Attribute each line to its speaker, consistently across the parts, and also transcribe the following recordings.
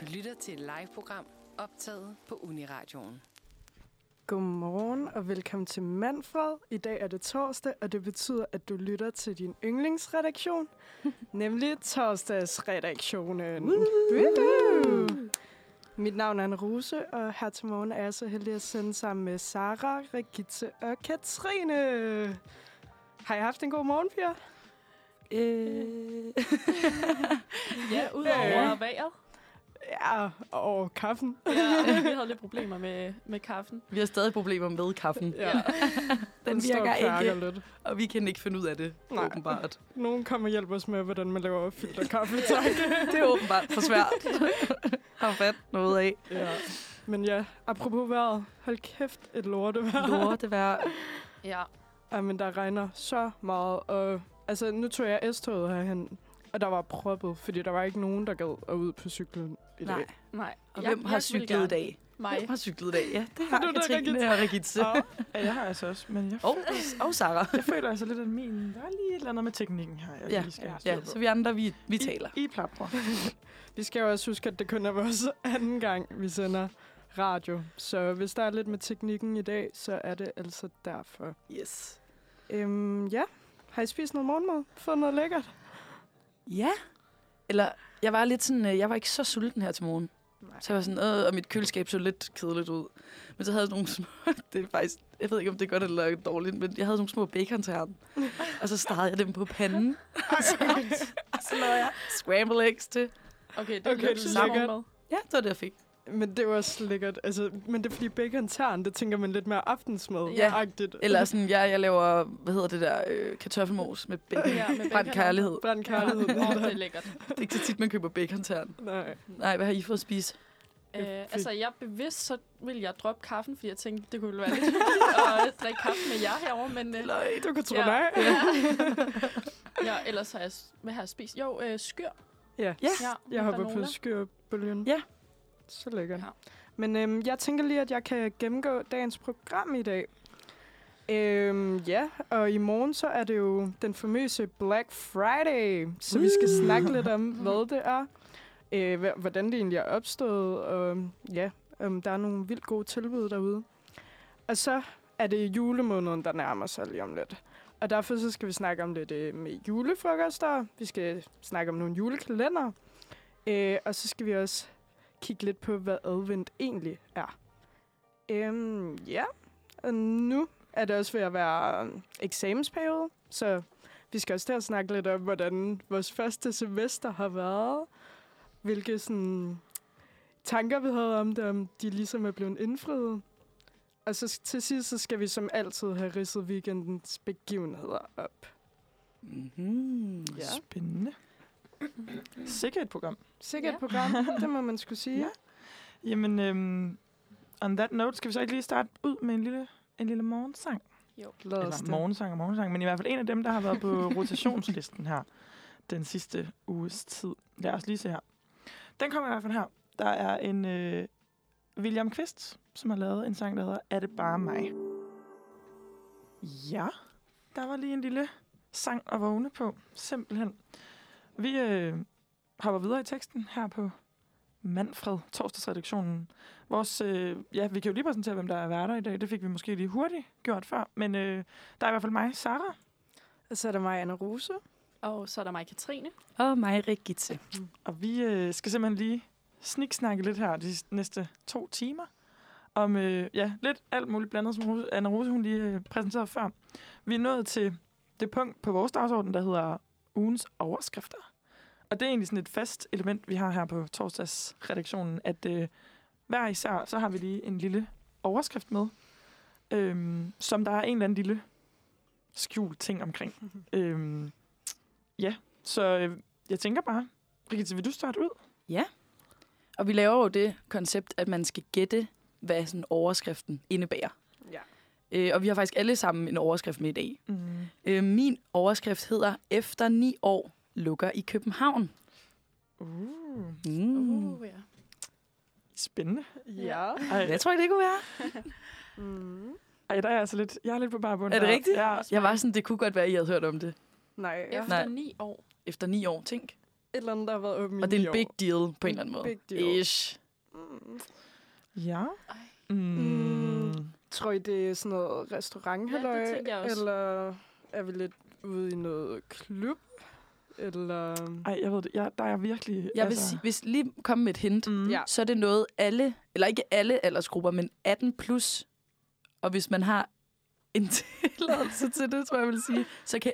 Speaker 1: Du lytter til et live-program optaget på Uniradioen.
Speaker 2: Godmorgen og velkommen til Manfred. I dag er det torsdag, og det betyder, at du lytter til din yndlingsredaktion, nemlig torsdagsredaktionen. Woohoo! Mit navn er Anne Ruse, og her til morgen er jeg så heldig at sende sammen med Sara, Rigitte og Katrine. Har I haft en god morgen, piger?
Speaker 3: Øh,
Speaker 4: Ja, udover
Speaker 2: Øh.
Speaker 4: øh. vejret.
Speaker 2: Ja, og kaffen.
Speaker 4: Ja, vi havde lidt problemer med, med kaffen.
Speaker 3: vi har stadig problemer med kaffen.
Speaker 2: Ja.
Speaker 3: Den
Speaker 2: står og
Speaker 3: virker
Speaker 2: kværker
Speaker 3: ikke,
Speaker 2: Lidt.
Speaker 3: og vi kan ikke finde ud af det,
Speaker 2: Nej.
Speaker 3: Nej. åbenbart.
Speaker 2: Nogen kommer og hjælper os med, hvordan man laver filterkaffe, tak.
Speaker 3: Det er åbenbart for svært at fatte noget af.
Speaker 2: Ja. Men ja, apropos vejret. Hold kæft, et lortevejr.
Speaker 3: Lorte være.
Speaker 4: Ja.
Speaker 2: Ej, men der regner så meget. Og, altså, nu tog jeg S-toget herhen, og der var proppet, fordi der var ikke nogen, der gad at ud på cyklen i dag.
Speaker 3: Nej.
Speaker 4: Nej.
Speaker 3: Og
Speaker 4: Jeg-
Speaker 3: hvem har
Speaker 4: jeg vil
Speaker 3: cyklet
Speaker 4: gerne.
Speaker 3: i dag?
Speaker 4: Mig.
Speaker 3: Hvem har cyklet i dag? Ja, det
Speaker 2: Har
Speaker 3: har
Speaker 2: du det, Rigitte?
Speaker 3: Katrine og Rigitze.
Speaker 5: Og, ja, jeg har altså også, men jeg,
Speaker 3: Og, og Sarah.
Speaker 5: jeg føler altså lidt, at min, der er lige et eller andet med teknikken her, jeg
Speaker 3: Ja,
Speaker 5: lige skal have styr
Speaker 3: Ja,
Speaker 5: på.
Speaker 3: så vi andre, vi, vi
Speaker 5: I-
Speaker 3: taler.
Speaker 5: I plapper.
Speaker 2: Vi skal jo også huske, at det kun er vores anden gang, vi sender radio. Så hvis der er lidt med teknikken i dag, så er det altså derfor.
Speaker 3: Yes.
Speaker 2: Øhm, ja. Har I spist noget morgenmad? Fået noget lækkert?
Speaker 3: Ja. Eller, jeg var lidt sådan, øh, jeg var ikke så sulten her til morgen.
Speaker 2: Nej.
Speaker 3: Så jeg var sådan, øh, og mit køleskab så lidt kedeligt ud. Men så havde jeg nogle små, det er faktisk, jeg ved ikke, om det er godt eller dårligt, men jeg havde nogle små bacon Og så startede jeg dem på panden. og, så, og så lavede jeg scramble eggs til.
Speaker 4: Okay, det
Speaker 2: Okay,
Speaker 4: er okay,
Speaker 2: det er
Speaker 4: lidt
Speaker 2: lækkert.
Speaker 4: med.
Speaker 3: Ja, det var det, jeg fik.
Speaker 2: Men det var også lækkert. Altså, men det er fordi bacon tern, det tænker man lidt mere aftensmad.
Speaker 3: Ja. Eller sådan, jeg, jeg laver, hvad hedder det der, øh, kartoffelmos med bacon.
Speaker 4: Ja, med
Speaker 3: Brændt kærlighed.
Speaker 2: Brænd kærlighed.
Speaker 4: Åh, oh, det er lækkert.
Speaker 3: Det er ikke så tit, man køber bacon -tern.
Speaker 2: Nej.
Speaker 3: Nej, hvad har I fået at spise?
Speaker 4: Øh,
Speaker 2: fedt.
Speaker 4: altså, jeg bevidst, så ville jeg droppe kaffen, fordi jeg tænkte, det kunne være lidt hyggeligt at øh, drikke kaffe med jer herovre, men øh,
Speaker 3: Løg.
Speaker 2: Du kan tro
Speaker 4: Ja.
Speaker 2: nej.
Speaker 4: ja. ja, ellers har jeg, s- hvad har jeg spist? Jo, øh, skyr.
Speaker 2: Ja.
Speaker 4: Ja,
Speaker 2: Jeg hopper på
Speaker 4: granola.
Speaker 2: skyrbølgen.
Speaker 3: Ja.
Speaker 2: Så lækkert. Ja.
Speaker 4: Ja.
Speaker 2: Men øhm, jeg tænker lige, at jeg kan gennemgå dagens program i dag. Øhm, ja, og i morgen så er det jo den famøse Black Friday, så vi skal snakke lidt om, hvad det er, øh, hva- hvordan det egentlig er opstået, og ja, om der er nogle vildt gode tilbud derude. Og så er det julemåneden, der nærmer sig lige om lidt. Og derfor så skal vi snakke om lidt øh, med julefrokoster, vi skal snakke om nogle julekalender, Øh, og så skal vi også kigge lidt på, hvad advent egentlig er. Øhm, ja, og nu er det også ved at være øhm, eksamensperiode, så vi skal også til at snakke lidt om, hvordan vores første semester har været. Hvilke sådan, tanker vi havde om det, om de ligesom er blevet indfriet. Og så s- til sidst, så skal vi som altid have ridset weekendens begivenheder op.
Speaker 3: Mm-hmm.
Speaker 2: Ja.
Speaker 5: Spændende. Sikkert et program.
Speaker 2: Sikkert
Speaker 4: Ja.
Speaker 2: ja. program, det må man skulle sige.
Speaker 5: Ja. Jamen, øhm, on that note, skal vi så ikke lige starte ud med en lille, en lille morgensang?
Speaker 2: Lad os
Speaker 5: Eller
Speaker 2: det.
Speaker 5: morgensang og morgensang, men i hvert fald en af dem, der har været på rotationslisten her den sidste uges tid. Lad os lige se her. Den kommer i hvert fald her. Der er en øh, William Kvist, som har lavet en sang, der hedder Er det bare mig? Ja, der var lige en lille sang at vågne på, simpelthen. Vi øh, hopper videre i teksten her på Manfred, torsdagsredaktionen. Vores, øh, ja, vi kan jo lige præsentere, hvem der er værter i dag. Det fik vi måske lige hurtigt gjort før, men øh, der er i hvert fald mig, Sara.
Speaker 2: Og så er der mig, Anna Rose.
Speaker 4: Og så er der mig, Katrine.
Speaker 3: Og mig, Rigitze.
Speaker 5: Og vi øh, skal simpelthen lige sniksnakke lidt her de næste to timer. Om øh, ja, lidt alt muligt blandet, som Rose, Anna Rose hun lige øh, præsenterede før. Vi er nået til det punkt på vores dagsorden, der hedder ugens overskrifter. Og det er egentlig sådan et fast element, vi har her på torsdagsredaktionen, at øh, hver især, så har vi lige en lille overskrift med, øhm, som der er en eller anden lille skjult ting omkring. øhm, ja, så øh, jeg tænker bare, Brigitte, vil du starte ud?
Speaker 3: Og vi laver jo det koncept, at man skal gætte, hvad sådan overskriften indebærer.
Speaker 2: Ja.
Speaker 3: Øh, og vi har faktisk alle sammen en overskrift med i dag.
Speaker 5: Mm.
Speaker 3: Øh, min overskrift hedder, efter ni år lukker i København.
Speaker 5: Uh,
Speaker 3: Mm.
Speaker 4: Uh, ja.
Speaker 5: spændende.
Speaker 2: Ja.
Speaker 5: Ej,
Speaker 3: Jeg tror ikke, det kunne være.
Speaker 2: Mm.
Speaker 5: ej, der er jeg altså lidt, jeg er lidt på bare bund.
Speaker 3: Er det
Speaker 5: der.
Speaker 3: rigtigt?
Speaker 5: Ja,
Speaker 3: Jeg var sådan, det kunne godt være, I havde hørt om det.
Speaker 2: Nej, ja.
Speaker 4: Efter
Speaker 3: Nej.
Speaker 4: ni år.
Speaker 3: Efter ni år, tænk.
Speaker 2: et eller andet, der har været åbent i
Speaker 3: Og det er
Speaker 2: ni
Speaker 3: en
Speaker 2: år.
Speaker 3: big deal på en eller anden måde.
Speaker 2: Big deal.
Speaker 3: Ish.
Speaker 2: Mm.
Speaker 5: Ja.
Speaker 4: Ej.
Speaker 5: Mm.
Speaker 2: Mm. Tror I, det er sådan noget restauranthalløj?
Speaker 4: Ja, det tænker jeg også.
Speaker 2: Eller er vi lidt ude i noget klub? Eller...
Speaker 5: Ej, jeg ved det. Jeg, der er virkelig... altså,
Speaker 3: Jeg
Speaker 2: Altså.
Speaker 3: vil sige, hvis lige komme med et hint,
Speaker 5: Mm.
Speaker 2: Ja.
Speaker 3: så er det noget alle, eller ikke alle aldersgrupper, men 18 plus. Og hvis man har en tilladelse til det, tror jeg, jeg vil sige, så kan,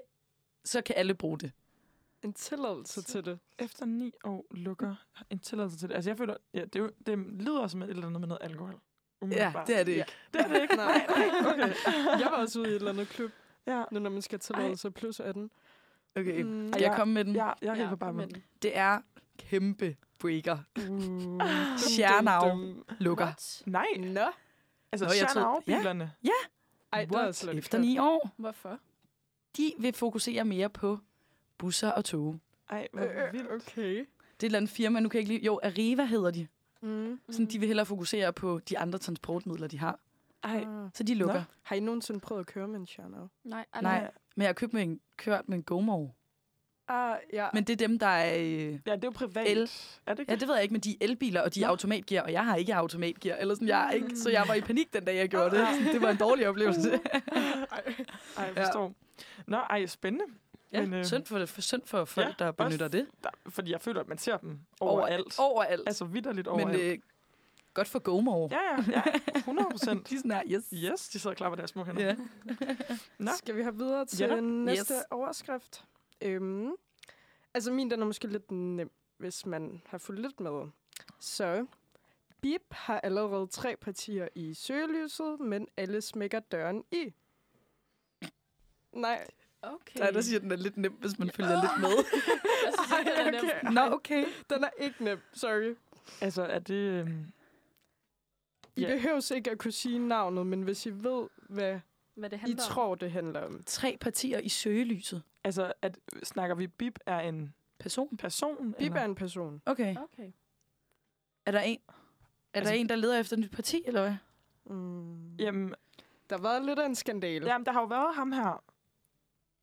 Speaker 3: så kan alle bruge det.
Speaker 2: En tilladelse til det.
Speaker 5: Efter ni år lukker en tilladelse til det. Altså, jeg føler... Ja, det, er jo- det lyder som et eller andet med noget alkohol.
Speaker 3: Ja, det er det
Speaker 2: Ja.
Speaker 3: ikke.
Speaker 5: det er det ikke.
Speaker 2: Nej.
Speaker 5: nej, nej. Okay.
Speaker 2: Jeg var også ude i et eller andet klub,
Speaker 5: Ja.
Speaker 2: nu når man skal have tilladelse plus 18.
Speaker 3: Okay,
Speaker 2: Mm.
Speaker 3: Ej, jeg kom med den.
Speaker 5: Ja, jeg er helt
Speaker 4: Ja,
Speaker 5: på bare med.
Speaker 4: men-
Speaker 3: Det er kæmpe breaker.
Speaker 2: Uh,
Speaker 3: Tjernau lukker.
Speaker 4: What?
Speaker 5: Nej,
Speaker 2: Nå,
Speaker 5: altså
Speaker 3: Nå, jeg troede-
Speaker 5: Tjernav-bilerne.
Speaker 2: ej, det er
Speaker 3: What?
Speaker 2: slet
Speaker 3: Efter ni år.
Speaker 4: Hvorfor?
Speaker 3: De vil fokusere mere på busser og tog.
Speaker 5: Ej,
Speaker 3: Øh,
Speaker 5: hvor vildt.
Speaker 2: Øh, Okay.
Speaker 3: Det er et eller andet firma, nu kan jeg ikke lige... Jo, Arriva hedder de.
Speaker 2: Mm.
Speaker 3: Sådan, de vil hellere fokusere på de andre transportmidler, de har.
Speaker 5: Ej,
Speaker 2: Ah.
Speaker 3: Så de lukker. Nå.
Speaker 2: Har I nogensinde prøvet at køre med en Tjernau?
Speaker 4: Nej,
Speaker 3: Nej. Men jeg har købt med en, kørt med en GoMore.
Speaker 2: Ah, ja.
Speaker 3: Men det er dem, der er... øh,
Speaker 5: Ja, det er jo privat.
Speaker 3: El.
Speaker 5: Er det ikke?
Speaker 3: Ja, det ved jeg ikke, men de er elbiler, og de er
Speaker 5: Nå.
Speaker 3: automatgear, og jeg har ikke automatgear. Eller sådan, jeg er ikke, så jeg var i panik den dag, jeg gjorde det. Sådan, Det var en dårlig oplevelse.
Speaker 5: Ej, jeg forstår. Nå, ej, spændende.
Speaker 3: Ja,
Speaker 5: Men, øh,
Speaker 3: synd, for, for, synd for folk,
Speaker 5: ja,
Speaker 3: der benytter det.
Speaker 5: Der, fordi jeg føler, at man ser dem overalt.
Speaker 3: Overalt.
Speaker 5: Altså vidderligt
Speaker 3: Men
Speaker 5: overalt. Men, øh,
Speaker 3: øh, godt for GoMore.
Speaker 5: ja, ja, ja. 100 procent.
Speaker 3: De er sådan her, yes.
Speaker 5: Yes, de sidder og klapper deres små hænder.
Speaker 3: Ja.
Speaker 5: Nå.
Speaker 2: Skal vi have videre til
Speaker 5: Ja da.
Speaker 2: næste
Speaker 3: Yes.
Speaker 2: overskrift? Øhm, altså min, den er måske lidt nem, hvis man har fulgt lidt med. Så, BIP har allerede tre partier i søgelyset, men alle smækker døren i. Nej.
Speaker 4: Okay.
Speaker 3: Der er der siger, at den er lidt nem, hvis man følger lidt med.
Speaker 4: Jeg synes ikke, det er nemt.
Speaker 2: okay.
Speaker 3: Nå, okay.
Speaker 2: Den er ikke nem, sorry.
Speaker 5: Altså, er det... øhm,
Speaker 2: I
Speaker 5: Ja.
Speaker 2: yeah. behøves ikke at kunne sige navnet, men hvis I ved, hvad
Speaker 4: Hvad det
Speaker 2: I
Speaker 4: handler om.
Speaker 2: tror, det handler om.
Speaker 3: Tre partier i søgelyset.
Speaker 5: altså, at, snakker vi, Bib er en
Speaker 3: Person.
Speaker 5: person?
Speaker 2: BIP er en person.
Speaker 3: Okay.
Speaker 4: Okay.
Speaker 3: Er der en, er altså,
Speaker 5: Altså-
Speaker 3: der, en der leder efter et nyt parti, eller hvad?
Speaker 2: Mm.
Speaker 5: Jamen,
Speaker 2: Der var lidt af en skandale.
Speaker 5: jamen, der har jo været ham her,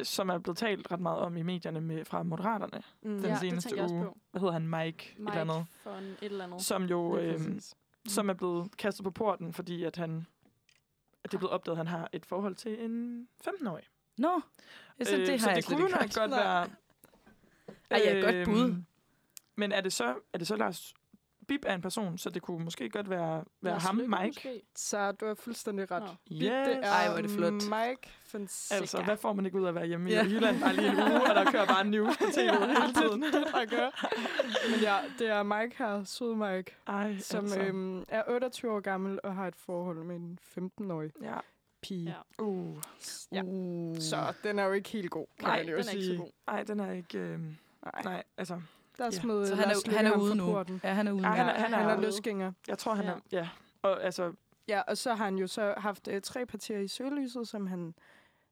Speaker 5: som er blevet talt ret meget om i medierne med, fra Moderaterne.
Speaker 2: Mm.
Speaker 5: Den
Speaker 4: ja, det
Speaker 5: seneste
Speaker 4: tænker jeg også
Speaker 5: uge.
Speaker 4: på.
Speaker 5: Hvad hedder han? Mike? Mike. Et
Speaker 4: Mike
Speaker 5: eller andet.
Speaker 4: for en et eller andet.
Speaker 5: Som jo...
Speaker 2: Lige
Speaker 5: Øhm,
Speaker 2: præcis. Mm.
Speaker 5: som er blevet kastet på porten, fordi at han at det er blevet opdaget, at han har et forhold til en 15-årig.
Speaker 3: Nå. Ja, Øh, så det har
Speaker 5: Øh, så
Speaker 3: jeg
Speaker 5: det
Speaker 3: slet
Speaker 5: kunne
Speaker 3: ikke
Speaker 5: nok
Speaker 3: hørt.
Speaker 5: godt være... Øhm,
Speaker 3: Ej, ja, godt bud.
Speaker 5: Men er det så, er det så Lars Bib er en person, så det kunne måske godt være, være
Speaker 4: Lars
Speaker 5: ham,
Speaker 4: Løkke
Speaker 5: Mike.
Speaker 4: måske?
Speaker 2: Så du har fuldstændig ret.
Speaker 4: Nå.
Speaker 2: Bip, Det er
Speaker 3: Ej, hvor er det flot.
Speaker 2: Mike Fonseca.
Speaker 5: Altså, hvad får man ikke ud af at være hjemme i
Speaker 3: Ja.
Speaker 5: Jylland bare lige en uge, og der kører bare news på tv hele tiden?
Speaker 2: det, der gør. Men ja, det er Mike her, søde Mike,
Speaker 5: Ej,
Speaker 2: som
Speaker 5: altså.
Speaker 2: øhm, er 28 år gammel og har et forhold med en 15-årig
Speaker 5: ja.
Speaker 2: pige.
Speaker 4: Ja.
Speaker 5: Uh.
Speaker 2: Ja.
Speaker 3: Uh.
Speaker 2: Så den er jo ikke helt god, kan
Speaker 5: Nej,
Speaker 2: man jo
Speaker 4: den er
Speaker 2: sige.
Speaker 4: ikke så god.
Speaker 5: Ej, den er ikke... Øh,
Speaker 2: Nej.
Speaker 5: nej, altså,
Speaker 2: Der
Speaker 5: Ja.
Speaker 2: smed
Speaker 3: Så han er, han er ude nu. Ja, han er ude
Speaker 5: Ej,
Speaker 3: nu.
Speaker 5: han
Speaker 2: han er,
Speaker 5: er- han
Speaker 2: han
Speaker 5: er
Speaker 2: er løsgænger.
Speaker 5: jeg tror, han
Speaker 4: Ja.
Speaker 5: er... Ja, og altså,
Speaker 2: Ja, og så har han jo så haft øh, tre partier i søgelyset, som han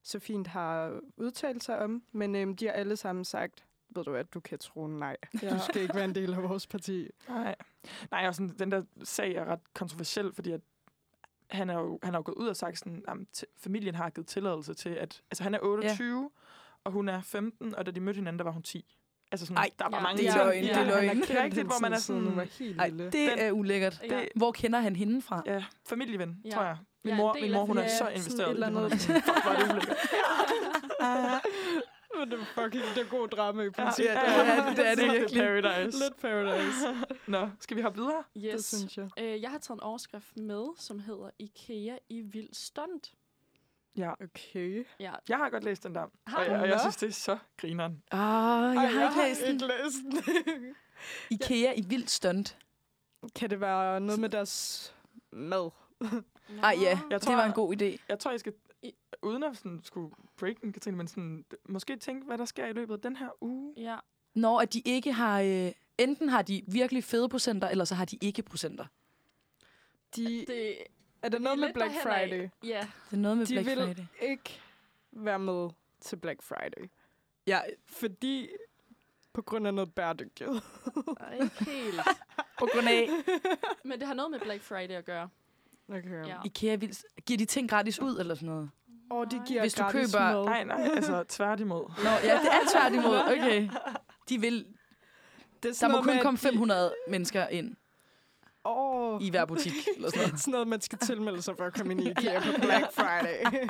Speaker 2: så fint har udtalt sig om. Men øhm, de har alle sammen sagt, ved du hvad, du kan tro nej.
Speaker 5: Ja.
Speaker 2: Du skal ikke være en del af vores parti.
Speaker 5: Nej. Nej, og sådan, den der sag er ret kontroversiel, fordi at han er jo, han er jo gået ud og sagt, sådan, at familien har givet tilladelse til, at altså, han er 28, ja. og hun er 15, og da de mødte hinanden, der var hun 10. Altså sådan,
Speaker 3: Ej,
Speaker 5: der var
Speaker 4: ja,
Speaker 5: mange
Speaker 3: det er
Speaker 5: ting
Speaker 3: løgn,
Speaker 5: i
Speaker 3: det er løgn.
Speaker 5: Han er rigtigt, hvor man er
Speaker 2: hun var
Speaker 5: sådan,
Speaker 2: helt
Speaker 3: Ej,
Speaker 2: lille.
Speaker 3: det
Speaker 5: Den-
Speaker 3: er ulækkert.
Speaker 4: Ja.
Speaker 3: Hvor kender han hende fra?
Speaker 5: ja, familieven, ja.
Speaker 4: Ja.
Speaker 5: tror jeg. Min
Speaker 4: Ja, en
Speaker 5: mor,
Speaker 4: del
Speaker 5: min
Speaker 4: af
Speaker 5: mor hun er
Speaker 4: familien.
Speaker 5: så
Speaker 2: Sådan
Speaker 5: investeret
Speaker 2: et
Speaker 5: i det.
Speaker 2: eller
Speaker 5: Hun er
Speaker 2: andet.
Speaker 5: sådan, Fuck, hvor er det ulækkert.
Speaker 2: Men det er fucking det er god drama i politik.
Speaker 5: Ja,
Speaker 3: det er- det er det virkelig.
Speaker 5: Paradise.
Speaker 2: Lidt paradise,
Speaker 5: Nå, skal vi hoppe videre?
Speaker 4: Yes.
Speaker 2: det synes jeg.
Speaker 4: Øh, jeg har taget en overskrift med, som hedder IKEA i vild stunt.
Speaker 5: Ja.
Speaker 2: Okay.
Speaker 4: Ja,
Speaker 5: Jeg har godt læst den der,
Speaker 4: Har
Speaker 5: og jeg,
Speaker 4: du?
Speaker 5: og jeg
Speaker 2: Nå.
Speaker 5: synes, det er så grineren.
Speaker 3: Åh, oh, jeg har ikke læst den.
Speaker 2: ikke læst den.
Speaker 3: Ikea i vildt stunt.
Speaker 2: kan det være noget med deres mad?
Speaker 3: Ej ja,
Speaker 5: Jeg
Speaker 3: det
Speaker 5: tror-
Speaker 3: var en god idé.
Speaker 5: Jeg tror, jeg skal, i- uden at sådan skulle break den, Katrine, men sådan, d- måske tænke, hvad der sker i løbet af den her uge.
Speaker 4: Ja,
Speaker 3: Når at de ikke har... Øh, enten har de virkelig fede procenter, eller så har de ikke procenter.
Speaker 2: De,
Speaker 4: det
Speaker 2: er det noget
Speaker 4: det er
Speaker 2: med
Speaker 4: lidt
Speaker 2: Black
Speaker 4: derhenad.
Speaker 2: Friday?
Speaker 4: Ja,
Speaker 3: Det er noget med
Speaker 2: De
Speaker 3: Black
Speaker 2: vil-
Speaker 3: Friday.
Speaker 2: Ikke være med til Black Friday.
Speaker 3: Ja,
Speaker 2: Fordi på grund af noget bæredygtighed.
Speaker 4: og ikke helt.
Speaker 3: på grund af...
Speaker 4: Men det har noget med Black Friday at gøre.
Speaker 2: Okay.
Speaker 4: Ja.
Speaker 3: Ikea vildt... Giver de ting gratis ud, eller sådan noget?
Speaker 2: Og de giver
Speaker 3: Hvis du
Speaker 2: gratis
Speaker 3: køber-
Speaker 2: mad.
Speaker 5: Nej, nej, altså tværtimod.
Speaker 3: Nå, ja, det er tværtimod. Okay. De vil
Speaker 2: Det er sådan
Speaker 3: Der må
Speaker 2: noget med,
Speaker 3: kun
Speaker 2: at
Speaker 3: komme
Speaker 2: de-
Speaker 3: 500 mennesker ind
Speaker 2: Åh,
Speaker 3: i hver butik. Eller sådan noget.
Speaker 2: sådan noget, man skal tilmelde sig for at komme ind i IKEA på Black Friday.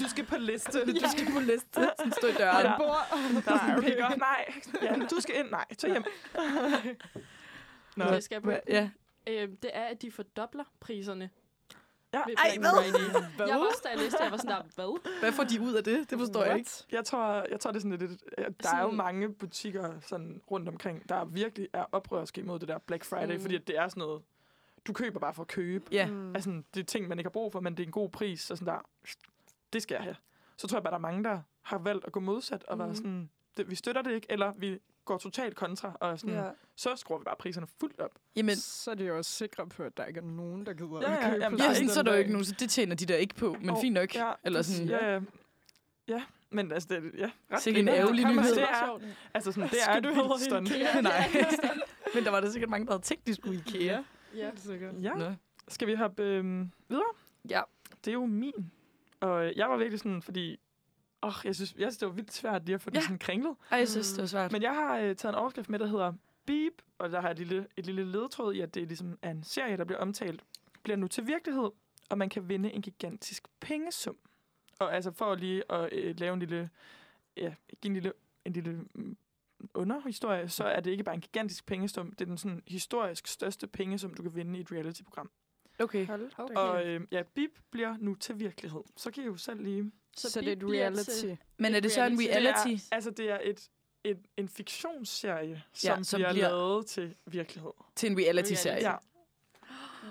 Speaker 5: Du skal på liste.
Speaker 3: Du skal på liste. Sådan stå i
Speaker 5: Ja.
Speaker 3: døren.
Speaker 5: Der er sådan
Speaker 2: Nej,
Speaker 5: en
Speaker 2: okay.
Speaker 5: pick-up. Nej, ja, du skal ind. Nej, tag hjem. Nå.
Speaker 4: Det skal jeg på.
Speaker 3: Ja.
Speaker 4: Øhm, det er, at de fordobler priserne.
Speaker 5: Ja.
Speaker 4: ved
Speaker 3: Ej,
Speaker 4: Black
Speaker 3: hvad?
Speaker 4: Friday. Jeg var også, da jeg læste, jeg var sådan der, hvad?
Speaker 3: Hvad får de ud af det? Det forstår jeg ikke.
Speaker 5: Jeg tror, jeg tror, det er sådan lidt... et- Der er jo
Speaker 4: Sådan-
Speaker 5: mange butikker sådan rundt omkring, der virkelig er oprørske imod det der Black Friday,
Speaker 4: Mm.
Speaker 5: fordi at det er sådan noget, du køber bare for at købe.
Speaker 3: Ja.
Speaker 2: Mm.
Speaker 5: Altså, det er ting, man ikke har brug for, men det er en god pris, og sådan der, det skal jeg have. Så tror jeg bare, der er mange, der har valgt at gå modsat og mm. være
Speaker 4: Mhm.
Speaker 5: sådan, det, vi støtter det ikke, eller vi går totalt kontra, og er sådan, ja.
Speaker 2: Ja.
Speaker 5: så skruer vi bare priserne fuldt op.
Speaker 3: Jamen,
Speaker 2: Men så er de jo også sikre på, at der ikke er nogen, der gider
Speaker 5: Ja, ja,
Speaker 2: at købe
Speaker 5: jamen,
Speaker 2: på
Speaker 3: ja,
Speaker 5: der er
Speaker 2: sådan
Speaker 3: sådan, så er der jo
Speaker 2: en
Speaker 3: ikke
Speaker 2: dag.
Speaker 3: nogen, så det tjener de der ikke på, men
Speaker 5: Og-
Speaker 3: fint nok.
Speaker 5: Ja,
Speaker 3: Eller
Speaker 5: det-
Speaker 3: sådan-
Speaker 5: ja, ja. ja, men altså, det er ja, ret
Speaker 3: Sikke en
Speaker 5: grineren.
Speaker 3: ærgerlig
Speaker 5: Kom,
Speaker 3: nyhed.
Speaker 5: Det er, altså sådan, det er
Speaker 2: Skal
Speaker 5: et
Speaker 2: du
Speaker 5: vildt
Speaker 2: hedder
Speaker 5: stunt.
Speaker 3: Nej. Men der var der sikkert mange, der havde tænkt, de skulle i IKEA.
Speaker 4: Ja.
Speaker 2: Helt sikkert.
Speaker 5: Ja.
Speaker 3: Nå.
Speaker 5: Skal vi hoppe øhm, videre?
Speaker 3: Ja.
Speaker 5: Det er jo min. Og øh, jeg var virkelig sådan, fordi... Åh, jeg synes, jeg synes, det var vildt svært lige at få ja.
Speaker 3: Ja.
Speaker 5: den sådan kringlet.
Speaker 3: Ej, jeg synes, det var svært.
Speaker 5: Men jeg har øh, taget en overskrift med, der hedder Beep, og der har et lille, et lille ledtråd i, at det ligesom er en serie, der bliver omtalt, bliver nu til virkelighed, og man kan vinde en gigantisk pengesum. Og altså for lige at øh, lave en lille, ja, give en lille, en lille mm, underhistorie, så er det ikke bare en gigantisk pengesum, det er den sådan historisk største pengesum, du kan vinde i et reality-program.
Speaker 3: Okay.
Speaker 2: Hold da
Speaker 5: Okay. Og øh, ja, Bip bliver nu til virkelighed. Så kan I jo selv lige...
Speaker 2: Så, så det er
Speaker 4: vi
Speaker 2: et
Speaker 4: bliver
Speaker 2: reality.
Speaker 3: Men er det så en
Speaker 4: Reality.
Speaker 3: reality?
Speaker 5: Det er, altså, det er et, et, en fiktionsserie, som, ja,
Speaker 3: som
Speaker 5: som bliver,
Speaker 3: bliver-
Speaker 5: bliver lavet til virkelighed.
Speaker 3: Til en reality-serie?
Speaker 5: Ja.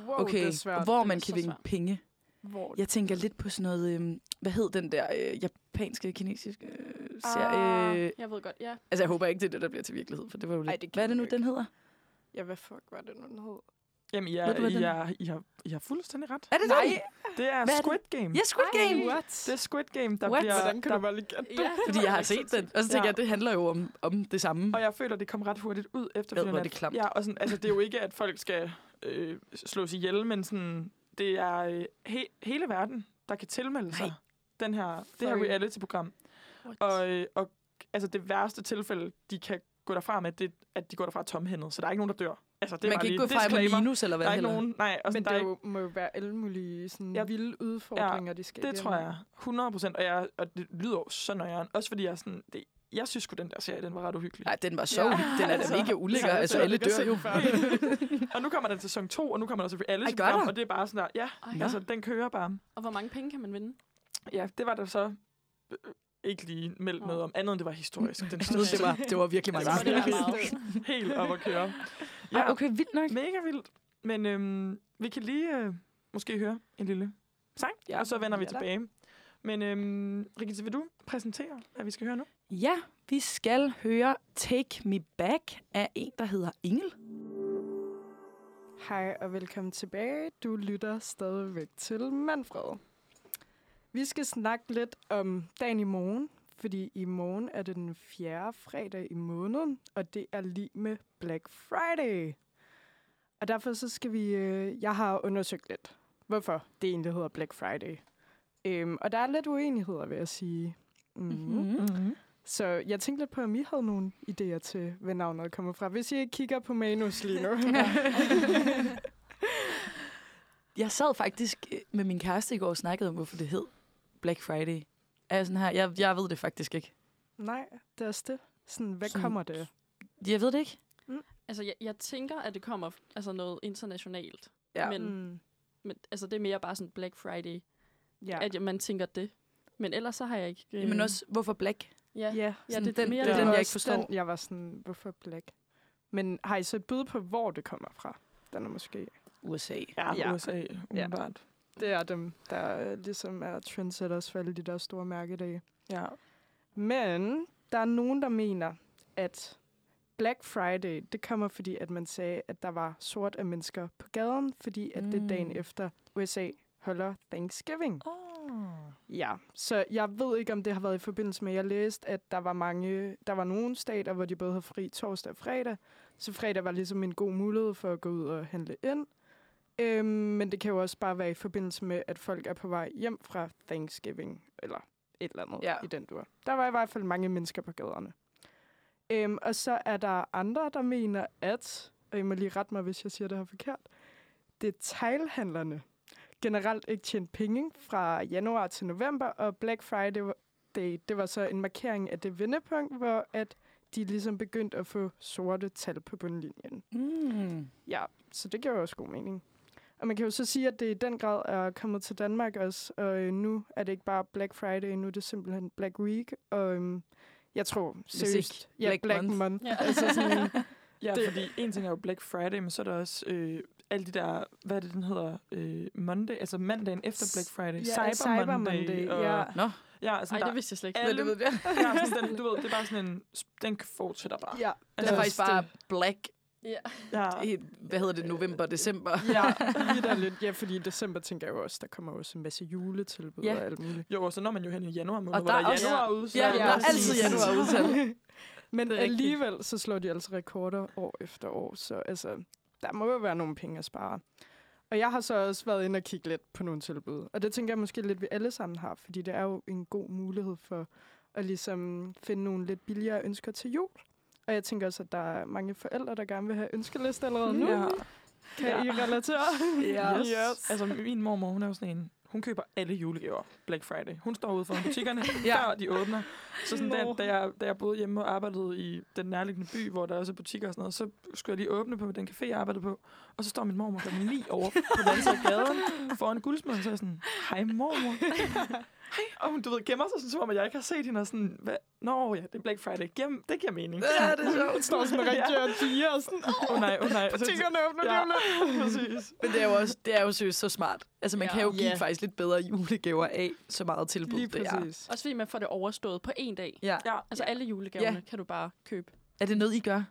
Speaker 2: Wow,
Speaker 3: Okay,
Speaker 2: det er svært.
Speaker 3: hvor
Speaker 4: Det
Speaker 3: man
Speaker 4: er
Speaker 3: kan
Speaker 4: så
Speaker 3: vinde
Speaker 4: svært.
Speaker 3: penge.
Speaker 2: Hvor...
Speaker 3: Jeg tænker lidt på sådan noget, øhm, hvad hed den der øh, japanske, kinesiske øh, serie? Øh,
Speaker 4: Ah, jeg ved godt, ja.
Speaker 3: altså, jeg håber ikke, det er det, der bliver til virkelighed, for det var jo lidt...
Speaker 2: Ej, det kan
Speaker 3: hvad er
Speaker 2: man
Speaker 3: det nu,
Speaker 2: jo ikke.
Speaker 3: den hedder?
Speaker 2: Ja, hvad fuck var det nu, den hed?
Speaker 5: Jamen, I
Speaker 3: Ved
Speaker 5: er,
Speaker 3: du, hvad den-
Speaker 5: I, er, I, har, I har fuldstændig ret.
Speaker 3: Er det
Speaker 2: Nej.
Speaker 3: den?
Speaker 5: Det er
Speaker 3: Hvad er
Speaker 5: Squid Game.
Speaker 3: Ja, Squid Game!
Speaker 2: What?
Speaker 5: Det er Squid Game, der
Speaker 3: What?
Speaker 5: bliver...
Speaker 2: Hvordan kan
Speaker 5: der,
Speaker 2: du bare lige gætte det?
Speaker 4: ja.
Speaker 3: Fordi jeg har set den, og så tænker
Speaker 5: Ja.
Speaker 3: jeg, det handler jo om, om det samme.
Speaker 5: Og jeg føler, det kom ret hurtigt ud efterfølgende.
Speaker 3: hvor er det
Speaker 5: at-
Speaker 3: klamt.
Speaker 5: Ja, og sådan, altså, det er jo ikke, at folk skal øh, slås ihjel, men sådan, det er øh, he, hele verden, der kan tilmelde sig
Speaker 3: Nej.
Speaker 5: den her, det her
Speaker 2: Fuck.
Speaker 5: reality-program.
Speaker 4: What?
Speaker 5: Og, øh, og altså, det værste tilfælde, de kan gå derfra med, det er, at de går derfra tomhændet, så der er ikke nogen, der dør. Altså, det er
Speaker 3: Man
Speaker 5: bare
Speaker 3: kan ikke
Speaker 5: lige
Speaker 3: gå fra i
Speaker 5: disclaimer.
Speaker 3: minus, eller hvad
Speaker 5: Der er ikke
Speaker 3: heller.
Speaker 5: nogen, nej, og sådan,
Speaker 2: Men
Speaker 5: Altså, der
Speaker 2: det
Speaker 5: er
Speaker 2: er
Speaker 5: ikke
Speaker 2: jo, må jo være alle mulige sådan,
Speaker 5: Ja.
Speaker 2: ja. vilde udfordringer, de skal
Speaker 5: Det
Speaker 2: igennem.
Speaker 5: tror jeg. 100 procent. Og, jeg, og det lyder jo så nøjeren. Også fordi jeg er sådan... Det, jeg synes sgu, den der serie, den var ret uhyggelig.
Speaker 3: Nej, den var så ja. Den er da
Speaker 5: Altså,
Speaker 3: mega ulækker.
Speaker 5: ja,
Speaker 3: Altså,
Speaker 5: altså,
Speaker 3: alle
Speaker 5: jeg kan
Speaker 3: dør jo.
Speaker 5: og nu kommer den til sæson 2, og nu kommer der så alle
Speaker 3: Ej, gør der?
Speaker 5: og det er bare sådan der... Ja,
Speaker 4: Ej,
Speaker 5: ja, altså, den kører bare.
Speaker 4: Og hvor mange penge kan man vinde?
Speaker 5: Ja, det var der så øh, ikke lige meldt
Speaker 4: Nå.
Speaker 5: noget om andet, end det var historisk. Den
Speaker 3: Jeg ved,
Speaker 5: stod
Speaker 3: Det var, det var virkelig
Speaker 5: Altså,
Speaker 3: meget.
Speaker 4: Altså, det er
Speaker 5: virkelig.
Speaker 4: meget.
Speaker 5: helt op at køre.
Speaker 3: Ja,
Speaker 5: Ja,
Speaker 3: okay, vildt nok.
Speaker 5: mega vildt. Men øhm, vi kan lige øh, måske høre en lille sang, ja, og så vender vi
Speaker 3: ja da.
Speaker 5: tilbage. Men øhm, Rigitte, vil du præsentere, hvad vi skal høre nu?
Speaker 3: Ja, vi skal høre Take Me Back af en, der hedder Ingel.
Speaker 2: Hej og velkommen tilbage. Du lytter stadigvæk til Manfred. Vi skal snakke lidt om dagen i morgen, fordi i morgen er det den fjerde fredag i måneden, og det er lige med Black Friday. Og derfor så skal vi... Øh, jeg har undersøgt lidt, hvorfor det egentlig hedder Black Friday. Øhm, og der er lidt uenigheder, vil jeg sige. Mm-hmm.
Speaker 3: Mhm.
Speaker 5: Mm-hmm.
Speaker 2: Så jeg tænkte lidt på, om I havde nogle idéer til, hvad navnet kommer fra, hvis I ikke kigger på manus lige nu.
Speaker 3: Jeg sad faktisk øh, med min kæreste i går og snakkede om, hvorfor det hed Black Friday. Er jeg sådan her, jeg, jeg ved det faktisk ikke.
Speaker 2: Nej, det er også det. Sådan, hvad
Speaker 3: Sådan-
Speaker 2: Sådan. kommer det?
Speaker 3: Jeg ved det ikke.
Speaker 4: Altså, jeg, jeg tænker, at det kommer f- altså noget internationalt.
Speaker 3: Ja.
Speaker 4: Men,
Speaker 2: Mm.
Speaker 4: men altså, det er mere bare sådan Black Friday,
Speaker 2: Ja.
Speaker 4: ja. at jeg- man tænker det. Men ellers så har jeg ikke... Øh,
Speaker 3: Men også, hvorfor Black?
Speaker 4: Ja, ja,
Speaker 2: ja.
Speaker 4: ja det er
Speaker 3: den-
Speaker 4: mere
Speaker 3: det er
Speaker 4: det.
Speaker 3: den,
Speaker 2: var
Speaker 3: jeg ikke
Speaker 2: også
Speaker 3: forstår.
Speaker 2: Den, jeg var sådan, hvorfor black? Men har I så et bud på, hvor det kommer fra? Den er måske...
Speaker 3: USA.
Speaker 5: Ja,
Speaker 2: Ja.
Speaker 5: USA, umiddelbart.
Speaker 2: Det er dem, der øh, ligesom er trendsetters for alle de der store mærkedage.
Speaker 5: Ja.
Speaker 2: Men der er nogen, der mener, at Black Friday, det kommer fordi, at man sagde, at der var sort af mennesker på gaden, fordi at mm. det er dagen
Speaker 3: Mm.
Speaker 2: efter USA holder Thanksgiving.
Speaker 5: Oh.
Speaker 2: Ja, så jeg ved ikke, om det har været i forbindelse med, at jeg læste, at der var mange, der var nogle stater, hvor de både havde fri torsdag og fredag. Så fredag var ligesom en god mulighed for at gå ud og handle ind. Øhm, men det kan jo også bare være i forbindelse med, at folk er på vej hjem fra Thanksgiving, eller et eller andet
Speaker 3: Ja.
Speaker 2: ja. i den dur. Der var i hvert fald mange mennesker på gaderne. Øhm, og så er der andre, der mener, at, og I må lige rette mig, hvis jeg siger det her forkert, detailhandlerne generelt ikke tjente penge fra januar til november, og Black Friday, var- det, det var så en markering af det vendepunkt, hvor at de ligesom begyndte at få sorte tal på bundlinjen.
Speaker 3: Mm.
Speaker 2: Ja, så det giver jo også god mening. Og man kan jo så sige, at det i den grad er kommet til Danmark også, og øh, nu er det ikke bare Black Friday, nu er det simpelthen Black Week, og øhm, jeg tror seriøst,
Speaker 3: ikke
Speaker 2: ja,
Speaker 3: Black
Speaker 2: Black, Black
Speaker 3: Month.
Speaker 2: Month. Month.
Speaker 4: Ja.
Speaker 2: Altså sådan,
Speaker 5: Ja,
Speaker 2: Det-
Speaker 5: det. fordi en ting er jo Black Friday, men så er der også øh, alle de der, hvad er det, den hedder, øh, Monday, altså mandagen efter Black Friday,
Speaker 2: ja, Cyber Monday,
Speaker 5: og,
Speaker 2: ja.
Speaker 3: Nå,
Speaker 5: ja altså,
Speaker 4: Ej,
Speaker 5: Ej, der,
Speaker 4: det vidste jeg slet ikke.
Speaker 5: alle-
Speaker 3: det ved jeg.
Speaker 5: der er sådan, den, du ved, det er bare sådan en, den fortsætter bare. Altså,
Speaker 2: ja.
Speaker 3: Det er faktisk bare black
Speaker 4: Ja.
Speaker 5: Ja,
Speaker 3: i, hvad hedder det, november, december.
Speaker 2: Ja, vidderligt. Ja, fordi i december tænker jeg jo også, der kommer også en masse juletilbud
Speaker 3: Ja.
Speaker 2: og alt muligt.
Speaker 5: jo, og så når man jo hen i januar måned,
Speaker 3: Og
Speaker 5: hvor
Speaker 3: der
Speaker 5: der,
Speaker 3: er
Speaker 5: er
Speaker 3: også-
Speaker 5: januar ude.
Speaker 3: Ja, der er altid januar udsalg.
Speaker 2: Men
Speaker 3: Det er rigtigt.
Speaker 2: alligevel så slår de altså rekorder år efter år, så altså, der må jo være nogle penge at spare. Og jeg har så også været inde og kigge lidt på nogle tilbud. Og det tænker jeg måske lidt, vi alle sammen har, fordi det er jo en god mulighed for at ligesom finde nogle lidt billigere ønsker til jul. Og jeg tænker også, at der er mange forældre, der gerne vil have ønskeliste allerede nu.
Speaker 5: Ja.
Speaker 2: Kan I relatere?
Speaker 5: Yes. yes. Altså, min mormor, hun er jo sådan en, hun køber alle julegaver Black Friday. Hun står ude for butikkerne, ja.
Speaker 3: Ja.
Speaker 5: før de åbner. Så sådan, da,
Speaker 2: Nå.
Speaker 5: da, jeg, da jeg boede hjemme og arbejdede i den nærliggende by, hvor der også er butikker og sådan noget, så skulle jeg lige åbne på den café, jeg arbejdede på. Og så står min mormor klokken 9 over på den anden side af gaden foran guldsmeden, så er jeg sådan, hej mormor. Hej. Og hun, du ved, gemmer sig, sådan, som om jeg ikke har set hende, og sådan, Hvad? Nå ja, det er Black Friday. Gem, det giver mening.
Speaker 3: Ja, det er sjovt.
Speaker 2: Hun står sådan med rigtig og piger og sådan,
Speaker 5: Åh oh, nej, åh oh, nej.
Speaker 3: Altså,
Speaker 5: Så-
Speaker 2: butikkerne åbner
Speaker 5: Ja.
Speaker 2: ja.
Speaker 5: Præcis.
Speaker 3: Men det er jo også, det er jo seriøst så smart. Altså, man
Speaker 4: Ja.
Speaker 3: ja. kan jo give
Speaker 2: Ja.
Speaker 3: yeah. faktisk lidt bedre julegaver af, så meget tilbud
Speaker 2: Lige
Speaker 3: det er.
Speaker 2: præcis.
Speaker 4: Også fordi man får det overstået på en dag.
Speaker 3: Ja.
Speaker 5: Ja.
Speaker 4: Altså alle julegaverne kan du bare købe.
Speaker 3: Er det noget, I gør?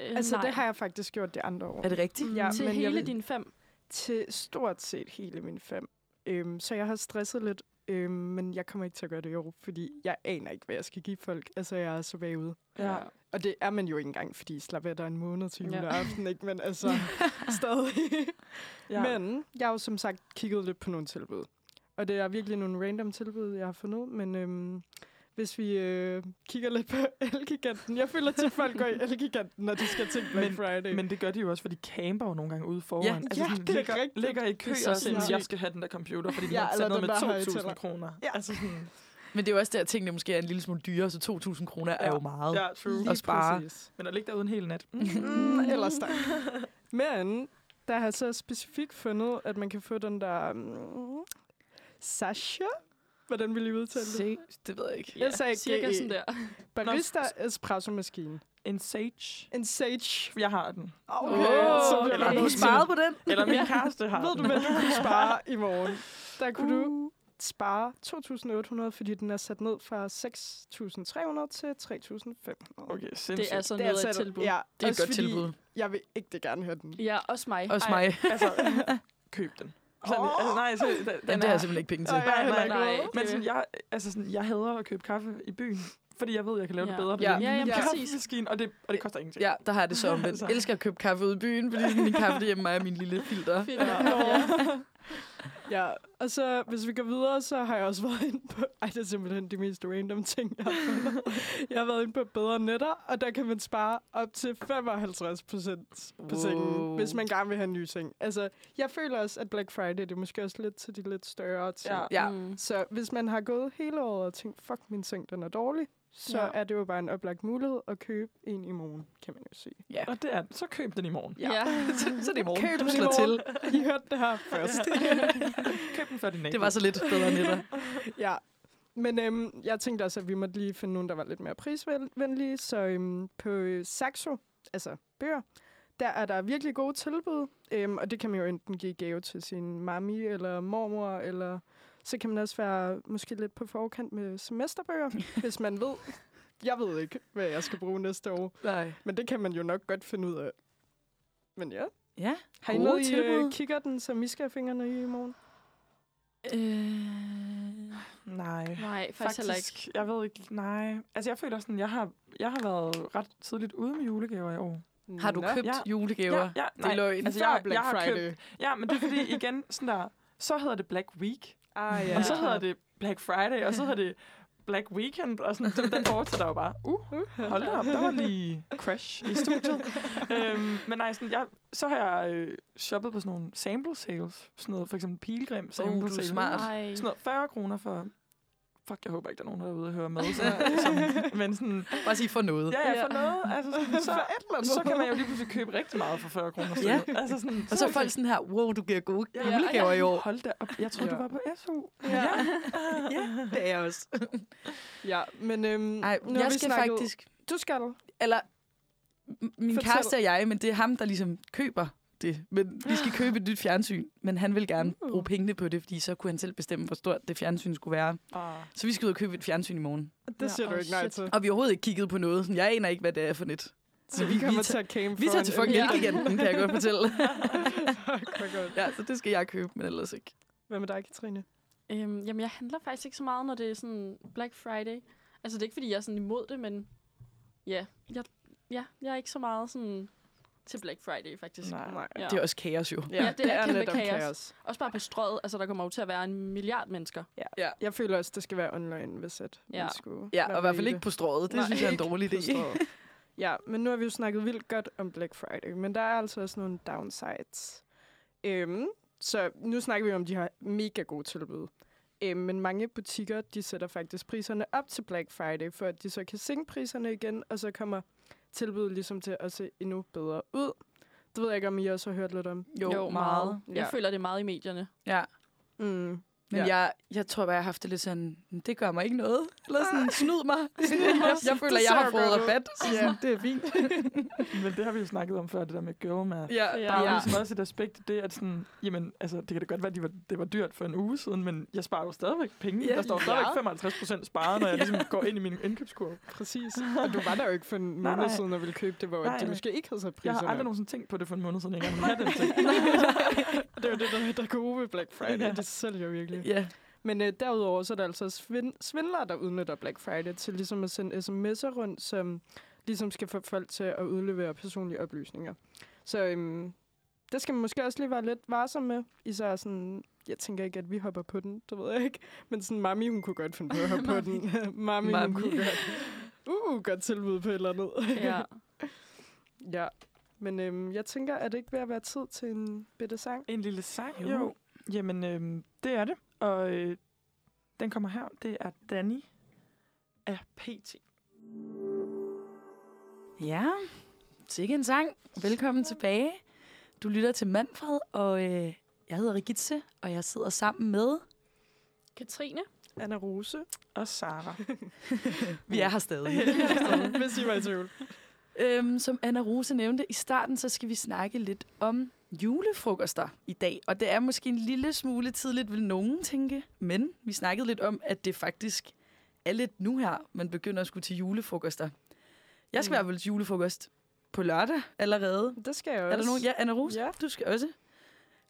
Speaker 4: Øh,
Speaker 2: Altså,
Speaker 4: nej.
Speaker 2: det har jeg faktisk gjort det andre år.
Speaker 3: Er det rigtigt?
Speaker 2: Ja,
Speaker 4: Til
Speaker 2: men jeg
Speaker 4: hele
Speaker 2: ved-
Speaker 4: dine fem.
Speaker 2: Til stort set hele mine fem. Øhm, så jeg har stresset lidt, øhm, men jeg kommer ikke til at gøre det i år, fordi jeg aner ikke, hvad jeg skal give folk. Altså, jeg er så bagud.
Speaker 5: Ja.
Speaker 2: Og det er man jo ikke engang, fordi slap af, der er en måned til
Speaker 4: Ja.
Speaker 2: juleaften, ikke? Men altså, stadig.
Speaker 5: ja.
Speaker 2: Ja. Men jeg har jo som sagt kigget lidt på nogle tilbud. Og det er virkelig nogle random tilbud, jeg har fundet, ud, men øhm, hvis vi øh, kigger lidt på Elgiganten. Jeg føler til, at folk går i Elgiganten, når de skal tænke Black
Speaker 5: Men-
Speaker 2: Friday.
Speaker 5: Men det gør de jo også, for de camper jo nogle gange ude foran. Altså,
Speaker 3: Ja,
Speaker 2: ja,
Speaker 5: sådan,
Speaker 2: det er
Speaker 5: ligger,
Speaker 2: rigtigt.
Speaker 5: ligger i kø
Speaker 2: Det er så
Speaker 5: og sådan,
Speaker 2: sindssygt.
Speaker 5: jeg skal have den der computer, fordi den
Speaker 2: Ja,
Speaker 5: ja, har
Speaker 2: eller
Speaker 5: noget
Speaker 2: den der
Speaker 5: med
Speaker 2: højtaler.
Speaker 5: 2.000 kroner.
Speaker 2: Ja.
Speaker 5: Altså sådan,
Speaker 3: Men det er jo også der, at tingene måske er en lille smule dyrere, så 2.000 kroner er jo meget.
Speaker 5: ja, true.
Speaker 2: Lige
Speaker 3: og spare.
Speaker 2: præcis.
Speaker 5: Men at ligge derude en hel nat. Mm.
Speaker 2: Mm, ellers tak. Men der har jeg så specifikt fundet, at man kan få den der... Mm, Sasha? Hvordan vil I udtale det?
Speaker 3: Se, det ved jeg ikke.
Speaker 2: Jeg sagde
Speaker 4: cirka
Speaker 2: GE.
Speaker 4: sådan der.
Speaker 2: E. Barista espresso-maskine.
Speaker 5: En sage.
Speaker 2: En sage.
Speaker 5: Jeg har den.
Speaker 2: Okay.
Speaker 3: Åh,
Speaker 2: så bliver der
Speaker 5: eller
Speaker 3: Har du
Speaker 2: nødt til-
Speaker 3: sparet på den?
Speaker 5: Eller min kæreste har
Speaker 2: Ved
Speaker 5: den.
Speaker 2: du, hvad du kunne spare i morgen? Der kunne uh. du spare 2.800, fordi den er sat ned fra 6.300 til 3.500.
Speaker 5: Okay, sindssygt.
Speaker 4: Det er altså noget af et tilbud.
Speaker 2: Ja,
Speaker 3: Det er et
Speaker 2: også
Speaker 3: godt
Speaker 2: fordi
Speaker 3: tilbud.
Speaker 2: Jeg vil ægte gerne høre den.
Speaker 4: Ja, også mig.
Speaker 3: Også mig.
Speaker 5: altså, køb den. Sådan,
Speaker 2: Åh.
Speaker 5: altså, nej, så, den,
Speaker 3: Den,
Speaker 5: den
Speaker 3: det har
Speaker 5: er,
Speaker 3: jeg simpelthen ikke penge til.
Speaker 2: Og jeg er
Speaker 5: Nej,
Speaker 2: heller
Speaker 5: nej,
Speaker 2: ikke
Speaker 4: nej.
Speaker 2: noget.
Speaker 5: men sådan, jeg, altså sådan, jeg hader at købe kaffe i byen, fordi jeg ved, jeg kan lave det
Speaker 4: Ja.
Speaker 5: bedre på
Speaker 3: Ja.
Speaker 5: den
Speaker 4: Ja, ja,
Speaker 5: lille
Speaker 4: præcis.
Speaker 5: kaffemaskine, og det, og det koster ingenting.
Speaker 3: Ja, der har jeg det så omvendt.
Speaker 5: Altså.
Speaker 3: Jeg elsker at købe kaffe ude i byen, fordi sådan, min kaffe det er hjemme mig og min lille filter.
Speaker 4: Fedt.
Speaker 2: Ja, og så hvis vi går videre, så har jeg også været inde på... Ej, det er simpelthen de mest random ting, jeg har fundet. Jeg har været inde på Bedre Netter, og der kan man spare op til 55 procent på sengen,
Speaker 3: Wow.
Speaker 2: hvis man gerne vil have en ny seng. Altså, jeg føler også, at Black Friday, det er måske også lidt til de lidt større ting.
Speaker 5: Ja.
Speaker 3: Ja,
Speaker 4: Mm.
Speaker 2: Så hvis man har gået hele året og tænkt, fuck, min seng, den er dårlig, så
Speaker 4: Ja.
Speaker 2: ja. er det jo bare en oplagt mulighed at købe en i morgen, kan man jo sige.
Speaker 3: ja.
Speaker 5: Og det er den. Så køb den i morgen.
Speaker 4: Ja.
Speaker 3: Så, så det er i morgen.
Speaker 2: Køb
Speaker 3: Køb
Speaker 2: den i
Speaker 3: slår til.
Speaker 2: morgen. I hørte det her først.
Speaker 5: Køb den før din nabo.
Speaker 3: Det var så lidt bedre end det
Speaker 2: ja. Men øhm, jeg tænkte også, at vi måtte lige finde nogen, der var lidt mere prisvenlige. Så øhm, på øh, Saxo, altså bøger, der er der virkelig gode tilbud. Øhm, og det kan man jo enten give i gave til sin mami eller mormor, eller så kan man også være måske lidt på forkant med semesterbøger, hvis man ved. Jeg ved ikke, hvad jeg skal bruge næste år,
Speaker 3: Nej.
Speaker 2: men det kan man jo nok godt finde ud af. Men ja.
Speaker 3: Ja.
Speaker 2: Har I
Speaker 3: Gode
Speaker 2: noget, I
Speaker 3: tilbud.
Speaker 2: øh, kigger den, som I skal have fingrene i i morgen?
Speaker 3: Øh...
Speaker 5: Nej.
Speaker 4: Nej, faktisk, faktisk heller ikke.
Speaker 5: Faktisk, jeg ved ikke, nej. Altså, jeg føler sådan, jeg har, jeg har været ret tidligt ude med julegaver i år.
Speaker 3: Har du købt
Speaker 5: Ja.
Speaker 3: julegaver?
Speaker 5: ja,
Speaker 3: Det er løgn.
Speaker 5: Altså, jeg, jeg har købt, ja, men det er fordi, igen, sådan der, så hedder det Black Week,
Speaker 2: Ah, ja.
Speaker 5: og så hedder det Black Friday, og så hedder det Black Weekend, og sådan, den, den fortsætter jo bare. Uh, hold da op, der var lige crash i studiet. øhm, men nej, sådan, jeg, så har jeg øh, shoppet på sådan nogle sample sales, sådan noget, for eksempel Pilgrim sample
Speaker 3: Uh, du er
Speaker 5: sale.
Speaker 3: smart.
Speaker 4: Nej.
Speaker 5: Sådan noget 40 kroner for... Fuck, jeg håber ikke, der er nogen derude, der hører med. Så, som, men sådan,
Speaker 3: Bare sige for noget.
Speaker 5: ja, ja, for
Speaker 4: Ja.
Speaker 5: noget. Altså, sådan, så, så kan man jo lige pludselig købe rigtig meget for 40 kroner. stykket.
Speaker 3: Ja.
Speaker 5: Altså, sådan,
Speaker 3: Og så er folk sådan her, wow, du giver gode
Speaker 5: Ja.
Speaker 3: julegaver i år.
Speaker 5: Hold da op, jeg troede,
Speaker 2: Ja.
Speaker 5: du var på SU.
Speaker 3: Ja. ja, det er jeg også.
Speaker 2: Ja, men øhm,
Speaker 3: Ej,
Speaker 2: nu har
Speaker 3: jeg
Speaker 2: vi
Speaker 3: skal
Speaker 2: snakket-
Speaker 3: faktisk...
Speaker 2: Du skal.
Speaker 3: Eller, m- min
Speaker 2: Fortæl.
Speaker 3: kæreste og jeg, men det er ham, der ligesom køber det. Men vi skal købe et nyt fjernsyn, men han vil gerne
Speaker 2: Uh.
Speaker 3: bruge pengene på det, fordi så kunne han selv bestemme, hvor stort det fjernsyn skulle være.
Speaker 5: Ah.
Speaker 3: Så vi skal ud og købe et fjernsyn i morgen.
Speaker 2: Det
Speaker 4: Ja,
Speaker 2: siger du
Speaker 4: åh,
Speaker 2: ikke nej
Speaker 4: shit.
Speaker 2: til.
Speaker 3: Og vi har overhovedet ikke kigget på noget. Sådan, Jeg aner ikke, hvad det er for net.
Speaker 2: Så
Speaker 3: vi-
Speaker 2: vi
Speaker 3: vi
Speaker 2: kommer
Speaker 3: tager-
Speaker 2: til at kæmpe
Speaker 3: Vi
Speaker 2: for
Speaker 3: tager
Speaker 2: en
Speaker 3: til fucking
Speaker 2: elgiganten.
Speaker 3: Elgiganten, kan jeg godt fortælle.
Speaker 2: Hvor godt.
Speaker 3: ja, så det skal jeg købe, men ellers ikke.
Speaker 2: Hvad med dig, Katrine?
Speaker 4: Øhm, jamen, jeg handler faktisk ikke så meget, når det er sådan Black Friday. Altså, det er ikke, fordi jeg er sådan imod det, men ja, jeg, ja, jeg er ikke så meget sådan til Black Friday, faktisk.
Speaker 5: Nej.
Speaker 2: Nej.
Speaker 4: Ja.
Speaker 3: Det er også kaos jo.
Speaker 4: Ja, det er kæmpe
Speaker 2: lidt om
Speaker 4: kaos. Også bare på strøget, altså der kommer jo til at være en milliard mennesker.
Speaker 2: Jeg føler også, det skal være online, hvis at ja.
Speaker 4: Ja.
Speaker 2: man skulle...
Speaker 3: Ja,
Speaker 2: være
Speaker 3: og i hvert
Speaker 2: med
Speaker 3: fald
Speaker 2: i
Speaker 3: ikke på strået. Det
Speaker 2: Nej,
Speaker 3: synes jeg er en
Speaker 2: ikke
Speaker 3: dårlig idé.
Speaker 2: Forstået. Ja, men nu har vi jo snakket vildt godt om Black Friday, men der er altså også nogle downsides. Øhm, så nu snakker vi om, de har mega gode tilbud. Øhm, men mange butikker, de sætter faktisk priserne op til Black Friday, for at de så kan sænke priserne igen, og så kommer tilbuddet ligesom til at se endnu bedre ud. Det ved jeg ikke, om I også har hørt lidt om.
Speaker 4: Jeg
Speaker 2: Ja.
Speaker 4: føler det er meget i medierne.
Speaker 3: Ja.
Speaker 2: Mm.
Speaker 3: Men
Speaker 2: Ja.
Speaker 3: ja. jeg, jeg tror bare, jeg har haft det lidt sådan, "Mm, det gør mig ikke noget. Eller sådan, snyd mig. Snyd mig. Ah. Jeg føler, jeg har
Speaker 2: ser
Speaker 3: fået
Speaker 2: godt ud.
Speaker 3: rabat.
Speaker 2: Ja, det er fint.
Speaker 5: Men det har vi jo snakket om før, det der med girl math.
Speaker 3: Ja.
Speaker 5: Der er jo
Speaker 2: Ja.
Speaker 5: ligesom også et aspekt i det, at sådan, jamen, altså, det kan da godt være, at de var, det var dyrt for en uge siden, men jeg sparer jo stadigvæk penge.
Speaker 3: Ja.
Speaker 5: Der står
Speaker 3: Ja.
Speaker 5: stadigvæk 55 procent sparet, når jeg ligesom går ind i min indkøbskurve.
Speaker 2: Præcis. Og du var der jo ikke for en måned
Speaker 5: nej.
Speaker 2: siden og ville købe det, hvor
Speaker 5: Nej,
Speaker 2: nej, de
Speaker 5: nej.
Speaker 2: måske ikke havde sat
Speaker 5: Jeg
Speaker 2: priserne
Speaker 5: har aldrig
Speaker 2: op.
Speaker 5: nogensinde tænkt på det for en måned siden, jeg ikke engang havde den ting.
Speaker 2: det er jo det, der, der er gode ved Black Friday.
Speaker 5: Ja.
Speaker 2: Det sælger virkelig.
Speaker 3: Ja.
Speaker 2: Men øh, derudover så er der altså svin- svindlere, der udnytter Black Friday til ligesom at sende sms'er rundt, som ligesom skal få folk til at udlevere personlige oplysninger. Så øhm, det skal man måske også lige være lidt varsom med. Især sådan, jeg tænker ikke, at vi hopper på den, det ved jeg ikke. Men sådan, mami, hun kunne godt finde på at hoppe på den. mami, mami, hun
Speaker 3: Mami.
Speaker 2: kunne godt. Uh, godt tilbud på et eller andet.
Speaker 4: Ja.
Speaker 2: ja. Men øhm, jeg tænker, er det ikke ved at være tid til en bitte sang?
Speaker 5: En lille sang,
Speaker 2: Jo.
Speaker 5: jo. jo. Jamen, øhm, det er det. Og øh, den kommer her. Det er Danny af PT.
Speaker 3: Ja, sikke en sang. Velkommen tilbage. Du lytter til Manfred, og øh, jeg hedder Rigitze, og jeg sidder sammen med...
Speaker 4: Katrine?
Speaker 2: Anna Rose.
Speaker 5: Og Sara.
Speaker 3: Vi er her stadig.
Speaker 2: Hvis I var i tvivl.
Speaker 3: Øhm, som Anna Rose nævnte i starten, så skal vi snakke lidt om julefrokoster i dag. Og det er måske en lille smule tidligt, vil nogen tænke. Men vi snakkede lidt om, at det faktisk er lidt nu her, man begynder at skulle til julefrokoster. Jeg skal i hvert fald til julefrokost på lørdag allerede.
Speaker 2: Det skal jeg også.
Speaker 3: Er der nogen? Ja, Anna Rose,
Speaker 2: Ja.
Speaker 3: du skal også.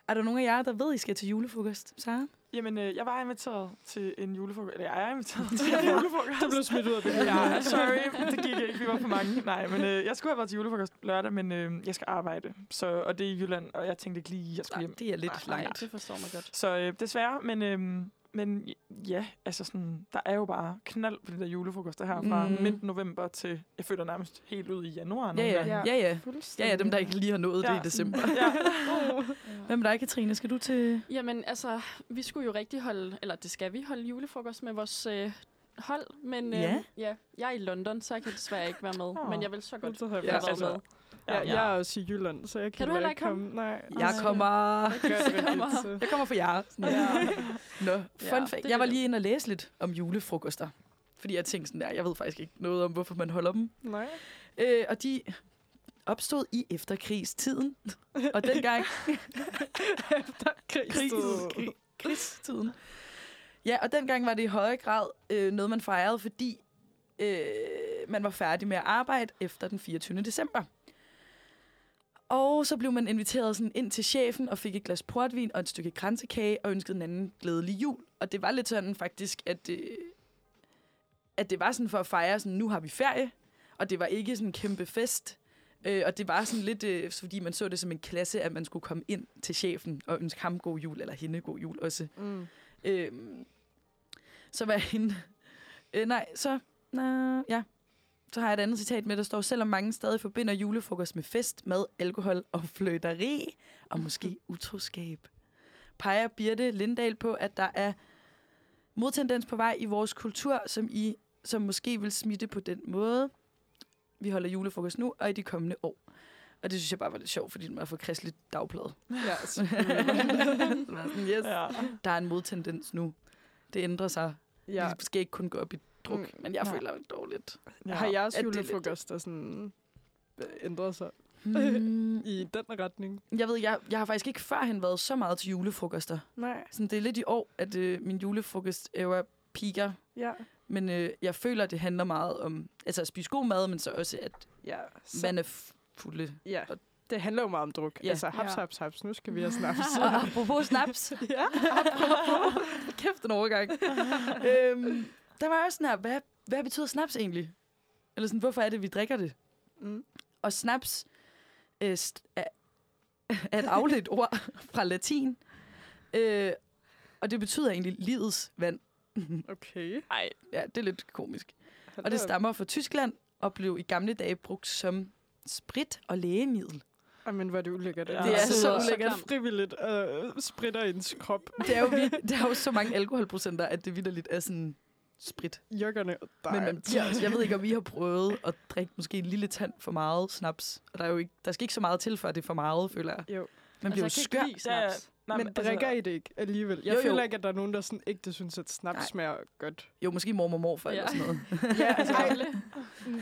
Speaker 3: Er der nogen af jer, der ved, I skal til julefrokost, Sara?
Speaker 5: Jamen, øh, jeg var inviteret til en julefrokost. Eller, jeg er inviteret til en julefrokost.
Speaker 2: Du blev smidt ud af det.
Speaker 5: ja, sorry, det gik ikke. Vi var for mange. Nej, men øh, jeg skulle have været til julefrokost lørdag, men øh, jeg skal arbejde. Så, og det er i Jylland, og jeg tænkte ikke lige, jeg skulle hjem.
Speaker 3: Ah, det er lidt
Speaker 5: Nej,
Speaker 4: Nej,
Speaker 3: langt.
Speaker 4: det forstår mig godt.
Speaker 5: Så øh, desværre, men, øh, men ja, altså sådan, der er jo bare knald på de der julefrokoster her fra
Speaker 3: Mm.
Speaker 5: mm. midt november til, jeg føler nærmest helt ud i januar. nogle
Speaker 3: Ja, ja,
Speaker 5: gange.
Speaker 3: ja, ja. Ja, ja, dem, der ikke lige har nået det
Speaker 5: Ja.
Speaker 3: i december.
Speaker 5: ja.
Speaker 3: Hvem er dig, Katrine? Skal du til...
Speaker 4: Jamen, altså, vi skulle jo rigtig holde, eller det skal vi holde julefrokost med vores øh, hold, men øh,
Speaker 3: Ja.
Speaker 4: ja, jeg er i London, så jeg kan desværre ikke være med,
Speaker 5: Åh.
Speaker 4: men jeg vil så godt.
Speaker 2: Så har jeg
Speaker 3: Ja,
Speaker 2: faktisk
Speaker 4: altså,
Speaker 2: været. Ja, jeg er også i Jylland, så jeg kan,
Speaker 4: Kan du heller ikke komme?
Speaker 2: Nej.
Speaker 3: Jeg
Speaker 4: Ej.
Speaker 3: kommer...
Speaker 2: kommer.
Speaker 3: Jeg kommer fra jer. Sådan. Nå, fun
Speaker 4: Ja,
Speaker 3: fact.
Speaker 4: det
Speaker 3: Jeg var
Speaker 4: vil jeg.
Speaker 3: lige inde og læse lidt om julefrokoster. Fordi jeg tænkte sådan der, jeg ved faktisk ikke noget om, hvorfor man holder dem.
Speaker 2: Nej.
Speaker 3: Øh, og de opstod i efterkrigstiden. Og dengang...
Speaker 2: Krigstid.
Speaker 3: Krig, krigstiden. Ja, og dengang var det i højere grad øh, noget, man fejrede, fordi øh, man var færdig med at arbejde efter den 24. december. Og så blev man inviteret sådan ind til chefen og fik et glas portvin og et stykke kransekage og ønskede en anden glædelig jul. Og det var lidt sådan faktisk, at, øh, at det var sådan for at fejre, sådan, nu har vi ferie, og det var ikke sådan en kæmpe fest. Øh, og det var sådan lidt, øh, fordi man så det som en klasse, at man skulle komme ind til chefen og ønske ham god jul, eller hende god jul også.
Speaker 2: Mm.
Speaker 3: Øh, så var Øhm, jeg inde Øh, nej, så... Nå, ja. Så har jeg et andet citat med, der står, selvom mange stadig forbinder julefrokost med fest, mad, alkohol og fløjteri, og måske utroskab, peger Birte Lindahl på, at der er modtendens på vej i vores kultur, som, I, som måske vil smitte på den måde. Vi holder julefrokost nu og i de kommende år. Og det synes jeg bare var lidt sjovt, fordi den var for kristeligt dagblad.
Speaker 2: Ja,
Speaker 3: Den var sådan, yes,
Speaker 5: Ja.
Speaker 3: der er en modtendens nu. Det ændrer sig. Ja.
Speaker 2: ja.
Speaker 3: Det skal ikke kun gå op i druk, mm. men jeg
Speaker 5: Nej.
Speaker 3: føler det dårligt.
Speaker 5: ja.
Speaker 2: Har jeres
Speaker 3: Ja, det er lidt det.
Speaker 2: julefrokoster sådan øh, ændret sig
Speaker 3: Mm.
Speaker 2: i den retning?
Speaker 3: Jeg ved, jeg, jeg har faktisk ikke førhen været så meget til julefrokoster.
Speaker 2: Nej.
Speaker 3: Sådan, det er lidt i år, at øh, min julefrokost ever piker.
Speaker 2: Ja.
Speaker 3: Men øh, jeg føler, det handler meget om altså at spise god mad, men så også, at
Speaker 2: Ja.
Speaker 3: så. man er f- fulde.
Speaker 2: ja. Det handler jo meget om druk.
Speaker 3: Ja.
Speaker 2: Ja. Altså, haps,
Speaker 4: Ja.
Speaker 2: haps, haps. Nu skal vi have snaps.
Speaker 3: Og apropos snaps.
Speaker 2: ja.
Speaker 3: Kæft en overgang. øhm, der var også sådan her, hvad, hvad betyder snaps egentlig? Eller sådan, hvorfor er det, vi drikker det?
Speaker 2: Mm.
Speaker 3: Og snaps øh, st- er, er et afledt ord fra latin. Øh, og det betyder egentlig livets vand.
Speaker 2: Okay.
Speaker 3: Nej, ja, det er lidt komisk.
Speaker 2: Hold
Speaker 3: Og det
Speaker 2: da op.
Speaker 3: stammer fra Tyskland og blev i gamle dage brugt som sprit og lægemiddel.
Speaker 2: Ej, men hvor er det ulækkert.
Speaker 5: Det
Speaker 2: at
Speaker 3: er
Speaker 2: man
Speaker 3: så
Speaker 2: sidder
Speaker 4: ulækkert.
Speaker 2: frivilligt og øh, spritter ens krop.
Speaker 3: Det er jo, vir- der er jo så mange alkoholprocenter, at det vidderligt er sådan sprit.
Speaker 2: Jokkerne.
Speaker 3: Men man bliver, jeg ved ikke, om I har prøvet at drikke måske en lille tand for meget snaps. Og der, er jo ikke, der skal ikke så meget til, før det er for meget, føler jeg.
Speaker 2: Jo.
Speaker 3: Man bliver
Speaker 4: altså,
Speaker 3: jo skør.
Speaker 4: jeg kan ikke lide snaps.
Speaker 5: Nej,
Speaker 2: men drikker
Speaker 5: altså,
Speaker 2: I det ikke alligevel? Jeg
Speaker 3: Jo,
Speaker 2: jo,
Speaker 3: jo.
Speaker 2: føler ikke, at der er nogen, der sådan ægte synes, at snaps
Speaker 3: Nej.
Speaker 2: Nej. smager godt.
Speaker 3: Jo, måske mormor og morfar ja.
Speaker 4: Ja.
Speaker 3: eller sådan noget.
Speaker 2: Ja,
Speaker 4: Altså,
Speaker 2: Ej,
Speaker 4: Ole,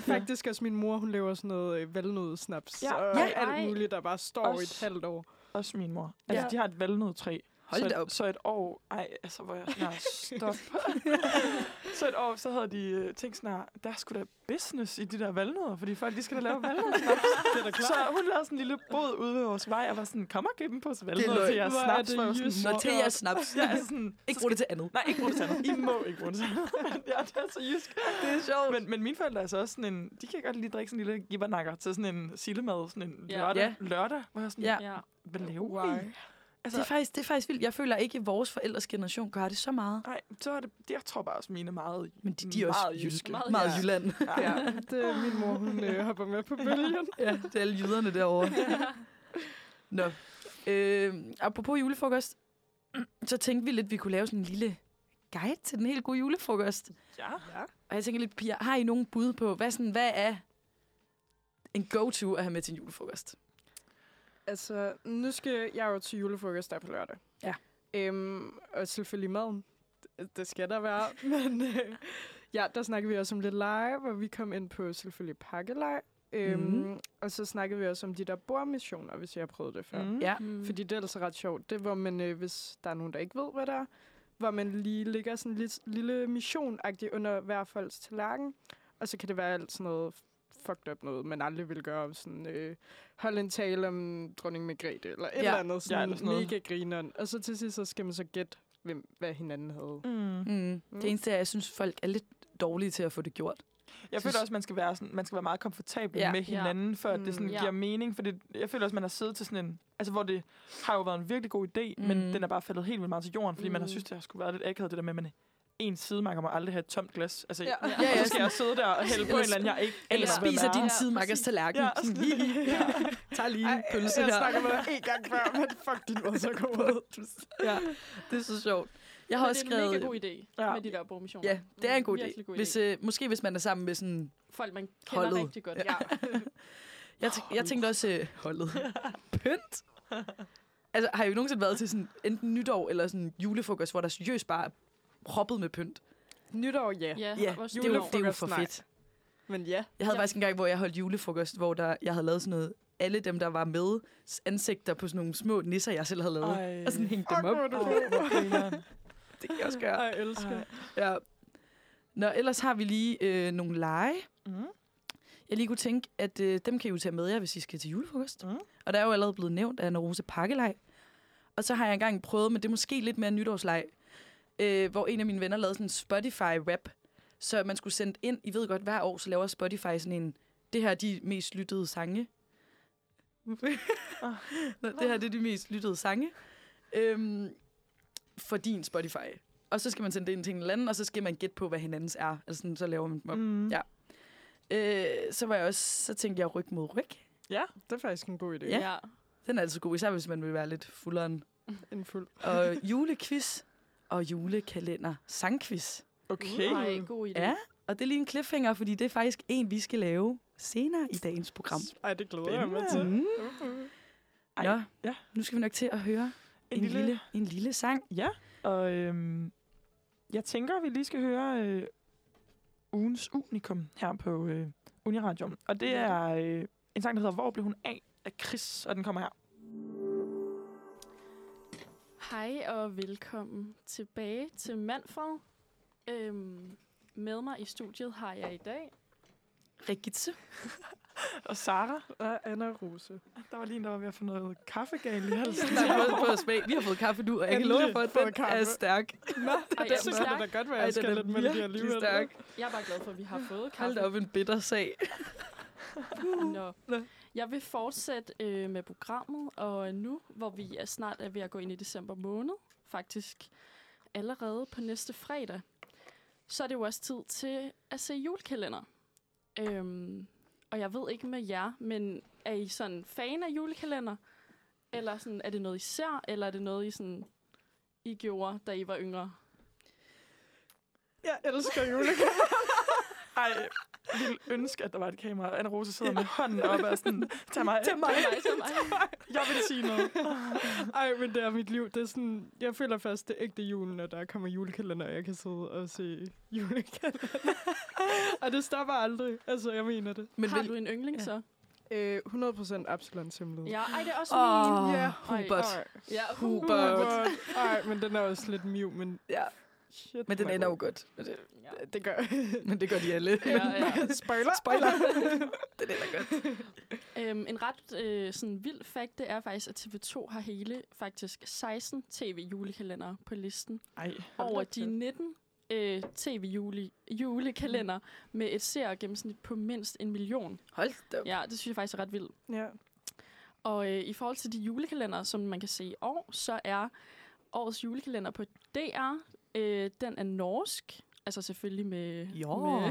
Speaker 2: faktisk også min mor, hun laver sådan noget øh, valnødsnaps
Speaker 5: Ja.
Speaker 2: ja. og
Speaker 3: Ja.
Speaker 2: ja. alt
Speaker 4: Ej.
Speaker 2: muligt, der bare står i et
Speaker 5: Også-
Speaker 2: halvt år.
Speaker 5: Også min mor. Altså,
Speaker 3: Ja.
Speaker 5: ja. de har et valnødtræ.
Speaker 3: Hold
Speaker 5: så,
Speaker 3: da
Speaker 5: et-
Speaker 3: op.
Speaker 5: Så et år... Ej, altså, hvor jeg snart stop. så et år, så havde de øh, tænkt snart, der skulle der business i de der valnødder, fordi folk, de skal da lave valnødder.
Speaker 2: Det er da klart.
Speaker 5: så hun lavede sådan en lille båd ude ved vores vej, og var sådan, kom og giv dem på os valnødder
Speaker 3: løgn.
Speaker 5: til jeres
Speaker 2: Hvor er
Speaker 5: snaps.
Speaker 2: det
Speaker 5: Hvor jeg var sådan,
Speaker 2: jysk.
Speaker 3: Nå,
Speaker 5: "Nå,
Speaker 3: til
Speaker 5: det er
Speaker 3: jer snaps.
Speaker 5: Ja, altså sådan,
Speaker 3: Ikke brug det til andet.
Speaker 5: Nej, ikke bruge det til andet. I må ikke bruge det til andet. ja, det er så jysk. Det er sjovt. Men, men mine forældre er så også sådan en... De kan godt lige drikke sådan en lille gibbernakker til sådan en sillemad, sådan en
Speaker 4: Ja.
Speaker 5: lørdag,
Speaker 3: Ja.
Speaker 5: lørdag, hvor jeg sådan,
Speaker 3: Ja.
Speaker 5: ja.
Speaker 4: Ja.
Speaker 5: hvad laver
Speaker 2: Why?
Speaker 5: I?
Speaker 3: Det er, faktisk, det er faktisk vildt. Jeg føler ikke, at vores forældres generation gør det så meget.
Speaker 5: Nej, så er det, jeg tror bare også, mine er meget...
Speaker 3: Men de, de er også
Speaker 5: Meget
Speaker 3: jyske.
Speaker 5: jyske.
Speaker 3: Meget,
Speaker 4: Meget
Speaker 3: meget
Speaker 5: jyske.
Speaker 3: Jylland.
Speaker 2: Ja, det er min mor, hun øh, hopper med på bølgen.
Speaker 3: Ja, det er alle jyderne derovre. Nå. Øh, apropos julefrokost, så tænkte vi lidt, at vi kunne lave sådan en lille guide til den helt gode julefrokost.
Speaker 5: Ja.
Speaker 2: Ja.
Speaker 3: Og jeg tænker lidt, piger, har I nogen bud på, hvad, sådan, hvad er en go-to at have med til en julefrokost?
Speaker 2: Altså, nu skal jeg jo til julefrokost der på lørdag.
Speaker 3: Ja.
Speaker 2: Øhm, og selvfølgelig maden. Det, det skal der være. Men øh, ja, der snakkede vi også om lidt leje, hvor vi kom ind på selvfølgelig pakkelej. Øhm,
Speaker 3: Mhm.
Speaker 2: mm. Og så snakkede vi også om de der bordmissioner, hvis jeg har prøvet det før. Mm.
Speaker 5: Mm.
Speaker 3: Ja.
Speaker 4: Mm.
Speaker 2: Fordi det er altså ret sjovt. Det er, hvor man, øh, hvis der er nogen, der ikke ved, hvad det er, hvor man lige ligger sådan en lille, lille mission under hver folks tallerken. Og så kan det være alt sådan noget fucked up noget, man aldrig vil gøre. om Sådan, øh, hold en tale om dronning Margrethe, eller et ja.
Speaker 3: Ja.
Speaker 2: eller andet sådan, ja,
Speaker 5: eller
Speaker 2: eller
Speaker 5: sådan noget.
Speaker 2: mega grineren. Og så til sidst, så skal man så gætte, hvem, hvad hinanden havde.
Speaker 5: Mm.
Speaker 3: Mm. Det eneste er, at jeg synes, folk er lidt dårlige til at få det gjort.
Speaker 5: Jeg føler også, man skal være sådan, man skal være meget komfortabel
Speaker 3: Ja.
Speaker 5: ja. med hinanden, ja. før det sådan
Speaker 4: Mm. Ja.
Speaker 5: giver mening. For det, jeg føler også, man har siddet til sådan en... Altså, hvor det har jo været en virkelig god idé, mm.
Speaker 3: Mm.
Speaker 5: men den er bare faldet helt vildt meget til jorden, fordi mm. man har
Speaker 2: Mm.
Speaker 5: synes, det har skulle været lidt akavet, det der med, at man en sidemarker må aldrig have et tomt glas. Altså, ja.
Speaker 2: Ja.
Speaker 4: Ja.
Speaker 5: Ja, og
Speaker 3: ja,
Speaker 5: så skal jeg sidde der og hælde på en
Speaker 3: Ellers-
Speaker 5: eller anden, jeg ikke
Speaker 3: Eller
Speaker 5: aner, hvem
Speaker 3: spiser
Speaker 5: er.
Speaker 3: din
Speaker 4: Ja,
Speaker 3: sidemarkers
Speaker 4: præcis.
Speaker 3: tallerken.
Speaker 5: Ja,
Speaker 3: Sådan,
Speaker 5: sådan- ja.
Speaker 3: Tag lige en pølse
Speaker 2: jeg
Speaker 3: her.
Speaker 2: snakker med dig en gang før, men fuck din mor, så god.
Speaker 3: Ja, det er så sjovt. Jeg har
Speaker 4: Men
Speaker 3: også
Speaker 4: det er en
Speaker 3: skrevet...
Speaker 4: mega god idé
Speaker 5: Ja.
Speaker 4: med de der borgmissioner.
Speaker 3: Ja, det er en god
Speaker 4: Virkelig
Speaker 3: idé. Hvis, øh, måske hvis man er sammen med sådan
Speaker 4: Folk, man kender
Speaker 3: holdet.
Speaker 4: rigtig godt. Ja.
Speaker 3: Jeg, tæ- jeg tænkte også øh, holdet. Pynt. Altså, har I jo nogensinde været til sådan, enten nytår eller sådan julefrokost, hvor der seriøst bare er proppet med pynt?
Speaker 2: Nytår, ja.
Speaker 4: Ja,
Speaker 3: Ja,
Speaker 4: vores
Speaker 3: det er jo,
Speaker 4: julefrokost,
Speaker 3: det er jo for
Speaker 2: nej.
Speaker 3: fedt.
Speaker 2: Men ja.
Speaker 3: Jeg havde
Speaker 4: Ja.
Speaker 3: faktisk en gang, hvor jeg holdt julefrokost, hvor der, jeg havde lavet sådan noget, alle dem, der var med, s- ansigter på sådan nogle små nisser, jeg selv havde lavet. Ej.
Speaker 5: Ej.
Speaker 3: Og sådan hængte dem
Speaker 2: Fuck,
Speaker 3: op.
Speaker 2: hvor er du
Speaker 5: Ej,
Speaker 2: god.
Speaker 5: hvor grineren.
Speaker 3: Det kan jeg også gøre.
Speaker 2: Ej, Jeg elsker.
Speaker 5: Ej.
Speaker 3: Ja. Nå, ellers har vi lige øh, nogle lege.
Speaker 5: Mm.
Speaker 3: Jeg lige kunne tænke, at øh, dem kan I jo tage med jer, hvis I skal til julefrokost. Mm.
Speaker 5: Mm.
Speaker 3: Og der er jo allerede blevet nævnt af Rose pakkelej. Og så har jeg engang prøvet, men det er måske lidt mere nytårslej, øh, hvor en af mine venner lavede sådan en Spotify-rap, så man skulle sende ind, I ved godt, hver år så laver Spotify sådan en, det her er de mest lyttede sange. Nå, det her det er de mest lyttede sange øhm, for din Spotify. Og så skal man sende det ind til en eller anden, og så skal man gætte på, hvad hinandens er. Altså sådan, så laver man dem op. Mm.
Speaker 5: Mm.
Speaker 3: Ja. Øh, så var jeg også, så tænkte jeg ryg mod ryg.
Speaker 5: ja.
Speaker 2: Det er faktisk en god idé.
Speaker 3: Ja.
Speaker 4: ja.
Speaker 3: Den er altid god, især hvis man vil være lidt fulderen.
Speaker 2: En fuld.
Speaker 3: Og julequiz og julekalender sangquiz.
Speaker 5: Okay.
Speaker 4: Ej, god idé.
Speaker 3: Ja, og det er lige en cliffhanger, fordi det er faktisk en, vi skal lave senere i dagens program.
Speaker 2: Ej, det glæder jeg mig til.
Speaker 5: Spændende.
Speaker 3: Mm.
Speaker 5: Ej,
Speaker 3: Nå,
Speaker 5: ja.
Speaker 3: ja. nu skal vi nok til at høre en, en, lille... Lille, en lille sang.
Speaker 5: Ja, og øhm, jeg tænker, at vi lige skal høre øh, ugens unikum her på øh, Uniradio. Og det er øh, en sang, der hedder Hvor blev hun af? af Chris, og den kommer her.
Speaker 4: Hej og velkommen tilbage til Manfred. Øhm, med mig i studiet har jeg i dag.
Speaker 3: Rigitse.
Speaker 5: Og Sara,
Speaker 2: Og Anna Rose.
Speaker 5: der var lige en, der var ved at få noget kaffegale i halsen.
Speaker 3: Vi har fået, fået smag. Vi har fået kaffe nu, og jeg kan love jer for, at
Speaker 2: Endelig
Speaker 3: den
Speaker 2: fået kaffe.
Speaker 3: er stærk.
Speaker 2: Nå,
Speaker 4: Ej,
Speaker 2: det
Speaker 4: er
Speaker 2: synes
Speaker 4: den
Speaker 2: jeg da godt være, at jeg skal lidt med det alligevel.
Speaker 3: stærk.
Speaker 4: Jeg er bare glad for, at vi har fået
Speaker 3: Hold
Speaker 4: kaffe.
Speaker 3: da op en bitter sag.
Speaker 4: Nå. Jeg vil fortsætte øh, med programmet, og nu, hvor vi er snart er ved at gå ind i december måned, faktisk allerede på næste fredag, så er det jo også tid til at se julekalender. Øhm, og jeg ved ikke med jer, men er I sådan fan af julekalender? Eller sådan, er det noget, I ser? Eller er det noget, I, sådan, I gjorde, da I var yngre?
Speaker 2: Jeg elsker julekalender.
Speaker 5: Ej, jeg ville ønske, at der var et kamera. Anna Rose sidder med hånden op og er sådan, tag mig,
Speaker 4: Til mig, til mig.
Speaker 5: jeg vil sige noget.
Speaker 2: Ej, men det er mit liv. Det er sådan, jeg føler først, det er ægte julen, når der kommer julekalender, og jeg kan sidde og se julekalender. og det stopper aldrig. Altså, jeg mener det.
Speaker 3: Men
Speaker 4: Har
Speaker 3: vil-
Speaker 4: du en yndling
Speaker 3: Ja.
Speaker 4: så?
Speaker 2: Øh, 100% Absalon Simled.
Speaker 4: Ja, ej, det er også
Speaker 3: Åh,
Speaker 4: min.
Speaker 2: Ja.
Speaker 3: Hubert.
Speaker 2: Ej,
Speaker 4: Ja, uh.
Speaker 3: Hubert.
Speaker 2: Ej, men den er også lidt miv, men
Speaker 3: Ja,
Speaker 2: shit.
Speaker 3: men den
Speaker 2: man-
Speaker 3: ender jo godt. Men det,
Speaker 4: Ja.
Speaker 2: Det gør
Speaker 3: men det gør de alle.
Speaker 4: Ja, ja.
Speaker 2: Spoiler.
Speaker 3: Spoiler. den ender godt.
Speaker 4: Øhm, en ret øh, sådan vild fact, det er faktisk, at TV2 har hele faktisk 16 tv-julekalendere på listen.
Speaker 5: Ej,
Speaker 4: Over
Speaker 2: da
Speaker 4: de
Speaker 2: kæft.
Speaker 4: 19 øh, tv-julekalender med et seergennemsnit på mindst en million.
Speaker 3: Hold da op.
Speaker 4: Ja, det synes jeg faktisk er ret vildt.
Speaker 2: Ja.
Speaker 4: Og øh, i forhold til de julekalender, som man kan se i år, så er årets julekalender på DR, øh, den er norsk. Altså selvfølgelig med,
Speaker 3: Jo.
Speaker 4: med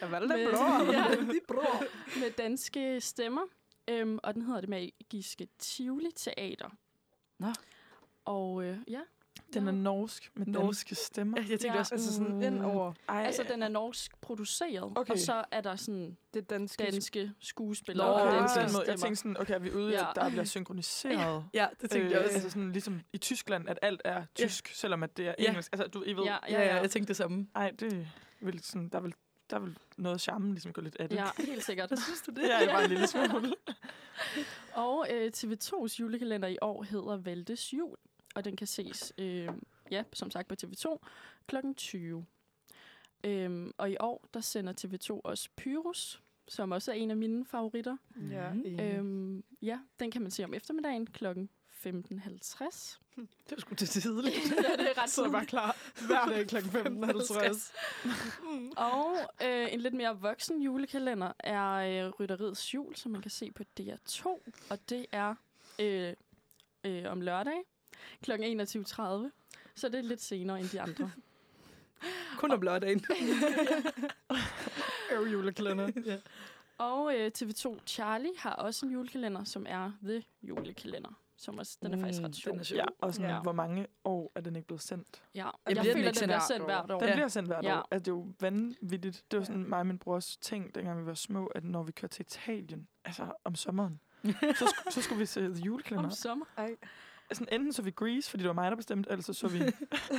Speaker 2: Jeg valgte
Speaker 4: Med-
Speaker 2: den blå.
Speaker 4: Ja.
Speaker 3: de bror.
Speaker 4: med danske stemmer, øhm, og den hedder Det Magiske Tivoli Teater.
Speaker 3: Nå.
Speaker 4: Og øh, ja.
Speaker 5: den er norsk med
Speaker 3: Norsk.
Speaker 5: norske stemmer.
Speaker 3: Jeg tænkte
Speaker 4: Ja. Mm.
Speaker 3: også,
Speaker 2: Altså sådan ind over
Speaker 5: Ej,
Speaker 4: Altså, den er norsk produceret,
Speaker 5: Okay.
Speaker 4: og så er der sådan
Speaker 2: det danske.
Speaker 4: danske
Speaker 5: Nå,
Speaker 4: skuespillere
Speaker 5: okay,
Speaker 4: og
Speaker 5: på
Speaker 4: danske
Speaker 5: den måde. Jeg
Speaker 4: stemmer.
Speaker 5: tænkte sådan, okay, er vi ude, ja.
Speaker 4: Ja.
Speaker 5: at der bliver synkroniseret?
Speaker 3: ja, det tænkte jeg også.
Speaker 5: Altså sådan, ligesom i Tyskland, at alt er tysk, ja. selvom at det er
Speaker 3: Ja.
Speaker 5: engelsk. Altså, du, I ved,
Speaker 4: Ja,
Speaker 5: ja.
Speaker 3: Ja, ja, jeg tænkte det samme.
Speaker 5: ej, det vil sådan, der vil, der vil noget charme ligesom gå lidt af det.
Speaker 4: ja, helt sikkert.
Speaker 3: Synes du det?
Speaker 5: Ja, bare en lille smule.
Speaker 4: Og øh, TV2's julekalender i år hedder Valdes Jul, og den kan ses, øh, ja, som sagt på TV2, kl. 20. Øhm, og i år, der sender TV2 også Pyrus, som også er en af mine favoritter.
Speaker 2: Ja.
Speaker 3: Mm.
Speaker 2: Øhm.
Speaker 4: Øhm, ja, den kan man se om eftermiddagen kl. 15.50. ja, det er
Speaker 3: Det var sgu til tidligt.
Speaker 4: ret
Speaker 2: Så er jeg bare
Speaker 4: tidligt.
Speaker 2: klar hver dag kl. 15.50.
Speaker 4: Og øh, en lidt mere voksen julekalender er øh, Rytteriets Jul, som man kan se på DR2. Og det er øh, øh, om lørdag kl. 21.30. Så det er lidt senere end de andre.
Speaker 3: Kun om lørdagen.
Speaker 2: Øv julekalender.
Speaker 3: ja.
Speaker 4: Og øh, TV2 Charlie har også en julekalender, som er The Julekalender. Som også, den er
Speaker 5: Mm,
Speaker 4: faktisk ret sjov.
Speaker 3: Den er sjov.
Speaker 5: ja, og sådan, ja.
Speaker 4: Ja.
Speaker 5: hvor mange år er den ikke blevet sendt?
Speaker 4: Ja,
Speaker 3: bliver
Speaker 4: jeg
Speaker 3: den
Speaker 4: føler,
Speaker 3: ikke
Speaker 4: den
Speaker 3: sendt
Speaker 4: bliver
Speaker 3: hvert
Speaker 4: sendt
Speaker 2: år?
Speaker 4: hvert år.
Speaker 5: Den bliver sendt hvert
Speaker 4: Ja.
Speaker 5: år. Altså, det er jo vanvittigt. Det var sådan mig og min brors ting, dengang vi var små, at når vi kørte til Italien, altså om sommeren, så, sk- så skulle vi se The Julekalender.
Speaker 4: om sommer.
Speaker 5: sådan, enten så vi Grease, fordi det var mig, der bestemte, eller så så vi,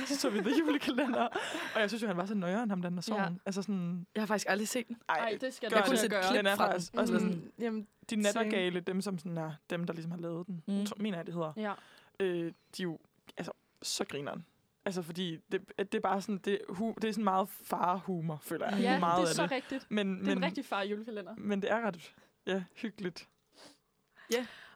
Speaker 5: så, så vi The Julekalender. Og jeg synes jo, han var så nøjeren, ham den der sovn. Ja.
Speaker 4: Ja.
Speaker 5: Altså sådan,
Speaker 3: Jeg har faktisk aldrig set den.
Speaker 5: ej,
Speaker 4: Nej, det skal
Speaker 5: gør
Speaker 4: du
Speaker 5: det.
Speaker 4: til at gøre.
Speaker 5: den er
Speaker 3: fra
Speaker 5: faktisk
Speaker 3: den.
Speaker 5: også
Speaker 3: Mm.
Speaker 5: sådan,
Speaker 2: Jamen,
Speaker 5: de nattergale, dem som sådan er, dem der ligesom har lavet den,
Speaker 3: Mm.
Speaker 5: mm. tror, mener jeg, det hedder,
Speaker 4: Ja.
Speaker 5: øh, de er jo, altså, så grineren. Altså, fordi det, at det er bare sådan, det, hu, det er sådan meget farehumor, føler jeg.
Speaker 3: Ja,
Speaker 5: Hvor meget
Speaker 4: det er så
Speaker 5: af det.
Speaker 4: rigtigt.
Speaker 5: Men,
Speaker 4: Det er
Speaker 5: men,
Speaker 4: en rigtig far julekalender.
Speaker 5: men det er ret, ja, hyggeligt.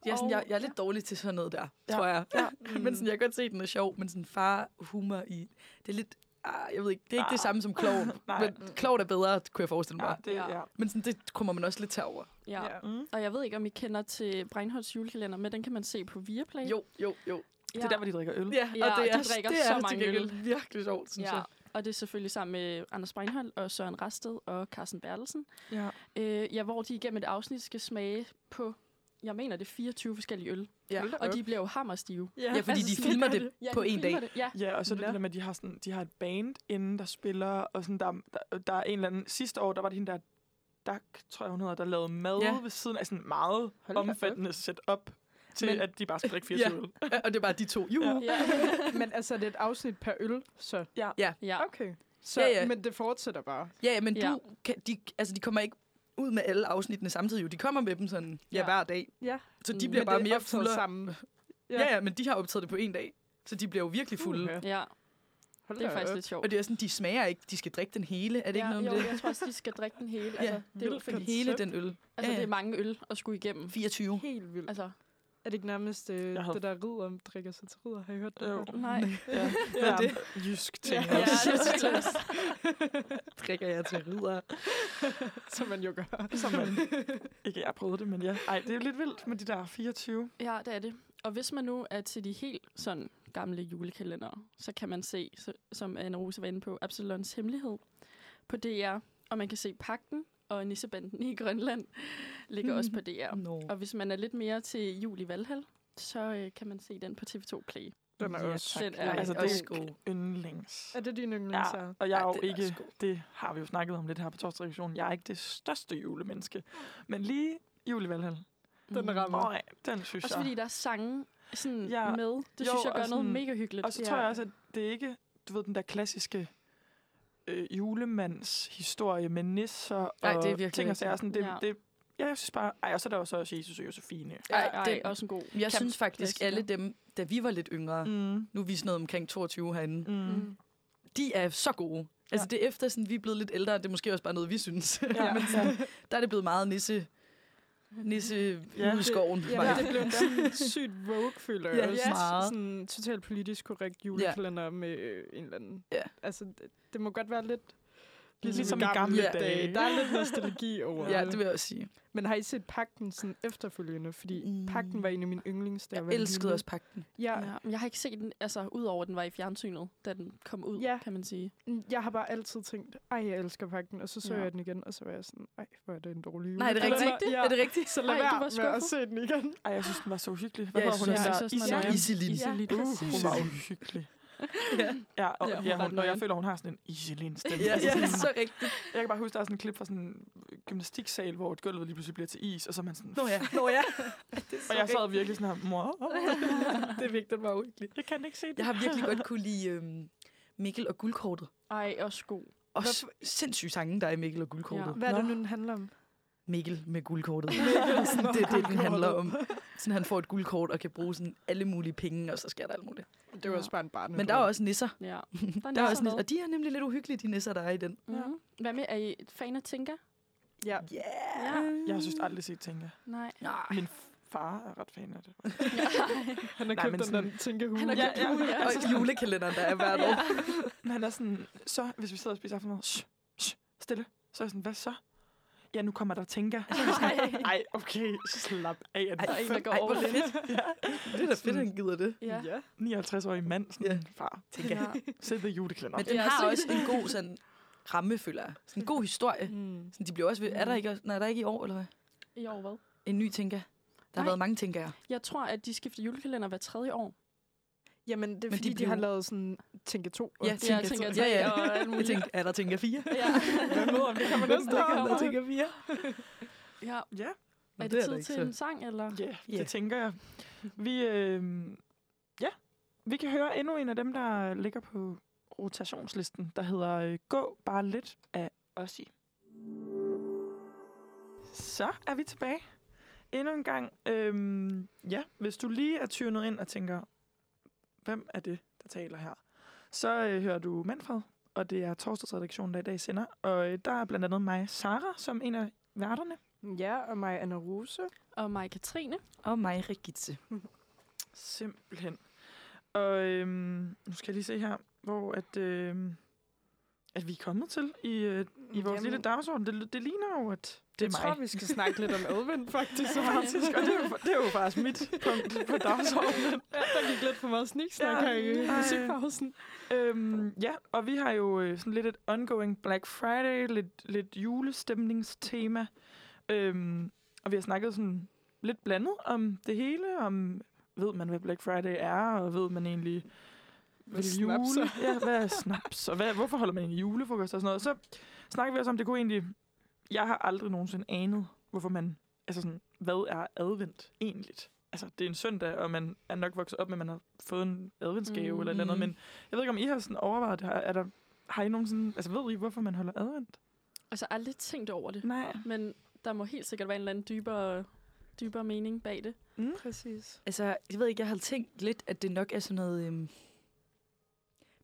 Speaker 3: Jeg er, sådan,
Speaker 4: Og-
Speaker 3: jeg, jeg er lidt dårlig til sådan noget der,
Speaker 5: Ja.
Speaker 3: ja. tror jeg.
Speaker 5: Ja.
Speaker 3: Ja. men sådan, jeg kan godt se, at den er sjov, men sådan far humor i... Det er lidt... Ah, jeg ved ikke, det er ikke det
Speaker 5: Ah.
Speaker 3: samme som klov.
Speaker 5: Nej.
Speaker 3: men klov er bedre, kunne jeg forestille mig.
Speaker 5: Ja,
Speaker 3: Ja.
Speaker 5: det, ja.
Speaker 4: Mm. Ja.
Speaker 5: ja.
Speaker 3: Men sådan, det kommer man også lidt til over.
Speaker 4: Ja.
Speaker 5: Mm.
Speaker 4: Og jeg ved ikke, om I kender til Breinholts julekalender, men den kan man se på Viaplay.
Speaker 3: Jo, jo, jo.
Speaker 5: Det er der, hvor de drikker øl.
Speaker 3: Ja,
Speaker 4: Ja,
Speaker 3: og det er,
Speaker 4: de drikker
Speaker 3: det
Speaker 4: så
Speaker 3: er til
Speaker 4: mange
Speaker 3: gengæld virkelig sjovt, synes
Speaker 4: Ja,
Speaker 3: jeg.
Speaker 4: og det er selvfølgelig sammen med Anders Breinholt og Søren Rasted og Carsten Bertelsen.
Speaker 5: Ja.
Speaker 4: Øh, ja, hvor de igennem et afsnit skal smage på, jeg mener, det er 24 forskellige øl.
Speaker 3: Ja.
Speaker 4: Og de bliver jo hammerstive.
Speaker 3: Ja, fordi de
Speaker 4: altså, sådan,
Speaker 3: filmer
Speaker 4: gør
Speaker 3: det
Speaker 4: ja,
Speaker 3: på
Speaker 4: de
Speaker 3: en
Speaker 4: filmer
Speaker 3: dag.
Speaker 4: Det. Ja.
Speaker 5: Ja, og så det
Speaker 3: Nå.
Speaker 5: der med, at de har, sådan, de har et band inden, der spiller, og sådan, der, der, der er en eller anden, sidste år, der var det hende der, Dak, tror jeg hun hedder, der lavede mad
Speaker 3: Ja.
Speaker 5: ja. ved siden af sådan meget
Speaker 2: Hold da op.
Speaker 5: omfattende setup til,
Speaker 3: Men-
Speaker 5: Men, at de bare skal drikke 24
Speaker 3: Ja.
Speaker 5: øl.
Speaker 3: Og det er bare de to. Juhu.
Speaker 5: Ja.
Speaker 4: Ja.
Speaker 2: Men altså, det er et afsnit per øl, så...
Speaker 4: ja.
Speaker 2: Okay. Så,
Speaker 3: Ja, ja.
Speaker 2: Men det fortsætter bare.
Speaker 3: Ja, ja, men
Speaker 4: Ja.
Speaker 3: du kan, de, altså, de kommer ikke ud med alle afsnittene samtidig. Jo. De kommer med dem sådan ja,
Speaker 4: Ja.
Speaker 3: hver dag.
Speaker 2: Ja.
Speaker 3: Så de
Speaker 4: Mm.
Speaker 3: bliver
Speaker 2: men
Speaker 3: bare
Speaker 2: det er
Speaker 3: mere
Speaker 2: optaget
Speaker 3: fulde.
Speaker 2: sammen.
Speaker 3: Ja. ja, men de har optaget det på en dag. Så de bliver jo virkelig fulde.
Speaker 2: Uha.
Speaker 4: ja,
Speaker 2: Hold
Speaker 4: det er
Speaker 2: da
Speaker 4: faktisk
Speaker 2: op.
Speaker 4: lidt sjovt.
Speaker 3: Og det er sådan, de smager ikke. De skal drikke den hele. Er det
Speaker 4: ja,
Speaker 3: ikke noget
Speaker 4: jo,
Speaker 3: om det?
Speaker 4: jeg tror også, de skal drikke den hele. Altså, det er jo
Speaker 2: vildt
Speaker 4: fordi,
Speaker 2: koncept.
Speaker 3: Hele den øl. Ja,
Speaker 4: altså,
Speaker 3: ja.
Speaker 4: det er mange øl at skulle igennem.
Speaker 3: 24.
Speaker 2: Helt vildt.
Speaker 4: Altså,
Speaker 2: Er det ikke nærmest øh,
Speaker 5: Jeg havde-
Speaker 2: det der ridder, drikker sig til ridder? Har I hørt det?
Speaker 5: Jo.
Speaker 4: nej.
Speaker 5: Ja.
Speaker 3: Ja,
Speaker 5: ja.
Speaker 3: det-
Speaker 5: det jysk ting.
Speaker 2: Ja.
Speaker 5: Ja.
Speaker 3: Drikker jeg til ridder.
Speaker 2: Som man jo gør.
Speaker 5: Som man, ikke jeg prøvede det, men ja. Ej, det er lidt vildt med de der 24.
Speaker 4: Ja, det er det. Og hvis man nu er til de helt sådan gamle julekalendere, så kan man se, så, som Anna Rose var inde på, Absalons Hemmelighed på DR. Og man kan se Pakten og Nissebanden i Grønland ligger også på DR.
Speaker 5: Mm.
Speaker 3: No.
Speaker 4: Og hvis man er lidt mere til jul i Valhall, så øh, kan man se den på TV2 Play.
Speaker 2: Den er
Speaker 5: Ja,
Speaker 2: også.
Speaker 4: Den er
Speaker 5: altså, det
Speaker 3: også
Speaker 5: er
Speaker 3: god.
Speaker 5: jo yndlings.
Speaker 2: Er det din yndlingsserie?
Speaker 5: Ja, og jeg er
Speaker 3: Ej,
Speaker 5: jo
Speaker 3: den er også
Speaker 5: ikke,
Speaker 3: god.
Speaker 5: det har vi jo snakket om lidt her på torsdagsrevisionen, jeg er ikke det største julemenneske. Men lige jul i Valhall,
Speaker 2: Den rammer.
Speaker 5: nej, den synes
Speaker 4: Mm. Også
Speaker 5: jeg.
Speaker 4: fordi der er sange sådan
Speaker 5: Ja.
Speaker 4: ja. med. Det
Speaker 5: Jo,
Speaker 4: synes jeg
Speaker 5: og
Speaker 4: gør noget
Speaker 5: sådan-
Speaker 4: mega hyggeligt.
Speaker 5: Og så tror jeg også, at det er ikke, du ved, den der klassiske øh, julemandshistorie med nisser
Speaker 3: Ej, det er
Speaker 5: og
Speaker 3: virkelig
Speaker 5: ting og sager.
Speaker 3: rigtigt.
Speaker 5: Sådan, det,
Speaker 4: Ja.
Speaker 5: ja. det, ja, jeg synes bare, ej, og så er der jo så også Jesus og Josefine.
Speaker 4: Ej,
Speaker 3: Ej,
Speaker 4: ej,
Speaker 3: den-
Speaker 4: også en god.
Speaker 3: Jeg
Speaker 4: kamp-
Speaker 3: synes faktisk, alle
Speaker 4: klassiker.
Speaker 3: dem, da vi var lidt yngre, mm.
Speaker 5: Mm.
Speaker 3: nu er vi sådan noget omkring 22 herinde,
Speaker 5: Mm.
Speaker 3: de er så gode. Altså det er efter, sådan, vi er blevet lidt ældre, og det er måske også bare noget, vi synes.
Speaker 5: Ja.
Speaker 3: Men sådan, der er det blevet meget nisse, nisse ja,
Speaker 5: Ja.
Speaker 3: ude i skoven.
Speaker 2: Ja,
Speaker 3: Ja,
Speaker 2: men det blev en sådan sygt vogue, føler jeg.
Speaker 3: Ja,
Speaker 2: også.
Speaker 3: meget.
Speaker 2: Sådan totalt politisk korrekt julekalender yeah. med øh, en eller anden...
Speaker 3: Ja.
Speaker 2: Altså, det, det må godt være lidt...
Speaker 5: Ligesom i gamle
Speaker 3: Ja.
Speaker 5: dage.
Speaker 2: Der er lidt nostalgi over
Speaker 3: ja,
Speaker 2: det.
Speaker 3: det vil jeg også sige.
Speaker 2: Men har I set Pagten sådan efterfølgende? Fordi
Speaker 3: Mm.
Speaker 2: mm. Pagten var en af mine yndlings, da jeg, var
Speaker 3: Jeg elskede
Speaker 2: lille.
Speaker 3: også pakken.
Speaker 2: Ja,
Speaker 4: Ja, men jeg har ikke set den, altså udover at den var i fjernsynet, da den kom ud,
Speaker 2: Ja.
Speaker 4: kan man sige.
Speaker 2: mm, jeg har bare altid tænkt, ej, jeg elsker Pagten. Og så så
Speaker 4: Ja.
Speaker 2: ja. jeg den igen, og så var jeg sådan, ej, hvor er det en dårlig jule.
Speaker 3: Nej, er det rigtigt?
Speaker 2: Ja.
Speaker 3: Er det rigtigt?
Speaker 2: Så lad
Speaker 4: Ej, du var
Speaker 2: være med at
Speaker 4: skuffet.
Speaker 2: se den igen.
Speaker 5: Ej, jeg synes, den var så uhyggelig. Hvad
Speaker 3: Ja,
Speaker 5: ja,
Speaker 3: jeg
Speaker 5: var hun
Speaker 3: synes
Speaker 5: der?
Speaker 4: også, den var
Speaker 5: Iselin?
Speaker 4: nice.
Speaker 3: Iselin.
Speaker 4: Ja,
Speaker 3: Iselin.
Speaker 5: Uh,
Speaker 4: præcis.
Speaker 5: hun var uhyggelig.
Speaker 3: Ja.
Speaker 5: Ja, og,
Speaker 3: Ja,
Speaker 5: ja,
Speaker 3: hun
Speaker 5: ja,
Speaker 3: var
Speaker 5: hun, når jeg føler, hun har sådan en Iselin stemme. Altså,
Speaker 3: Ja, ja, så rigtigt.
Speaker 5: Jeg kan bare huske, der er sådan en klip fra sådan en gymnastiksal, hvor et gulvet lige pludselig bliver til is, og så er man sådan...
Speaker 3: Nå ja. Nå ja.
Speaker 5: og jeg sad virkelig sådan her, mor,
Speaker 3: Det er vigtigt, den var uhyggelig.
Speaker 5: jeg kan ikke se det.
Speaker 3: Jeg har virkelig godt kunne lide øhm, Mikkel og Guldkortet.
Speaker 4: Ej, også god.
Speaker 3: Og s- sindssyge sange, der er i Mikkel og Guldkortet.
Speaker 4: Ja.
Speaker 2: Hvad er det
Speaker 5: Nå.
Speaker 2: nu, den handler om?
Speaker 3: Mikkel med guldkortet. Sådan, det er det, den handler om. Sådan, han får et guldkort og kan bruge sådan alle mulige penge, og så sker der alt muligt.
Speaker 2: Det var også bare en barn.
Speaker 3: Men der er også nisser.
Speaker 4: Ja.
Speaker 3: Der er også nisser.
Speaker 4: noget.
Speaker 3: Og de er nemlig lidt uhyggelige, de nisser, der er i den.
Speaker 4: Mm. Hvad med, er I fan af Tinka?
Speaker 2: Ja.
Speaker 3: Yeah.
Speaker 5: Jeg har synes aldrig set Tinka.
Speaker 4: Nej.
Speaker 3: Nej.
Speaker 5: Min far er ret fan af det.
Speaker 2: Han har
Speaker 5: Nej,
Speaker 2: købt
Speaker 5: men
Speaker 2: den der tænkehue.
Speaker 4: Han har købt
Speaker 5: ja.
Speaker 4: den, ja.
Speaker 3: Og julekalenderen, der er hvert år.
Speaker 5: Men han er sådan, så hvis vi sidder og spiser aftensmad, shh, shh, stille. Så er jeg sådan, hvad så? Ja, nu kommer der Tinka. Så er jeg sådan, Ej, okay, slap af. Er
Speaker 4: Der er
Speaker 5: det
Speaker 4: en, der går
Speaker 3: Ej,
Speaker 4: over
Speaker 3: hvor
Speaker 4: det.
Speaker 3: fedt. Det er da fedt, han gider det.
Speaker 4: Ja.
Speaker 2: ja.
Speaker 5: 59-årig mand, sådan,
Speaker 3: Ja.
Speaker 5: ja. far,
Speaker 3: Tænker jeg.
Speaker 5: sæt ved juleklænder.
Speaker 3: Men den
Speaker 4: Ja,
Speaker 3: har
Speaker 4: så-
Speaker 3: også en god sådan, ramme, føler jeg. Sådan en god historie.
Speaker 2: Mm.
Speaker 3: Sådan, de bliver også ved. Er der ikke, nej, er der ikke i år, eller hvad?
Speaker 4: I år hvad?
Speaker 3: En ny tænker. Der har
Speaker 4: Nej.
Speaker 3: været mange tænker.
Speaker 4: Jeg tror, at de skifter julekalender hver tredje år.
Speaker 2: Jamen, det er
Speaker 3: Men
Speaker 2: fordi,
Speaker 3: de
Speaker 2: de, har
Speaker 3: blev-
Speaker 2: lavet sådan tænke to. og
Speaker 3: Ja,
Speaker 2: Tænke
Speaker 4: jeg tænker,
Speaker 2: to.
Speaker 4: at
Speaker 3: Ja, ja.
Speaker 4: og alt
Speaker 3: Jeg
Speaker 4: muligt.
Speaker 3: tænker, er der tænker fire?
Speaker 4: Ja.
Speaker 5: Hvem ved, om det kommer næste
Speaker 4: Det
Speaker 5: år?
Speaker 4: kommer.
Speaker 3: Der tænker fire.
Speaker 4: ja.
Speaker 5: Ja,
Speaker 4: Er det,
Speaker 3: det er
Speaker 4: tid
Speaker 3: det ikke
Speaker 4: til
Speaker 3: så.
Speaker 4: en sang, eller?
Speaker 5: ja,
Speaker 3: Ja.
Speaker 5: det tænker jeg. Vi, øh, ja, vi kan høre endnu en af dem, der ligger på rotationslisten, der hedder øh, Gå bare lidt af Ossi. Så er vi tilbage. Endnu en gang. Øhm, ja, hvis du lige er tyvnet ind og tænker, hvem er det, der taler her? Så øh, hører du Manfred, og det er torsdagsredaktionen, der i dag sender. Og øh, der er blandt andet mig, Sara, som en af værterne.
Speaker 2: Ja, og mig, Anna Rose.
Speaker 4: Og mig, Katrine.
Speaker 3: Og mig, Rigitze.
Speaker 5: Simpelthen. Og øhm, nu skal jeg lige se her, hvor at... Øhm, at vi er kommet til i, øh, i vores
Speaker 2: Jamen.
Speaker 5: lille dagsorden. Det, ly- det ligner jo, at det er
Speaker 2: jeg
Speaker 5: mig.
Speaker 2: tror, vi skal snakke lidt om Elvin, faktisk.
Speaker 5: Så faktisk, og det er, jo, det er jo faktisk mit punkt på dagsordenen.
Speaker 2: Ja, der gik lidt for meget sniksnak
Speaker 5: Ja.
Speaker 2: her i
Speaker 5: Ej.
Speaker 2: musikpausen.
Speaker 5: Øhm, ja, og vi har jo øh, sådan lidt et ongoing Black Friday, lidt, lidt julestemningstema. Øhm, og vi har snakket sådan lidt blandet om det hele, om ved man, hvad Black Friday er, og ved man egentlig,
Speaker 2: Hvad
Speaker 5: Vil
Speaker 2: snaps er?
Speaker 5: Ja, hvad er snaps? Og hvad, hvorfor holder man en julefrokost og sådan noget? Så snakker vi også om, det kunne egentlig... Jeg har aldrig nogensinde anet, hvorfor man... Altså sådan, hvad er advent egentlig? Altså, det er en søndag, og man er nok vokset op med, at man har fået en adventsgave mm. eller et eller
Speaker 3: Mhm.
Speaker 5: andet. Men jeg ved ikke, om I har sådan overvejet det her. Er der, har I nogensinde... Altså, ved I, hvorfor man holder advent?
Speaker 4: Altså, jeg har aldrig tænkt over det,
Speaker 5: Nej.
Speaker 4: men der må helt sikkert være en eller anden dybere, dybere mening bag det.
Speaker 2: Præcis.
Speaker 3: Altså, jeg ved ikke, jeg havde tænkt lidt, at det nok er sådan noget... Øhm,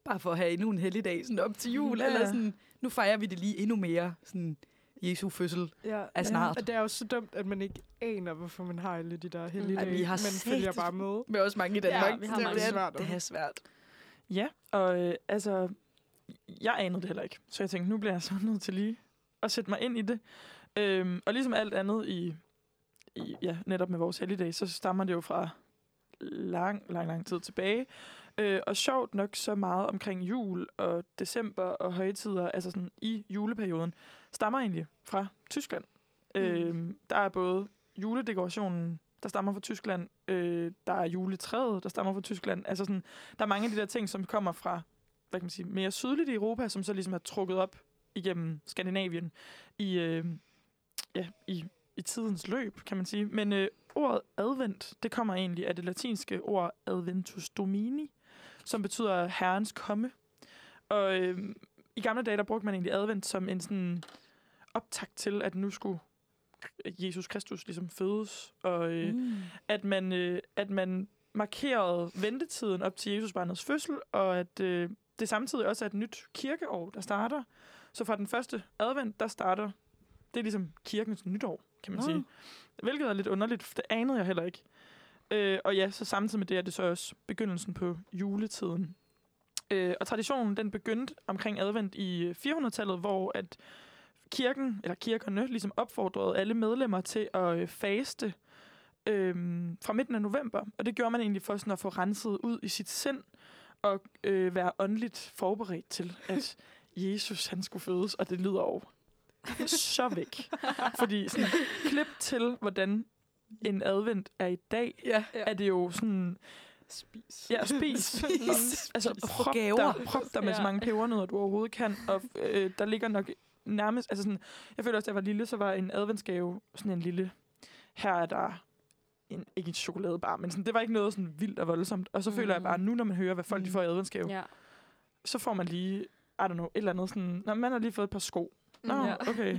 Speaker 3: bare for at have endnu en helligdag sådan op til jul,
Speaker 5: Ja.
Speaker 3: ja. eller sådan, nu fejrer vi det lige endnu mere, sådan Jesu fødsel.
Speaker 2: Ja.
Speaker 3: Er snart.
Speaker 2: Og det er jo så dumt, at man ikke aner, hvorfor man har alle de der heldige
Speaker 4: Mm. Ej,
Speaker 2: dage.
Speaker 3: vi har
Speaker 2: Man følger
Speaker 3: sagt-
Speaker 2: bare med.
Speaker 3: Med også mange i
Speaker 4: Danmark.
Speaker 3: Ja, vi har
Speaker 4: Det
Speaker 3: mange.
Speaker 4: er
Speaker 2: svært.
Speaker 3: det er svært.
Speaker 5: Ja, og øh, altså, jeg anede det heller ikke. Så jeg tænkte, nu bliver jeg så nødt til lige at sætte mig ind i det. Øhm, og ligesom alt andet i, i, ja, netop med vores helligdag, så stammer det jo fra lang, lang, lang tid tilbage. Øh, og sjovt nok så meget omkring jul og december og højtider, altså sådan i juleperioden, stammer egentlig fra Tyskland. Mm. Øh, der er både juledekorationen, der stammer fra Tyskland, øh, der er juletræet, der stammer fra Tyskland. Altså sådan, der er mange af de der ting, som kommer fra hvad kan man sige, mere sydligt i Europa, som så ligesom er trukket op igennem Skandinavien i, øh, ja, i, i tidens løb, kan man sige. Men øh, ordet advent, det kommer egentlig af det latinske ord adventus domini, som betyder herrens komme. Og øh, i gamle dage, der brugte man egentlig advent som en sådan optakt til, at nu skulle Jesus Kristus ligesom fødes, og øh,
Speaker 3: Mm.
Speaker 5: at man, øh, at man markerede ventetiden op til Jesus barnets fødsel, og at øh, det samtidig også er et nyt kirkeår, der starter. Så fra den første advent, der starter, det er ligesom kirkens nytår, kan man
Speaker 3: Nå.
Speaker 5: sige. Hvilket er lidt underligt, for det anede jeg heller ikke. Øh, og ja, så samtidig med det er det så også begyndelsen på juletiden. Øh, og traditionen, den begyndte omkring advent i øh, 400-tallet, hvor at kirken, eller kirkerne, ligesom opfordrede alle medlemmer til at øh, faste øhm, fra midten af november. Og det gjorde man egentlig for sådan at få renset ud i sit sind og øh, være åndeligt forberedt til, at Jesus han skulle fødes, og det lyder over. Så væk. Fordi sådan, klip til, hvordan en advent er i dag,
Speaker 3: Ja.
Speaker 5: er det jo sådan,
Speaker 2: Spis.
Speaker 5: ja, spis.
Speaker 3: Spis.
Speaker 5: Altså,
Speaker 3: Og få
Speaker 5: prop
Speaker 3: gaver.
Speaker 5: dig, prop dig med så
Speaker 4: Ja.
Speaker 5: mange pebernødder, du overhovedet kan. Og øh, der ligger nok nærmest... Altså sådan, jeg føler også, da jeg var lille, så var en adventsgave sådan en lille... Her er der en, ikke en chokoladebar, men sådan, det var ikke noget sådan vildt og voldsomt. Og så mm. føler jeg
Speaker 3: Mm.
Speaker 5: bare, nu når man hører, hvad folk de
Speaker 3: Mm.
Speaker 5: får i adventsgave,
Speaker 4: Ja.
Speaker 5: så får man lige, I don't know, et eller andet sådan... Nå, man har lige fået et par sko. Nå,
Speaker 4: Mm, Ja.
Speaker 5: okay.
Speaker 3: Jeg
Speaker 4: Okay.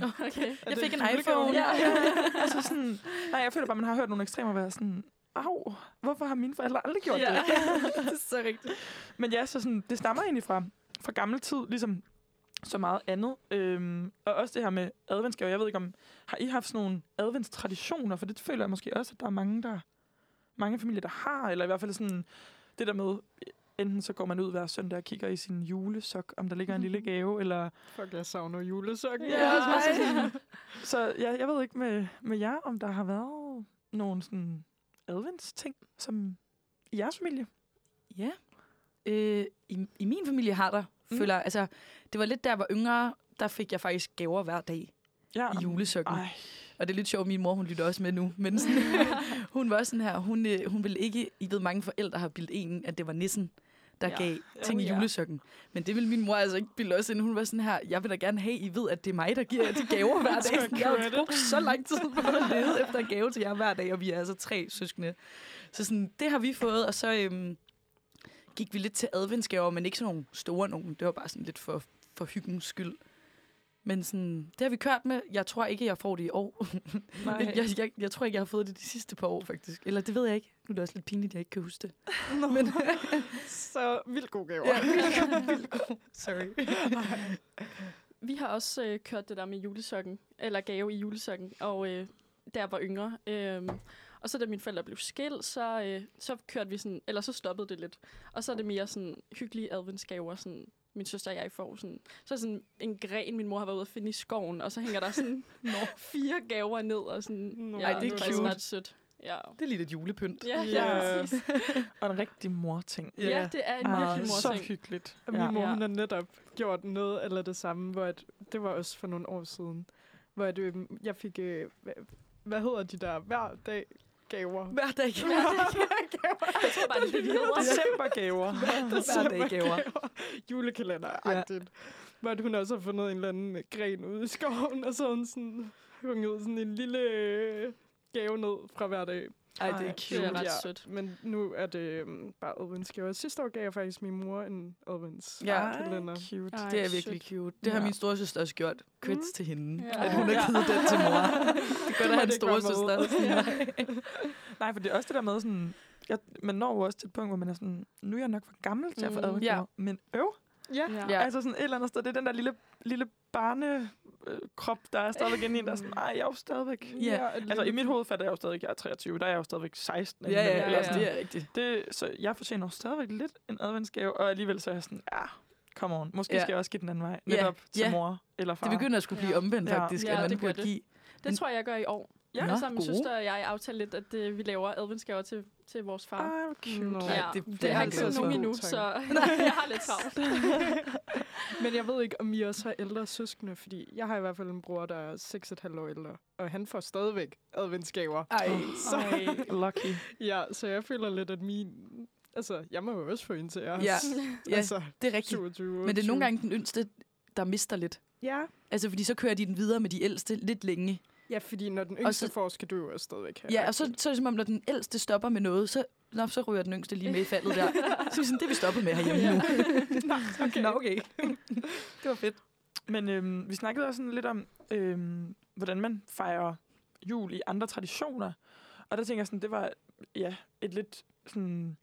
Speaker 5: det
Speaker 3: fik en
Speaker 5: julegave?
Speaker 3: iPhone.
Speaker 5: Ja, ja. altså sådan, nej, jeg føler bare, man har hørt nogle ekstremer være sådan, au, hvorfor har mine forældre aldrig gjort det?
Speaker 3: det er så rigtigt.
Speaker 5: Men ja, så sådan, det stammer egentlig fra, fra gammel tid, ligesom så meget andet. Øhm, og også det her med adventsgaver. Jeg ved ikke, om har I haft sådan nogle adventstraditioner? For det føler jeg måske også, at der er mange, der, mange familier, der har. Eller i hvert fald sådan det der med, enten så går man ud hver søndag og kigger i sin julesok, om der ligger en
Speaker 4: Mhm.
Speaker 5: lille gave, eller...
Speaker 2: Fuck, jeg savner julesokken.
Speaker 5: Ja, altså sådan, så ja, jeg ved ikke med, med jer, om der har været nogle sådan adventsting, som i jeres familie.
Speaker 3: Ja. Øh, i, I min familie har der,
Speaker 5: Mm.
Speaker 3: mm. føler jeg. Altså, det var lidt, da jeg var yngre, der fik jeg faktisk gaver hver dag
Speaker 5: Ja.
Speaker 3: i julesokken.
Speaker 5: Ej,
Speaker 3: Og det er lidt sjovt, min mor, hun lytter også med nu. Men sådan, hun var også sådan her, hun, øh, hun ville ikke, I ved, mange forældre har bildt en, at det var nissen, der
Speaker 5: Ja. Oh,
Speaker 3: ja. gav ting
Speaker 5: ja.
Speaker 3: i julesokken. Men det ville min mor altså ikke bilde os ind. Hun var sådan her, jeg vil da gerne have, I ved, at det er mig, der giver jer de gaver hver dag. Sådan, jeg har brugt så lang tid på at lede efter en gave til jer hver dag, og vi er altså tre søskende. Så sådan, det har vi fået, og så øhm, gik vi lidt til adventsgaver, men ikke sådan nogle store nogen. Det var bare sådan lidt for, for hyggens skyld. Men sådan, det har vi kørt med. Jeg tror ikke, jeg får det i år.
Speaker 5: nej.
Speaker 3: Jeg, jeg, jeg, jeg tror ikke, jeg har fået det de sidste par år, faktisk. Eller det ved jeg ikke. Nu er det også lidt pinligt, at jeg ikke kan huske det.
Speaker 2: Nå,
Speaker 3: Men,
Speaker 2: så vildt god gaver.
Speaker 3: ja, vildt, vildt god. Sorry.
Speaker 4: Vi har også øh, kørt det der med julesokken, eller gave i julesokken, og øh, da jeg var yngre. Øh, og så da mine forældre blev skilt, så, øh, så kørte vi sådan, eller så stoppede det lidt. Og så er det mere sådan hyggelige adventsgaver, sådan min søster og jeg får sådan, så er sådan en gren, min mor har været ude at finde i skoven, og så hænger der sådan fire gaver ned, og sådan,
Speaker 2: Nå.
Speaker 3: Ej, det er
Speaker 4: faktisk
Speaker 3: cute.
Speaker 4: ret sødt. Ja,
Speaker 3: Det er lidt et julepynt.
Speaker 4: ja,
Speaker 5: Ja.
Speaker 4: ja. præcis.
Speaker 5: Og en rigtig morting.
Speaker 4: Ja, ja det er en
Speaker 5: Ah,
Speaker 4: virkelig
Speaker 5: så
Speaker 4: morting.
Speaker 5: hyggeligt.
Speaker 2: Og
Speaker 5: Ja.
Speaker 2: min mor,
Speaker 4: Ja.
Speaker 2: hun har netop gjort noget eller det samme, hvor at, det var også for nogle år siden, hvor at, øhm, jeg fik, øh, hvad, hvad hedder de der, hver dag gaver.
Speaker 3: Hver dag.
Speaker 4: Jeg tror bare, det er det, de hedder.
Speaker 5: Decembergaver.
Speaker 3: Hver dag gaver.
Speaker 2: Julekalender-agtigt. Ja. Hvor at hun også har fundet en eller anden gren ude i skoven, og så har hun sådan, hunget sådan en lille øh, gave ned fra hver dag.
Speaker 3: Ej, det er
Speaker 5: Ej.
Speaker 4: Det
Speaker 3: cute.
Speaker 4: er ret sødt.
Speaker 2: Men nu er det øhm, bare adventsgaver. Sidste år gav jeg faktisk min mor en
Speaker 3: Ja.
Speaker 2: adventskalender. Ja.
Speaker 5: Cute.
Speaker 4: Ej,
Speaker 3: Det er virkelig
Speaker 4: sødt.
Speaker 3: cute. Det har
Speaker 5: Ja.
Speaker 3: min storesøster også gjort. Quits til hende.
Speaker 4: Ja.
Speaker 3: At hun har givet den til mor. Det gør
Speaker 2: Du
Speaker 3: da
Speaker 2: må
Speaker 3: hans
Speaker 2: ikke være med.
Speaker 3: storesøster.
Speaker 5: Nej, for det er også det der med sådan... Jeg, man når jo også til et punkt, hvor man er sådan, nu er jeg nok for gammel til at få
Speaker 2: Mm.
Speaker 5: adventsgaver. Men øv,
Speaker 2: ja.
Speaker 3: Ja.
Speaker 5: Ja. Altså sådan et eller andet sted. Det er den der lille, lille barnekrop, der er stadigvæk inde i en, der er sådan, nej, jeg er jo stadigvæk...
Speaker 3: Ja.
Speaker 5: Altså i mit hoved fatter jeg jo stadigvæk, jeg er 23, der er jeg jo stadigvæk 16.
Speaker 3: Ja, ja,
Speaker 5: indimellem,
Speaker 3: ja,
Speaker 5: eller sådan.
Speaker 3: det er rigtigt.
Speaker 5: Det, så jeg fortjener jo stadigvæk lidt en adventsgave, og alligevel så er jeg sådan, ja, come on. Måske
Speaker 3: Ja.
Speaker 5: ja. skal jeg også give den anden vej,
Speaker 3: Ja,
Speaker 5: netop til
Speaker 3: ja.
Speaker 5: mor eller far.
Speaker 3: Det begynder at skulle blive
Speaker 4: Ja.
Speaker 3: omvendt,
Speaker 5: Ja.
Speaker 3: faktisk.
Speaker 4: Ja,
Speaker 3: at man
Speaker 4: det gør
Speaker 3: burde
Speaker 4: det.
Speaker 3: give.
Speaker 4: Det tror jeg, jeg gør i år.
Speaker 5: Ja.
Speaker 4: Ja, så min
Speaker 3: gode.
Speaker 4: søster og jeg aftaler lidt, at øh, vi laver adventsgaver til, til vores far.
Speaker 5: Ej, hvor cute.
Speaker 2: Nå.
Speaker 3: Ja,
Speaker 4: Ja,
Speaker 3: det- det
Speaker 4: det, det,
Speaker 3: er
Speaker 4: det har
Speaker 3: han
Speaker 4: ikke
Speaker 3: glad
Speaker 4: sådan
Speaker 3: for.
Speaker 4: nogen endnu,
Speaker 2: God
Speaker 4: så jeg har lidt travlt.
Speaker 2: Men jeg ved ikke, om I også har ældre søskende, fordi jeg har i hvert fald en bror, der er 6,5 år ældre, og han får stadigvæk adventsgaver.
Speaker 3: Ej,
Speaker 2: Så,
Speaker 5: Lucky.
Speaker 2: ja, så jeg føler lidt, at min... Altså, jeg må jo også få en til jer.
Speaker 3: Ja. ja,
Speaker 2: Altså,
Speaker 3: det er rigtigt.
Speaker 2: 22
Speaker 3: Men det er nogle
Speaker 2: 28.
Speaker 3: gange den yngste, der mister lidt.
Speaker 2: Ja.
Speaker 3: Altså, fordi så kører de den videre med de ældste lidt længe.
Speaker 2: ja, fordi når den
Speaker 3: Og
Speaker 2: yngste
Speaker 3: så-
Speaker 2: så, får, skal du jo også stadigvæk have.
Speaker 3: Ja, og så, så er det som om, når den ældste stopper med noget, så, nå, så ryger den yngste lige med i faldet der. Så er vi sådan, det er vi stoppet med herhjemme nu.
Speaker 2: okay.
Speaker 3: Nå, okay. det var fedt.
Speaker 5: Men øhm, vi snakkede også sådan lidt om, øhm, hvordan man fejrer jul i andre traditioner. Og der tænker jeg sådan, det var ja, et lidt sådan...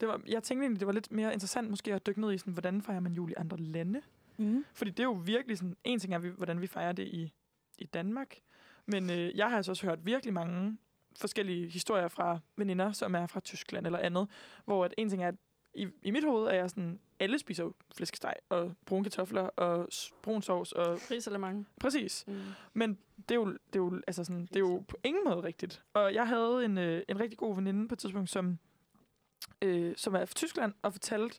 Speaker 5: Det var, jeg tænkte egentlig, det var lidt mere interessant måske at dykke ned i, sådan, hvordan fejrer man jul i andre lande.
Speaker 3: Mm.
Speaker 5: Fordi det er jo virkelig sådan, en ting er, vi- hvordan vi fejrer det i, i Danmark. Men øh, jeg har altså også hørt virkelig mange forskellige historier fra veninder, som er fra Tyskland eller andet, hvor at en ting er, at i, i mit hoved er jeg sådan, alle spiser jo flæskesteg og brune kartofler og s- brun sovs og
Speaker 4: Pris eller mange.
Speaker 5: præcis.
Speaker 4: Mm.
Speaker 5: Men det er jo, det er jo, altså sådan, det er jo på ingen måde rigtigt. Og jeg havde en, øh, en rigtig god veninde på et tidspunkt, som, øh, som er fra Tyskland, og fortalte,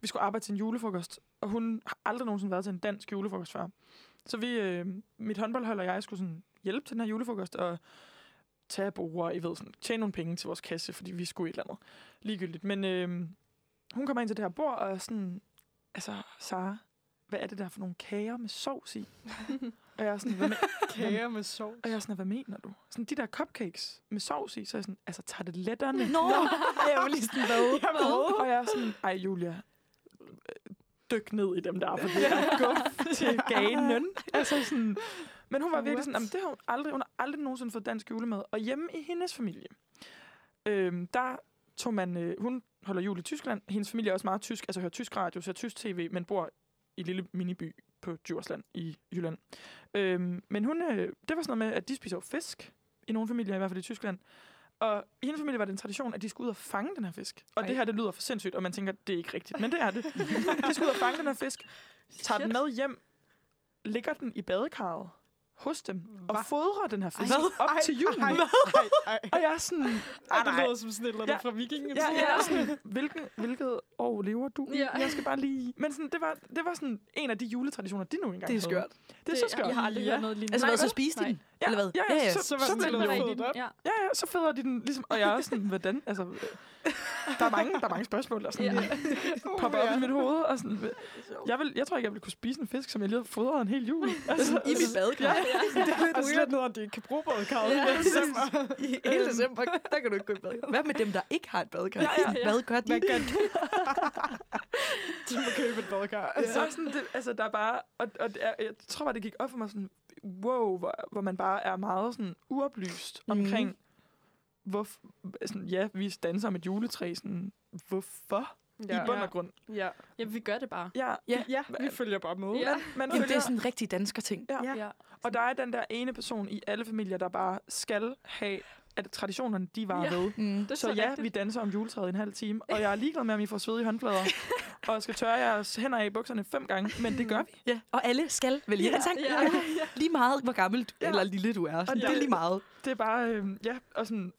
Speaker 5: vi skulle arbejde til en julefrokost. Og hun har aldrig nogensinde været til en dansk julefrokost før. Så vi, øh, mit håndboldhold og jeg skulle sådan hjælpe til den her julefrokost og tage borgere, I ved, sådan, tjene nogle penge til vores kasse, fordi vi skulle et eller andet. Ligegyldigt. Men øh, hun kommer ind til det her bord og er sådan, altså, Sara, hvad er det der for nogle kager med sovs i? og jeg er sådan, hvad,
Speaker 2: Kager med sovs.
Speaker 5: og jeg er sådan, hvad mener du? Sådan de der cupcakes med sovs i, så er jeg sådan, altså tager det letterne?
Speaker 3: Nå, Ej, jeg var lige sådan, hvad?
Speaker 5: Og jeg er sådan, ej Julia, øh, dyk ned i dem der, for det er guf til ganen. Altså sådan, men hun var virkelig sådan, jamen, det har hun aldrig, hun har aldrig nogensinde fået dansk julemad. Og hjemme i hendes familie, øhm, der tog man, øh, hun holder jul i Tyskland, hendes familie er også meget tysk, altså hører tysk radio, ser tysk tv, men bor i en lille miniby på Djursland i Jylland. Øhm, men hun, øh, det var sådan noget med, at de spiser jo fisk, i nogle familier, i hvert fald i Tyskland. Og i hendes familie var det en tradition, at de skulle ud og fange den her fisk. Og
Speaker 2: Ej.
Speaker 5: det her, det lyder for sindssygt, og man tænker, det er ikke rigtigt, men det er det. de skulle ud og fange den her fisk, tager den med hjem, ligger den i badekarret hos dem, og fodrer den her fisk
Speaker 2: Hvad?
Speaker 5: op til jul.
Speaker 2: Ej, ej, ej.
Speaker 5: Og jeg er sådan,
Speaker 2: Ej, det
Speaker 5: nej.
Speaker 2: lyder som sådan et eller andet
Speaker 5: Ja.
Speaker 2: fra vikingen.
Speaker 5: Ja, ja. Og sådan, hvilken, hvilket år lever du? i?
Speaker 4: Ja.
Speaker 5: Jeg skal bare lige... Men sådan, det, var, det var sådan en af de juletraditioner, de nu engang
Speaker 3: Det er
Speaker 5: havde.
Speaker 3: skørt.
Speaker 5: Det er så skørt.
Speaker 4: Jeg har aldrig
Speaker 2: Ja.
Speaker 4: hørt noget lignende.
Speaker 3: Altså,
Speaker 5: Nej,
Speaker 3: hvad, så
Speaker 5: vel?
Speaker 3: spiste de
Speaker 4: Nej.
Speaker 3: den? Eller hvad?
Speaker 5: Ja, ja,
Speaker 2: Så var
Speaker 5: Så
Speaker 2: det
Speaker 5: blev
Speaker 2: sådan
Speaker 5: den
Speaker 2: lidt
Speaker 4: rigtigt.
Speaker 2: fået op.
Speaker 4: Ja.
Speaker 5: Ja, ja, så fedder de den ligesom, og jeg er sådan, hvordan, altså, øh, der er mange, der er mange spørgsmål, der sådan,
Speaker 4: Ja.
Speaker 5: ja.
Speaker 2: Oh,
Speaker 5: popper op i mit hoved, og sådan, øh, jeg, vil, jeg tror ikke, jeg ville kunne spise en fisk, som jeg lige havde fodret en hel jul. Altså,
Speaker 3: I mit badekar. Ja, det er
Speaker 2: Og slet noget, at det ikke kan bruge både karret.
Speaker 3: Ja, I hele
Speaker 2: Øhm.
Speaker 3: december, der kan du ikke gå i badekar. Hvad med dem, der ikke har et badekar? Ja, ja, ja. Hvad gør de?
Speaker 2: Man kan de må købe et badkar.
Speaker 5: altså, sådan, det, altså der er bare, og, og det er, jeg tror bare, det gik op for mig sådan, wow, hvor, hvor man bare er meget sådan uoplyst omkring, hvor, sådan, ja, vi danser om et juletræ, sådan, hvorfor? Ja, I bund og grund.
Speaker 2: ja.
Speaker 4: Ja, vi gør det bare.
Speaker 5: Ja,
Speaker 3: Ja.
Speaker 2: ja, vi følger bare med.
Speaker 4: Ja.
Speaker 5: man
Speaker 3: Jamen, det
Speaker 5: følger-
Speaker 3: er sådan en rigtig dansker ting.
Speaker 5: Ja.
Speaker 4: Ja.
Speaker 5: Og der er den der ene person i alle familier, der bare skal have, at traditionerne, de var ja.
Speaker 4: Ja.
Speaker 5: ved.
Speaker 3: Mm.
Speaker 4: Det er
Speaker 5: Så
Speaker 4: så,
Speaker 5: ja,
Speaker 4: rigtigt.
Speaker 5: vi danser om juletræet i en halv time, og jeg er ligeglad med, om I får sved i håndflader. og skal tørre jeres hænder af i bukserne fem gange, men det gør vi.
Speaker 3: Ja, og alle skal vælge ja, en sang. Ja, ja. Lige meget, hvor gammel du,
Speaker 5: Ja.
Speaker 3: ja. eller lille du er. Sådan,
Speaker 5: ja.
Speaker 3: Det er lige meget.
Speaker 5: Det er bare, øh, ja, og sådan,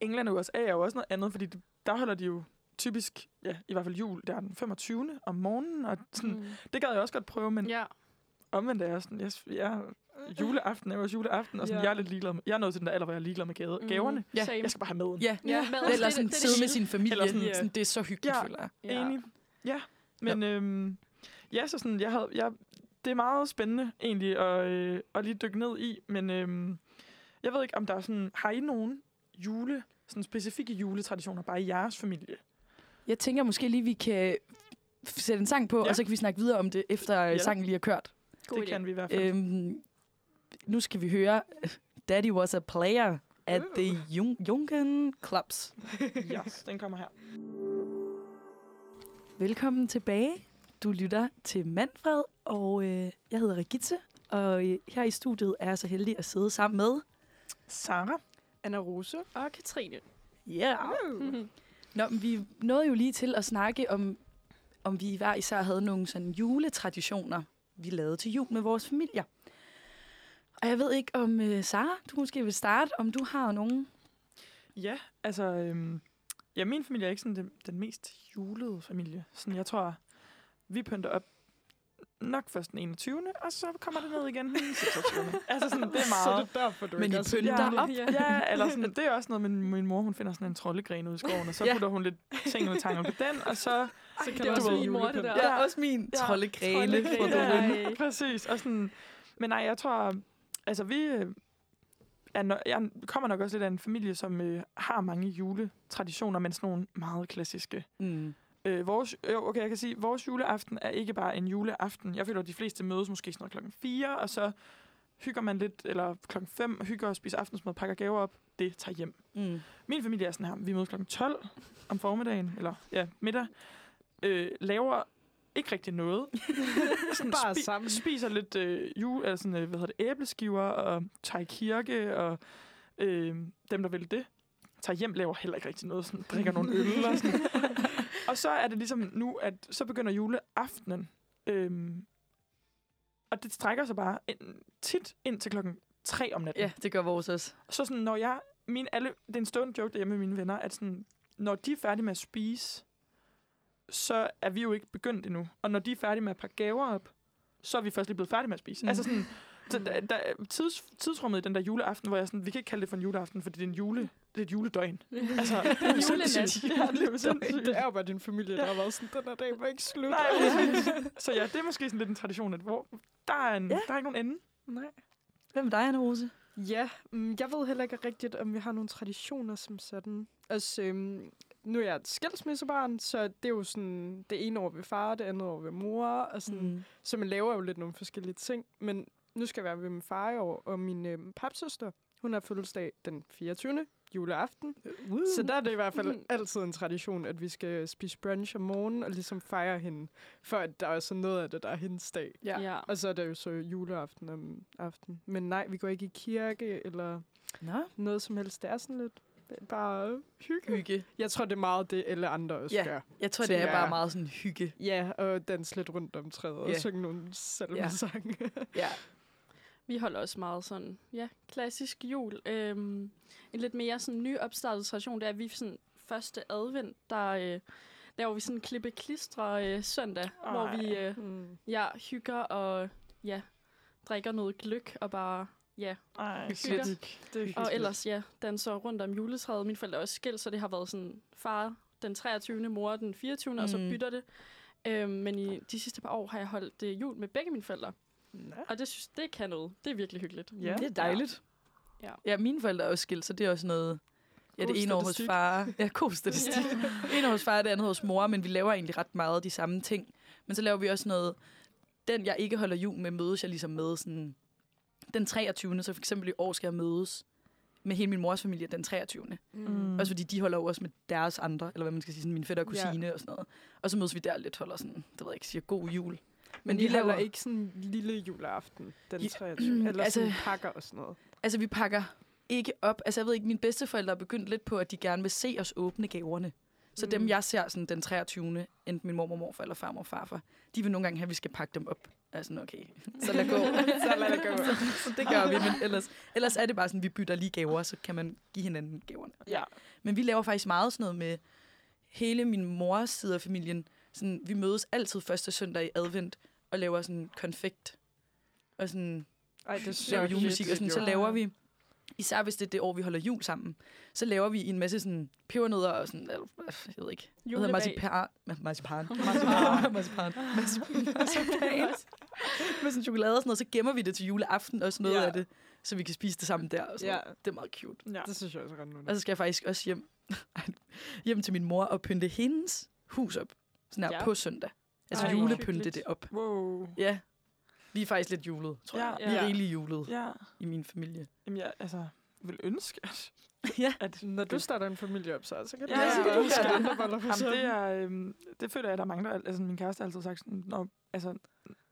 Speaker 5: England og USA er jo også noget andet, fordi de- der holder de jo typisk, ja, i hvert fald jul, der er den 25. om morgenen, og sådan, mm.
Speaker 4: Mm.
Speaker 5: det gad jeg også godt prøve, men
Speaker 4: Ja.
Speaker 5: omvendt er jeg sådan, jeg, jeg, juleaften er jo også juleaften, og sådan,
Speaker 2: Ja.
Speaker 5: ja. jeg er lidt ligeglad med, jeg er nået til den der alder, hvor jeg er ligeglad med gave,
Speaker 4: Mm.
Speaker 5: gaverne.
Speaker 3: Ja,
Speaker 4: Same.
Speaker 5: Jeg skal bare have maden.
Speaker 3: Ja.
Speaker 4: Ja, men
Speaker 3: Eller
Speaker 4: det-
Speaker 3: sådan
Speaker 4: det- det-
Speaker 3: sidde med sin familie.
Speaker 5: Eller
Speaker 3: Eller
Speaker 5: sådan-
Speaker 3: sådan, sådan, det er så hyggeligt,
Speaker 5: Ja.
Speaker 3: ja. føler jeg.
Speaker 5: Ja. Enig. Ja. Men ja, øhm, ja så sådan, jeg havde, jeg, det er meget spændende egentlig at, øh, at lige dykke ned i, men øhm, jeg ved ikke, om der er sådan, har I nogen jule, sådan specifikke juletraditioner, bare i jeres familie?
Speaker 3: Jeg tænker måske lige, vi kan f- sætte en sang på,
Speaker 5: Ja.
Speaker 3: ja. og så kan vi snakke videre om det, efter
Speaker 5: Ja.
Speaker 3: ja. sangen lige er kørt.
Speaker 4: God
Speaker 5: det
Speaker 4: idé.
Speaker 5: kan vi i hvert fald.
Speaker 3: Øhm, nu skal vi høre Daddy Was A Player at The Jung- Jungen Clubs.
Speaker 5: yes, den kommer her.
Speaker 3: Velkommen tilbage. Du lytter til Manfred, og øh, jeg hedder Regitze, og øh, her i studiet er jeg så heldig at sidde sammen med...
Speaker 5: Sara.
Speaker 2: Anna Rose.
Speaker 4: Og Katrine.
Speaker 3: Yeah.
Speaker 4: Mm.
Speaker 3: Nå, men vi nåede jo lige til at snakke om, om vi hver især havde nogle sådan juletraditioner, vi lavede til jul med vores familier. Og jeg ved ikke, om øh, Sara, du måske vil starte, om du har nogen.
Speaker 5: Ja, altså, øhm, ja, min familie er ikke sådan den, den mest julede familie. Sådan, jeg tror, vi pynter op nok først den 21. og så kommer det ned igen den 26. altså sådan, det er meget.
Speaker 2: Så det er derfor, du
Speaker 3: Men
Speaker 2: ikke
Speaker 3: I
Speaker 2: er så
Speaker 3: pynter
Speaker 2: gammel.
Speaker 3: op.
Speaker 5: Ja, eller sådan, det er også noget, min, min mor hun finder sådan en troldegren ud i skoven, og så ja.
Speaker 3: Ja.
Speaker 5: putter hun lidt ting ud i tangen på den, og så...
Speaker 4: Så kan
Speaker 5: det
Speaker 4: det også
Speaker 5: var
Speaker 4: min mor, det der.
Speaker 5: julepynt. Ja,
Speaker 3: også min.
Speaker 5: Ja,
Speaker 3: Troldegrene.
Speaker 4: troldegrene.
Speaker 3: fra Dorte.
Speaker 4: Dorte.
Speaker 5: Ja, præcis. Og sådan, men nej, jeg tror... Altså, vi øh, er no, jeg kommer nok også lidt af en familie, som øh, har mange juletraditioner, men sådan nogle meget klassiske.
Speaker 3: Mm.
Speaker 5: Øh, vores, jo, okay, jeg kan sige, vores juleaften er ikke bare en juleaften. Jeg føler, at de fleste mødes måske sådan noget klokken 4, og så hygger man lidt, eller klokken 5, hygger og spiser aftensmad, pakker gaver op. Det tager hjem.
Speaker 3: Mm.
Speaker 5: Min familie er sådan her. Vi mødes kl. 12 om formiddagen, eller ja, middag. Øh, laver ikke rigtig noget. sådan
Speaker 2: Bare sammen.
Speaker 5: Spiser lidt øh, jul, eller sådan, øh, hvad hedder det, æbleskiver, og tager i kirke, og øh, dem, der vil det, tager hjem, laver heller ikke rigtig noget. Sådan, drikker nogle øl og sådan. og så er det ligesom nu, at så begynder juleaftenen. Øh, og det strækker sig bare ind, tit ind til klokken 3 om natten.
Speaker 3: Ja, det gør vores også.
Speaker 5: Så sådan, når jeg... Min alle, det er en stående joke derhjemme med mine venner, at sådan, når de er færdige med at spise, så er vi jo ikke begyndt endnu. Og når de er færdige med at pakke gaver op, så er vi først lige blevet færdige med at spise. Mm.
Speaker 3: Mm.
Speaker 5: Altså sådan, så der, der, er tids, tidsrummet i den der juleaften, hvor jeg sådan, vi kan ikke kalde det for en juleaften, fordi det er en jule, det er et juledøgn. Altså, det er jo
Speaker 4: julenat.
Speaker 5: sindssygt. Ja, det er jo sindssygt.
Speaker 2: Det er jo bare din familie, der har været sådan, den her dag var ikke slut.
Speaker 5: Nej, præcis. så ja, det er måske sådan lidt en tradition, at hvor der er, en, ja.
Speaker 3: Ja.
Speaker 5: der er ikke nogen ende.
Speaker 2: Nej.
Speaker 3: Hvem er dig, Anna Rose?
Speaker 2: Ja, mm, jeg ved heller ikke rigtigt, om vi har nogle traditioner som sådan. Altså, øhm, nu er jeg et skilsmissebarn, så det er jo sådan, det ene år ved far, det andet år ved mor, og sådan, mm. så man laver jo lidt nogle forskellige ting. Men nu skal jeg være ved min far i år, og min øhm, papsøster, hun har fødselsdag den 24. juleaften.
Speaker 3: Uh.
Speaker 2: Så der er det i hvert fald
Speaker 4: Mm.
Speaker 2: altid en tradition, at vi skal spise brunch om morgenen og ligesom fejre hende, for at der er sådan noget af det, der er hendes dag.
Speaker 4: Ja. ja.
Speaker 2: Og så er der jo så juleaften om aftenen. Men nej, vi går ikke i kirke eller
Speaker 3: Nå,
Speaker 2: noget som helst. Det er sådan lidt det er bare hygge.
Speaker 3: hygge.
Speaker 2: Jeg tror, det er meget det, alle andre også
Speaker 3: Ja.
Speaker 2: gør.
Speaker 3: Jeg tror, det er
Speaker 2: Ja.
Speaker 3: bare meget sådan hygge.
Speaker 2: Ja, og danse lidt rundt om træet og
Speaker 3: Ja.
Speaker 2: synge nogle salmesange.
Speaker 3: Ja.
Speaker 4: Vi holder også meget sådan, ja, klassisk jul. Øhm, en lidt mere sådan nyopstartet tradition, det er, at vi sådan første advent, der øh, laver vi sådan en klippe-klistre øh, søndag, Ej. hvor vi øh,
Speaker 2: Mm.
Speaker 4: ja, hygger og ja, drikker noget gløk og bare
Speaker 5: Ej,
Speaker 4: Hyggeligt.
Speaker 2: Det er
Speaker 4: Og ellers, ja, danser rundt om juletræet. Mine forældre er også skilt, så det har været sådan far den 23., mor den 24., mm. og så
Speaker 3: Mm.
Speaker 4: bytter det. Øhm, men i de sidste par år har jeg holdt øh, jul med begge mine forældre.
Speaker 2: Nå.
Speaker 4: Og det synes det kan noget. Det er virkelig hyggeligt.
Speaker 5: Ja.
Speaker 3: Det er dejligt.
Speaker 4: Ja.
Speaker 3: ja, mine forældre er også skilt, så det er også noget... Ja,
Speaker 2: God
Speaker 3: det ene år hos
Speaker 2: statistik.
Speaker 3: far. Ja, god statistik. Yeah. En år hos far, det andet hos mor, men vi laver egentlig ret meget de samme ting. Men så laver vi også noget... Den, jeg ikke holder jul med, mødes jeg ligesom med sådan... Den 23. Så for eksempel i år skal jeg mødes med hele min mors familie den 23. Mm.
Speaker 2: Mm.
Speaker 3: Også fordi de holder jo også med deres andre, eller hvad man skal sige, sådan mine fætter og
Speaker 2: Ja.
Speaker 3: kusine og sådan noget. Og så mødes vi der lidt, holder sådan, det ved jeg ikke, siger god jul.
Speaker 2: Men
Speaker 3: vi
Speaker 2: vi laver
Speaker 3: laver-
Speaker 2: ikke sådan en lille juleaften den
Speaker 3: Ja,
Speaker 2: 23. Eller altså,
Speaker 3: altså-
Speaker 2: sådan pakker og sådan noget.
Speaker 3: Altså, vi pakker ikke op. Altså, jeg ved ikke, mine bedsteforældre er begyndt lidt på, at de gerne vil se os åbne gaverne. Så mm. dem,
Speaker 2: Mm.
Speaker 3: jeg ser sådan, den 23. enten min mormor, morfar eller farmor og farfar, de vil nogle gange have, at vi skal pakke dem op. Og Jeg er sådan, okay, så lad gå.
Speaker 2: Så lad det gå.
Speaker 4: Altså,
Speaker 3: så, så det gør vi, men ellers, ellers er det bare sådan, vi bytter lige gaver, så kan man give hinanden gaverne.
Speaker 5: Ja.
Speaker 3: Men vi laver faktisk meget sådan noget med hele min mors side af familien. Sådan, vi mødes altid første søndag i advent og laver sådan konfekt. Og sådan,
Speaker 2: Ej, det er
Speaker 3: laver
Speaker 2: sjovt.
Speaker 3: julemusik, og sådan, så
Speaker 4: jo.
Speaker 3: laver vi, især hvis det er det år, vi holder jul sammen, så laver vi en masse sådan pebernødder og sådan, jeg ved ikke, hvad hedder marcipan, ma- marcipan, marcipan, marcipan, marcipan, med sådan chokolade og sådan noget, så gemmer vi det til juleaften og sådan noget
Speaker 5: Ja.
Speaker 3: af det, så vi kan spise det sammen der. Og sådan noget. Det er meget cute.
Speaker 5: ja.
Speaker 2: Det synes jeg også er ret nu.
Speaker 3: Og så skal jeg faktisk også hjem, hjem til min mor og pynte hendes hus op, sådan her
Speaker 4: Ja.
Speaker 3: på søndag. Altså
Speaker 5: Ej,
Speaker 3: Ej,
Speaker 5: hvor
Speaker 3: julepynte
Speaker 4: hyggeligt.
Speaker 3: det op.
Speaker 5: Wow.
Speaker 3: Ja, vi er faktisk lidt julet, tror
Speaker 5: Altså,
Speaker 3: jeg.
Speaker 5: Ja.
Speaker 3: Vi er
Speaker 4: Ja.
Speaker 3: rigeligt julet
Speaker 5: Ja.
Speaker 3: i min familie.
Speaker 5: Jamen, jeg altså, vil ønske, at...
Speaker 3: ja.
Speaker 5: at
Speaker 2: Når du starter en familie op, så, så kan
Speaker 5: Ja,
Speaker 2: ja, du
Speaker 5: ja.
Speaker 2: også
Speaker 5: Ja.
Speaker 2: ja. huske andre boller på
Speaker 5: Jamen, det,
Speaker 2: søndag.
Speaker 5: er, øhm, det føler jeg, der er mange, der... Altså, min kæreste har altid sagt, sådan, når, altså,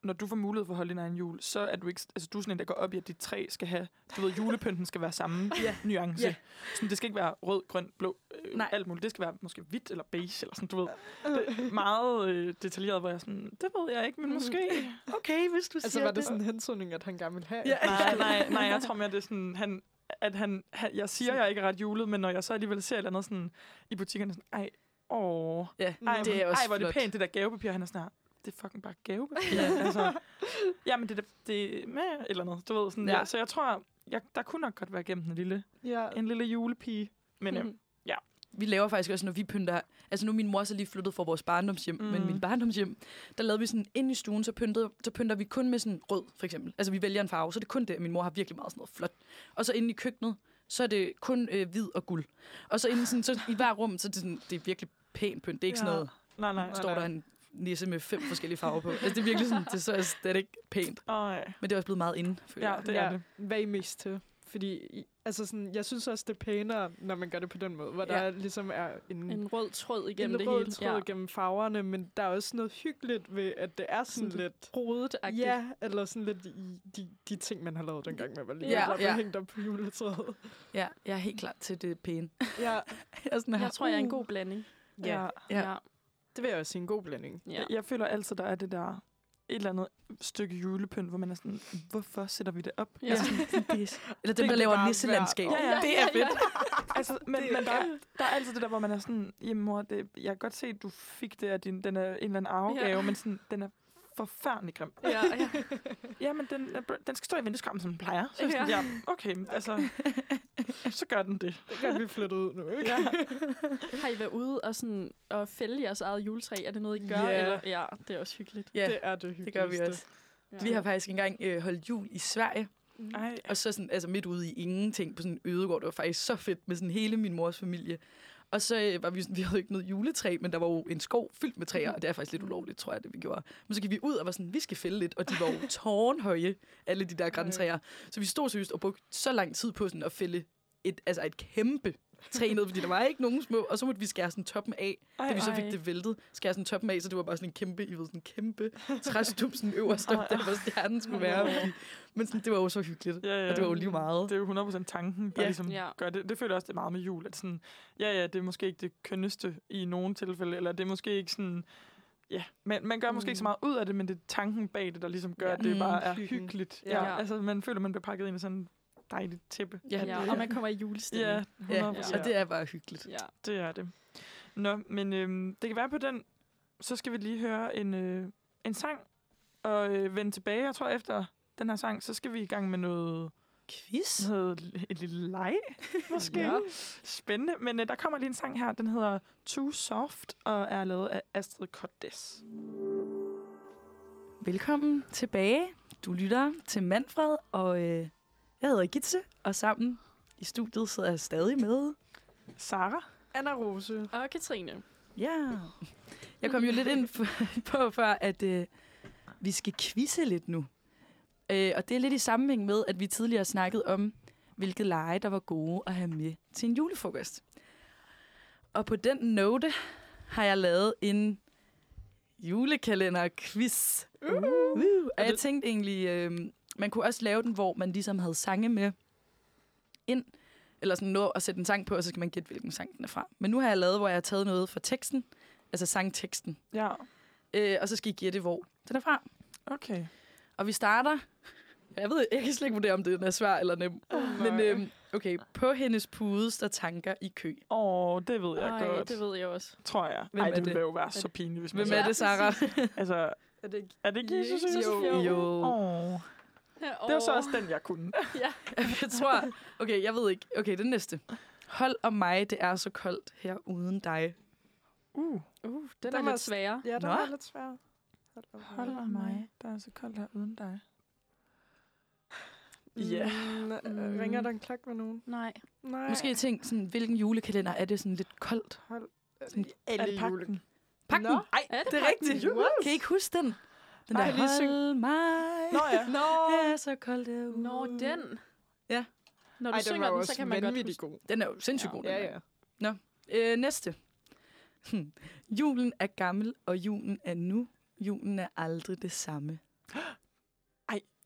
Speaker 5: når du får mulighed for at holde din egen jul, så er du ikke... Altså, du er sådan en, der går op i, at de tre skal have... Du ved, julepynten skal være samme
Speaker 3: Ja.
Speaker 5: nuance.
Speaker 3: Ja.
Speaker 5: Sådan, det skal ikke være rød, grøn, blå, øh,
Speaker 3: Nej.
Speaker 5: alt muligt. Det skal være måske hvidt eller beige, eller sådan, du ved. Det er meget øh, detaljeret, hvor jeg er sådan, det ved jeg
Speaker 3: Mm.
Speaker 5: ikke, men måske.
Speaker 3: Okay, hvis du
Speaker 2: Altså, var det sådan en hensynning, at han gerne ville have?
Speaker 3: Ja.
Speaker 5: nej, nej, nej, jeg tror mere, det er sådan, han, at han, han, jeg siger, jeg ikke er ret julet, men når jeg så alligevel ser et eller andet sådan, i butikkerne, sådan, ej, åh,
Speaker 3: Ja,
Speaker 5: ej,
Speaker 3: Mm, det er også
Speaker 5: ej, hvor er det
Speaker 3: flot.
Speaker 5: pænt, det der gavepapir, han er sådan her, det er fucking bare gavepapir.
Speaker 3: Ja.
Speaker 5: altså, jamen, det, er da- det er med et eller andet, du ved, sådan, ja.
Speaker 3: Ja.
Speaker 5: Ja, så jeg tror, jeg, der kunne nok godt være gemt en lille,
Speaker 2: ja.
Speaker 5: en lille julepige, men mm.
Speaker 3: Vi laver faktisk også, når vi pynter... Altså nu er min mor så lige flyttet fra vores barndomshjem, mm. men
Speaker 5: Mm.
Speaker 3: min barndomshjem, der lavede vi sådan ind i stuen, så, pyntede, så pynter vi kun med sådan rød, for eksempel. Altså vi vælger en farve, så er det kun det. Min mor har virkelig meget sådan noget flot. Og så inde i køkkenet, så er det kun øh, hvid og guld. Og så, inde sådan, så i hver rum, så er det, sådan, det er virkelig pænt pynt. Det er ikke ja. sådan
Speaker 5: Ja.
Speaker 3: noget,
Speaker 5: nej, nej.
Speaker 3: står der en nisse med fem forskellige farver på. Altså det er virkelig sådan, det er så stadig pænt.
Speaker 5: Ej,
Speaker 3: Men det er også blevet meget inde, føler
Speaker 5: ja,
Speaker 3: jeg.
Speaker 5: det er det.
Speaker 2: Hvad er I mest til? Fordi, I- altså sådan, jeg synes også, det er pænere, når man gør det på den måde, hvor ja.
Speaker 3: Ja.
Speaker 2: der ligesom er
Speaker 3: Mm.
Speaker 2: en, en,
Speaker 4: En rød tråd igennem
Speaker 2: en
Speaker 4: det
Speaker 2: rød
Speaker 4: hele.
Speaker 2: tråd ja. gennem farverne, men der er også noget hyggeligt ved, at det er sådan,
Speaker 4: Sådan
Speaker 2: sådan lidt...
Speaker 4: rodet ja.
Speaker 2: Ja, eller sådan lidt i de, de ting, man har lavet dengang, man var lige
Speaker 3: Ja,
Speaker 2: ja, ja.
Speaker 3: ja.
Speaker 2: hængt op på juletræet.
Speaker 3: Ja, jeg er helt klar til det pæne.
Speaker 2: ja,
Speaker 3: Jeg, er sådan her,
Speaker 4: Jeg tror, jeg er en
Speaker 3: uh.
Speaker 4: god blanding.
Speaker 3: Ja. Ja.
Speaker 4: ja.
Speaker 2: det vil jeg også sige en god blanding.
Speaker 4: ja.
Speaker 5: Jeg, jeg føler altid, der er det der et eller andet stykke julepynt, hvor man er sådan, hvorfor sætter vi det op?
Speaker 4: Ja.
Speaker 3: Altså, det er- Eller dem,
Speaker 2: Det
Speaker 3: der
Speaker 2: kan
Speaker 3: laver
Speaker 2: bare
Speaker 3: nisselandskab.
Speaker 5: være- Ja, ja.
Speaker 3: Det er fedt.
Speaker 5: Altså, men, men der, er- der er altid det der, hvor man er sådan, jamen mor, det, jeg kan godt se, at du fik det, og din, den er en eller anden arvegave, ja.
Speaker 4: Ja.
Speaker 5: men sådan, den er forfærdelig grim.
Speaker 4: ja, ja.
Speaker 5: Jamen, den, er br- den skal stå i vindueskampen, som den plejer. Så ja.
Speaker 4: Ja.
Speaker 5: sådan, ja, okay, men altså, så gør den det.
Speaker 2: Det kan vi flytte ud nu, ikke?
Speaker 5: Ja.
Speaker 4: Har I været ude og, sådan, og fælde jeres eget juletræ? Er det noget, I gør?
Speaker 2: Ja.
Speaker 4: Eller? Ja, det er også hyggeligt.
Speaker 3: Ja,
Speaker 2: Det er det hyggeligste.
Speaker 3: det gør vi også.
Speaker 4: Ja.
Speaker 3: Vi har faktisk engang øh, holdt jul i Sverige,
Speaker 5: Ej,
Speaker 3: og så sådan, altså midt ude i ingenting på sådan en ødegård. Det var faktisk så fedt med sådan hele min mors familie. Og så øh, var vi sådan, vi havde ikke noget juletræ, men der var jo en skov fyldt med træer, og det er faktisk lidt ulovligt, tror jeg, det vi gjorde. Men så gik vi ud og var sådan, vi skal fælde lidt, og de var jo tårnhøje, alle de der græntræer. Så vi stod seriøst og brugte så lang tid på sådan at fælde et, altså et kæmpe træ ned, fordi der var ikke nogen små, og så måtte vi skære sådan toppen af,
Speaker 5: ej,
Speaker 3: Da vi så
Speaker 4: Ej.
Speaker 3: fik det væltet, skar jeg sådan toppen af, så det var bare sådan en kæmpe, I ved, sådan en kæmpe træstup, sådan øverst op, der hvor stjernen skulle være. Fordi, men sådan, det var jo så hyggeligt.
Speaker 5: Ja, ja.
Speaker 3: Og det var jo lige meget.
Speaker 5: Det er jo 100% tanken, der ja.
Speaker 3: Ja.
Speaker 5: ligesom ja.
Speaker 4: Ja.
Speaker 5: gør det. Det føler jeg også, det er meget med jul. At sådan, ja, ja, det er måske ikke det kønneste i nogen tilfælde, eller det er måske ikke sådan... Ja, man, man gør måske mm. ikke så meget ud af det, men det er tanken bag det, der ligesom gør,
Speaker 4: Ja.
Speaker 5: at det
Speaker 3: Mm,
Speaker 5: bare er
Speaker 2: hyggen.
Speaker 5: hyggeligt. Ja.
Speaker 2: Ja.
Speaker 5: ja. Altså, man føler, man bliver pakket ind i sådan en dejlig tæppe.
Speaker 3: Ja,
Speaker 4: ja, og man kommer i julestemning.
Speaker 5: Ja, 100%. Ja.
Speaker 3: og det er bare hyggeligt.
Speaker 4: Ja.
Speaker 5: det er det. Nå, men øhm, det kan være på den, så skal vi lige høre en, øh, en sang, og øh, vende tilbage. Jeg tror, efter den her sang, så skal vi i gang med noget
Speaker 3: Quiz?
Speaker 5: noget, et lille leg, måske. ja.
Speaker 4: Ja.
Speaker 5: Spændende. Men uh, der kommer lige en sang her, den hedder Too Soft, og er lavet af Astrid Cordes.
Speaker 3: Velkommen tilbage. Du lytter til Manfred, og øh, jeg hedder Gitse, og sammen i studiet sidder jeg stadig med
Speaker 5: Sara?
Speaker 2: Anna Rose.
Speaker 4: Og Katrine.
Speaker 3: Ja. Jeg kom jo lidt ind f- på før, at øh, vi skal quizze lidt nu. Øh, og det er lidt i sammenhæng med, at vi tidligere snakkede om, hvilket lege, der var gode at have med til en julefrokost. Og på den note har jeg lavet en julekalender-quiz. Uh. Uh. Og jeg tænkte egentlig, øh, man kunne også lave den, hvor man ligesom havde sange med ind, eller sådan nå at sætte en sang på, og så skal man gætte, hvilken sang den er fra. Men nu har jeg lavet, hvor jeg har taget noget fra teksten, altså sangteksten,
Speaker 5: Ja,
Speaker 3: øh, og så skal I gætte, hvor den er fra.
Speaker 5: okay.
Speaker 3: Og vi starter... Jeg ved, jeg kan slet ikke vurdere, om den er svær eller nem. Oh, men øhm, okay, på hendes pude står tanker i kø.
Speaker 5: Åh, oh, det ved jeg Ej,
Speaker 4: Ej,
Speaker 5: godt,
Speaker 4: det ved jeg også.
Speaker 5: tror jeg.
Speaker 3: Hvem
Speaker 5: Ej,
Speaker 3: er
Speaker 5: det
Speaker 3: det?
Speaker 5: ville jo være så pinligt, hvis man
Speaker 3: Hvem
Speaker 5: sagde-
Speaker 3: er det, Sarah?
Speaker 5: Altså,
Speaker 4: Er det ikke?
Speaker 5: er det ikke Jesus?
Speaker 4: Jesus,
Speaker 5: Jesus?
Speaker 4: jo.
Speaker 3: Jo.
Speaker 5: Oh. Det var så også den, jeg kunne.
Speaker 3: Jeg tror... Okay, jeg ved ikke. Okay, den næste. Hold om mig, det er så koldt her uden dig.
Speaker 5: Uh,
Speaker 4: Uh, den
Speaker 2: Den
Speaker 4: er
Speaker 2: var
Speaker 4: lidt
Speaker 2: s-
Speaker 4: sværere.
Speaker 2: Ja, det
Speaker 3: Nå.
Speaker 2: var lidt svært. Hold op.
Speaker 5: hold af mig. Der er så koldt her uden dig. Ja.
Speaker 2: Mm, øh, ringer der en klok med nogen?
Speaker 4: Nej.
Speaker 2: Nej.
Speaker 3: Måske jeg tænkte sådan, hvilken julekalender er det sådan lidt koldt?
Speaker 2: Hold.
Speaker 3: Sådan,
Speaker 5: Er det
Speaker 2: pakken?
Speaker 5: pakken?
Speaker 3: Pak den!
Speaker 5: Nå.
Speaker 3: Ej,
Speaker 4: Er det
Speaker 3: det er rigtigt.
Speaker 2: Yes.
Speaker 3: Kan I ikke huske den? Den
Speaker 5: Ej,
Speaker 3: der,
Speaker 5: jeg lige syng-
Speaker 3: hold mig.
Speaker 5: Nå ja.
Speaker 4: Nå,
Speaker 3: Det er så koldt herude.
Speaker 4: Nå den.
Speaker 3: Ja.
Speaker 4: Når du
Speaker 2: Ej, den
Speaker 4: synger
Speaker 2: var
Speaker 4: den,
Speaker 2: også
Speaker 4: så kan man godt
Speaker 2: vanvittig
Speaker 4: huske.
Speaker 2: god.
Speaker 3: Den er jo sindssygt
Speaker 4: Ja.
Speaker 3: god, den
Speaker 2: Ja,
Speaker 3: der.
Speaker 2: ja.
Speaker 3: Øh, næste. Hm. Julen er gammel, og julen er nu. Julen er aldrig det samme.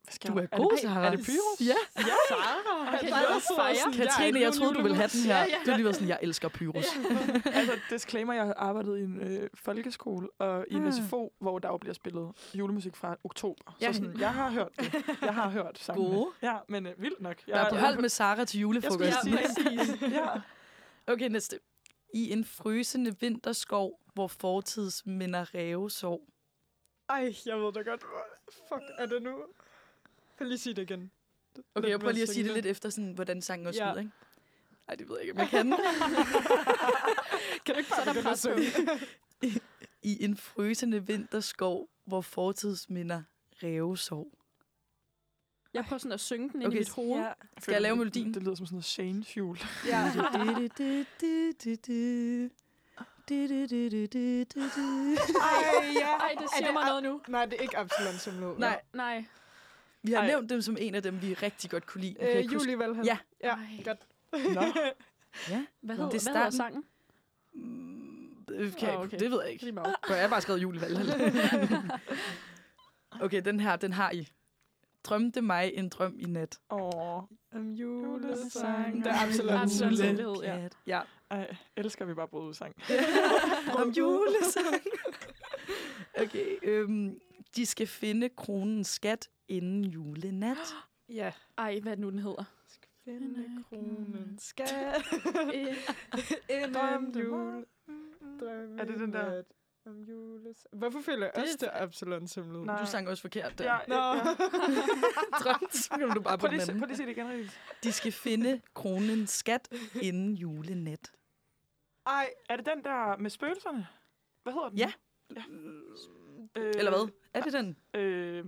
Speaker 5: Hvad sker der?
Speaker 3: god,
Speaker 5: det,
Speaker 3: Sarah.
Speaker 5: Er det Pyrus?
Speaker 3: Ja.
Speaker 5: ja.
Speaker 4: Okay,
Speaker 5: Altså,
Speaker 4: lad os
Speaker 5: jeg sidder
Speaker 4: fejre.
Speaker 5: sådan,
Speaker 3: Katrine,
Speaker 5: er
Speaker 3: jeg
Speaker 5: ikke
Speaker 3: troede, du
Speaker 5: nogen
Speaker 3: ville have den her.
Speaker 4: Ja,
Speaker 3: Ja,
Speaker 4: ja.
Speaker 3: ja. Det lyder sådan, jeg elsker Pyrus.
Speaker 5: julemand. altså, disclaimer, jeg har arbejdet i en øh, folkeskole og i en
Speaker 3: Mm.
Speaker 5: SFO, hvor der jo bliver spillet julemusik fra oktober.
Speaker 3: Ja.
Speaker 5: Så sådan, jeg har hørt det. Jeg har hørt sangene.
Speaker 3: Gode.
Speaker 5: Ja, men øh, vildt nok.
Speaker 3: Jeg er på hold med Sara til
Speaker 5: Jeg skulle
Speaker 3: julefrokost.
Speaker 5: lige sige det. Ja.
Speaker 3: Okay, næste. I en frysende vinterskov, hvor fortidsminder ræve sov.
Speaker 2: Ej, jeg ved da godt. Fuck, er det nu? Kan lige sige det igen.
Speaker 3: Okay, jeg prøver lige at sige det
Speaker 2: mere
Speaker 3: lidt efter, sådan, hvordan sangen også
Speaker 2: Ja.
Speaker 3: lyder, ikke? Nej, det ved jeg ikke, om jeg kan.
Speaker 2: Kan du ikke bare begynde at synge?
Speaker 3: I en frysende vinterskov, hvor fortidsminder ræve sov.
Speaker 4: Jeg prøver sådan at synge den ind i
Speaker 3: Okay,
Speaker 4: mit hoved.
Speaker 2: Ja.
Speaker 3: Skal jeg lave
Speaker 5: føler, det-
Speaker 3: melodien?
Speaker 5: Det lyder som sådan noget Shane's jul.
Speaker 2: ja. Ej, ja.
Speaker 4: Ej, det siger
Speaker 2: det
Speaker 4: mig
Speaker 2: ab-
Speaker 4: noget nu.
Speaker 2: Nej, det er ikke Absalon som lå.
Speaker 3: Nej,
Speaker 4: Nej.
Speaker 3: Vi har
Speaker 5: Ej.
Speaker 3: Ej. nævnt dem som en af dem, vi rigtig godt kunne lide. Nu kan jeg
Speaker 2: Øh,
Speaker 3: ikke
Speaker 2: Julie Valhall.
Speaker 3: Ja.
Speaker 2: Ja,
Speaker 4: Ej.
Speaker 2: godt.
Speaker 5: Nå.
Speaker 3: Ja.
Speaker 4: Hvad
Speaker 3: Nå. Det
Speaker 4: hedder,
Speaker 3: er
Speaker 4: hvad hedder
Speaker 3: starten.
Speaker 4: sangen?
Speaker 3: huske- Mm, det, kan jeg,
Speaker 4: Åh,
Speaker 3: okay.
Speaker 4: okay.
Speaker 3: det ved jeg ikke.
Speaker 4: Lige meget.
Speaker 3: For jeg har bare skrevet Julie Valhall. okay, den her, den har I. Drømte mig en drøm i nat.
Speaker 5: Åh,
Speaker 2: Om julesang.
Speaker 5: Julesang.
Speaker 2: Det er Absalon.
Speaker 4: Absalon.
Speaker 2: Jule.
Speaker 4: Juleklat. ja.
Speaker 3: ja.
Speaker 5: ej, elsker vi bare både sang.
Speaker 3: Om julesang. okay, øhm, de skal finde kronens skat inden julenat.
Speaker 2: Ja.
Speaker 4: Ej, hvad er det nu, den hedder?
Speaker 2: Finde kronen skal ind om jul. Drømme
Speaker 5: Er det den der?
Speaker 2: nat Om jules... Hvorfor føler jeg
Speaker 3: Det
Speaker 2: også,
Speaker 3: er-
Speaker 2: det er Absalon som lå?
Speaker 5: Nej.
Speaker 3: Du sang også forkert der.
Speaker 5: Ja,
Speaker 2: Nå.
Speaker 5: ja.
Speaker 3: Drømte, så kom du bare på
Speaker 5: Prøv
Speaker 3: den
Speaker 5: lige, prøv
Speaker 3: anden.
Speaker 5: lige at se det igen, Rikke.
Speaker 3: De skal finde kronens skat inden julenat.
Speaker 2: Ej,
Speaker 5: Er det den der med spøgelserne? Hvad hedder den?
Speaker 3: Ja.
Speaker 5: Øh,
Speaker 3: Eller hvad? Er det den?
Speaker 5: Øh,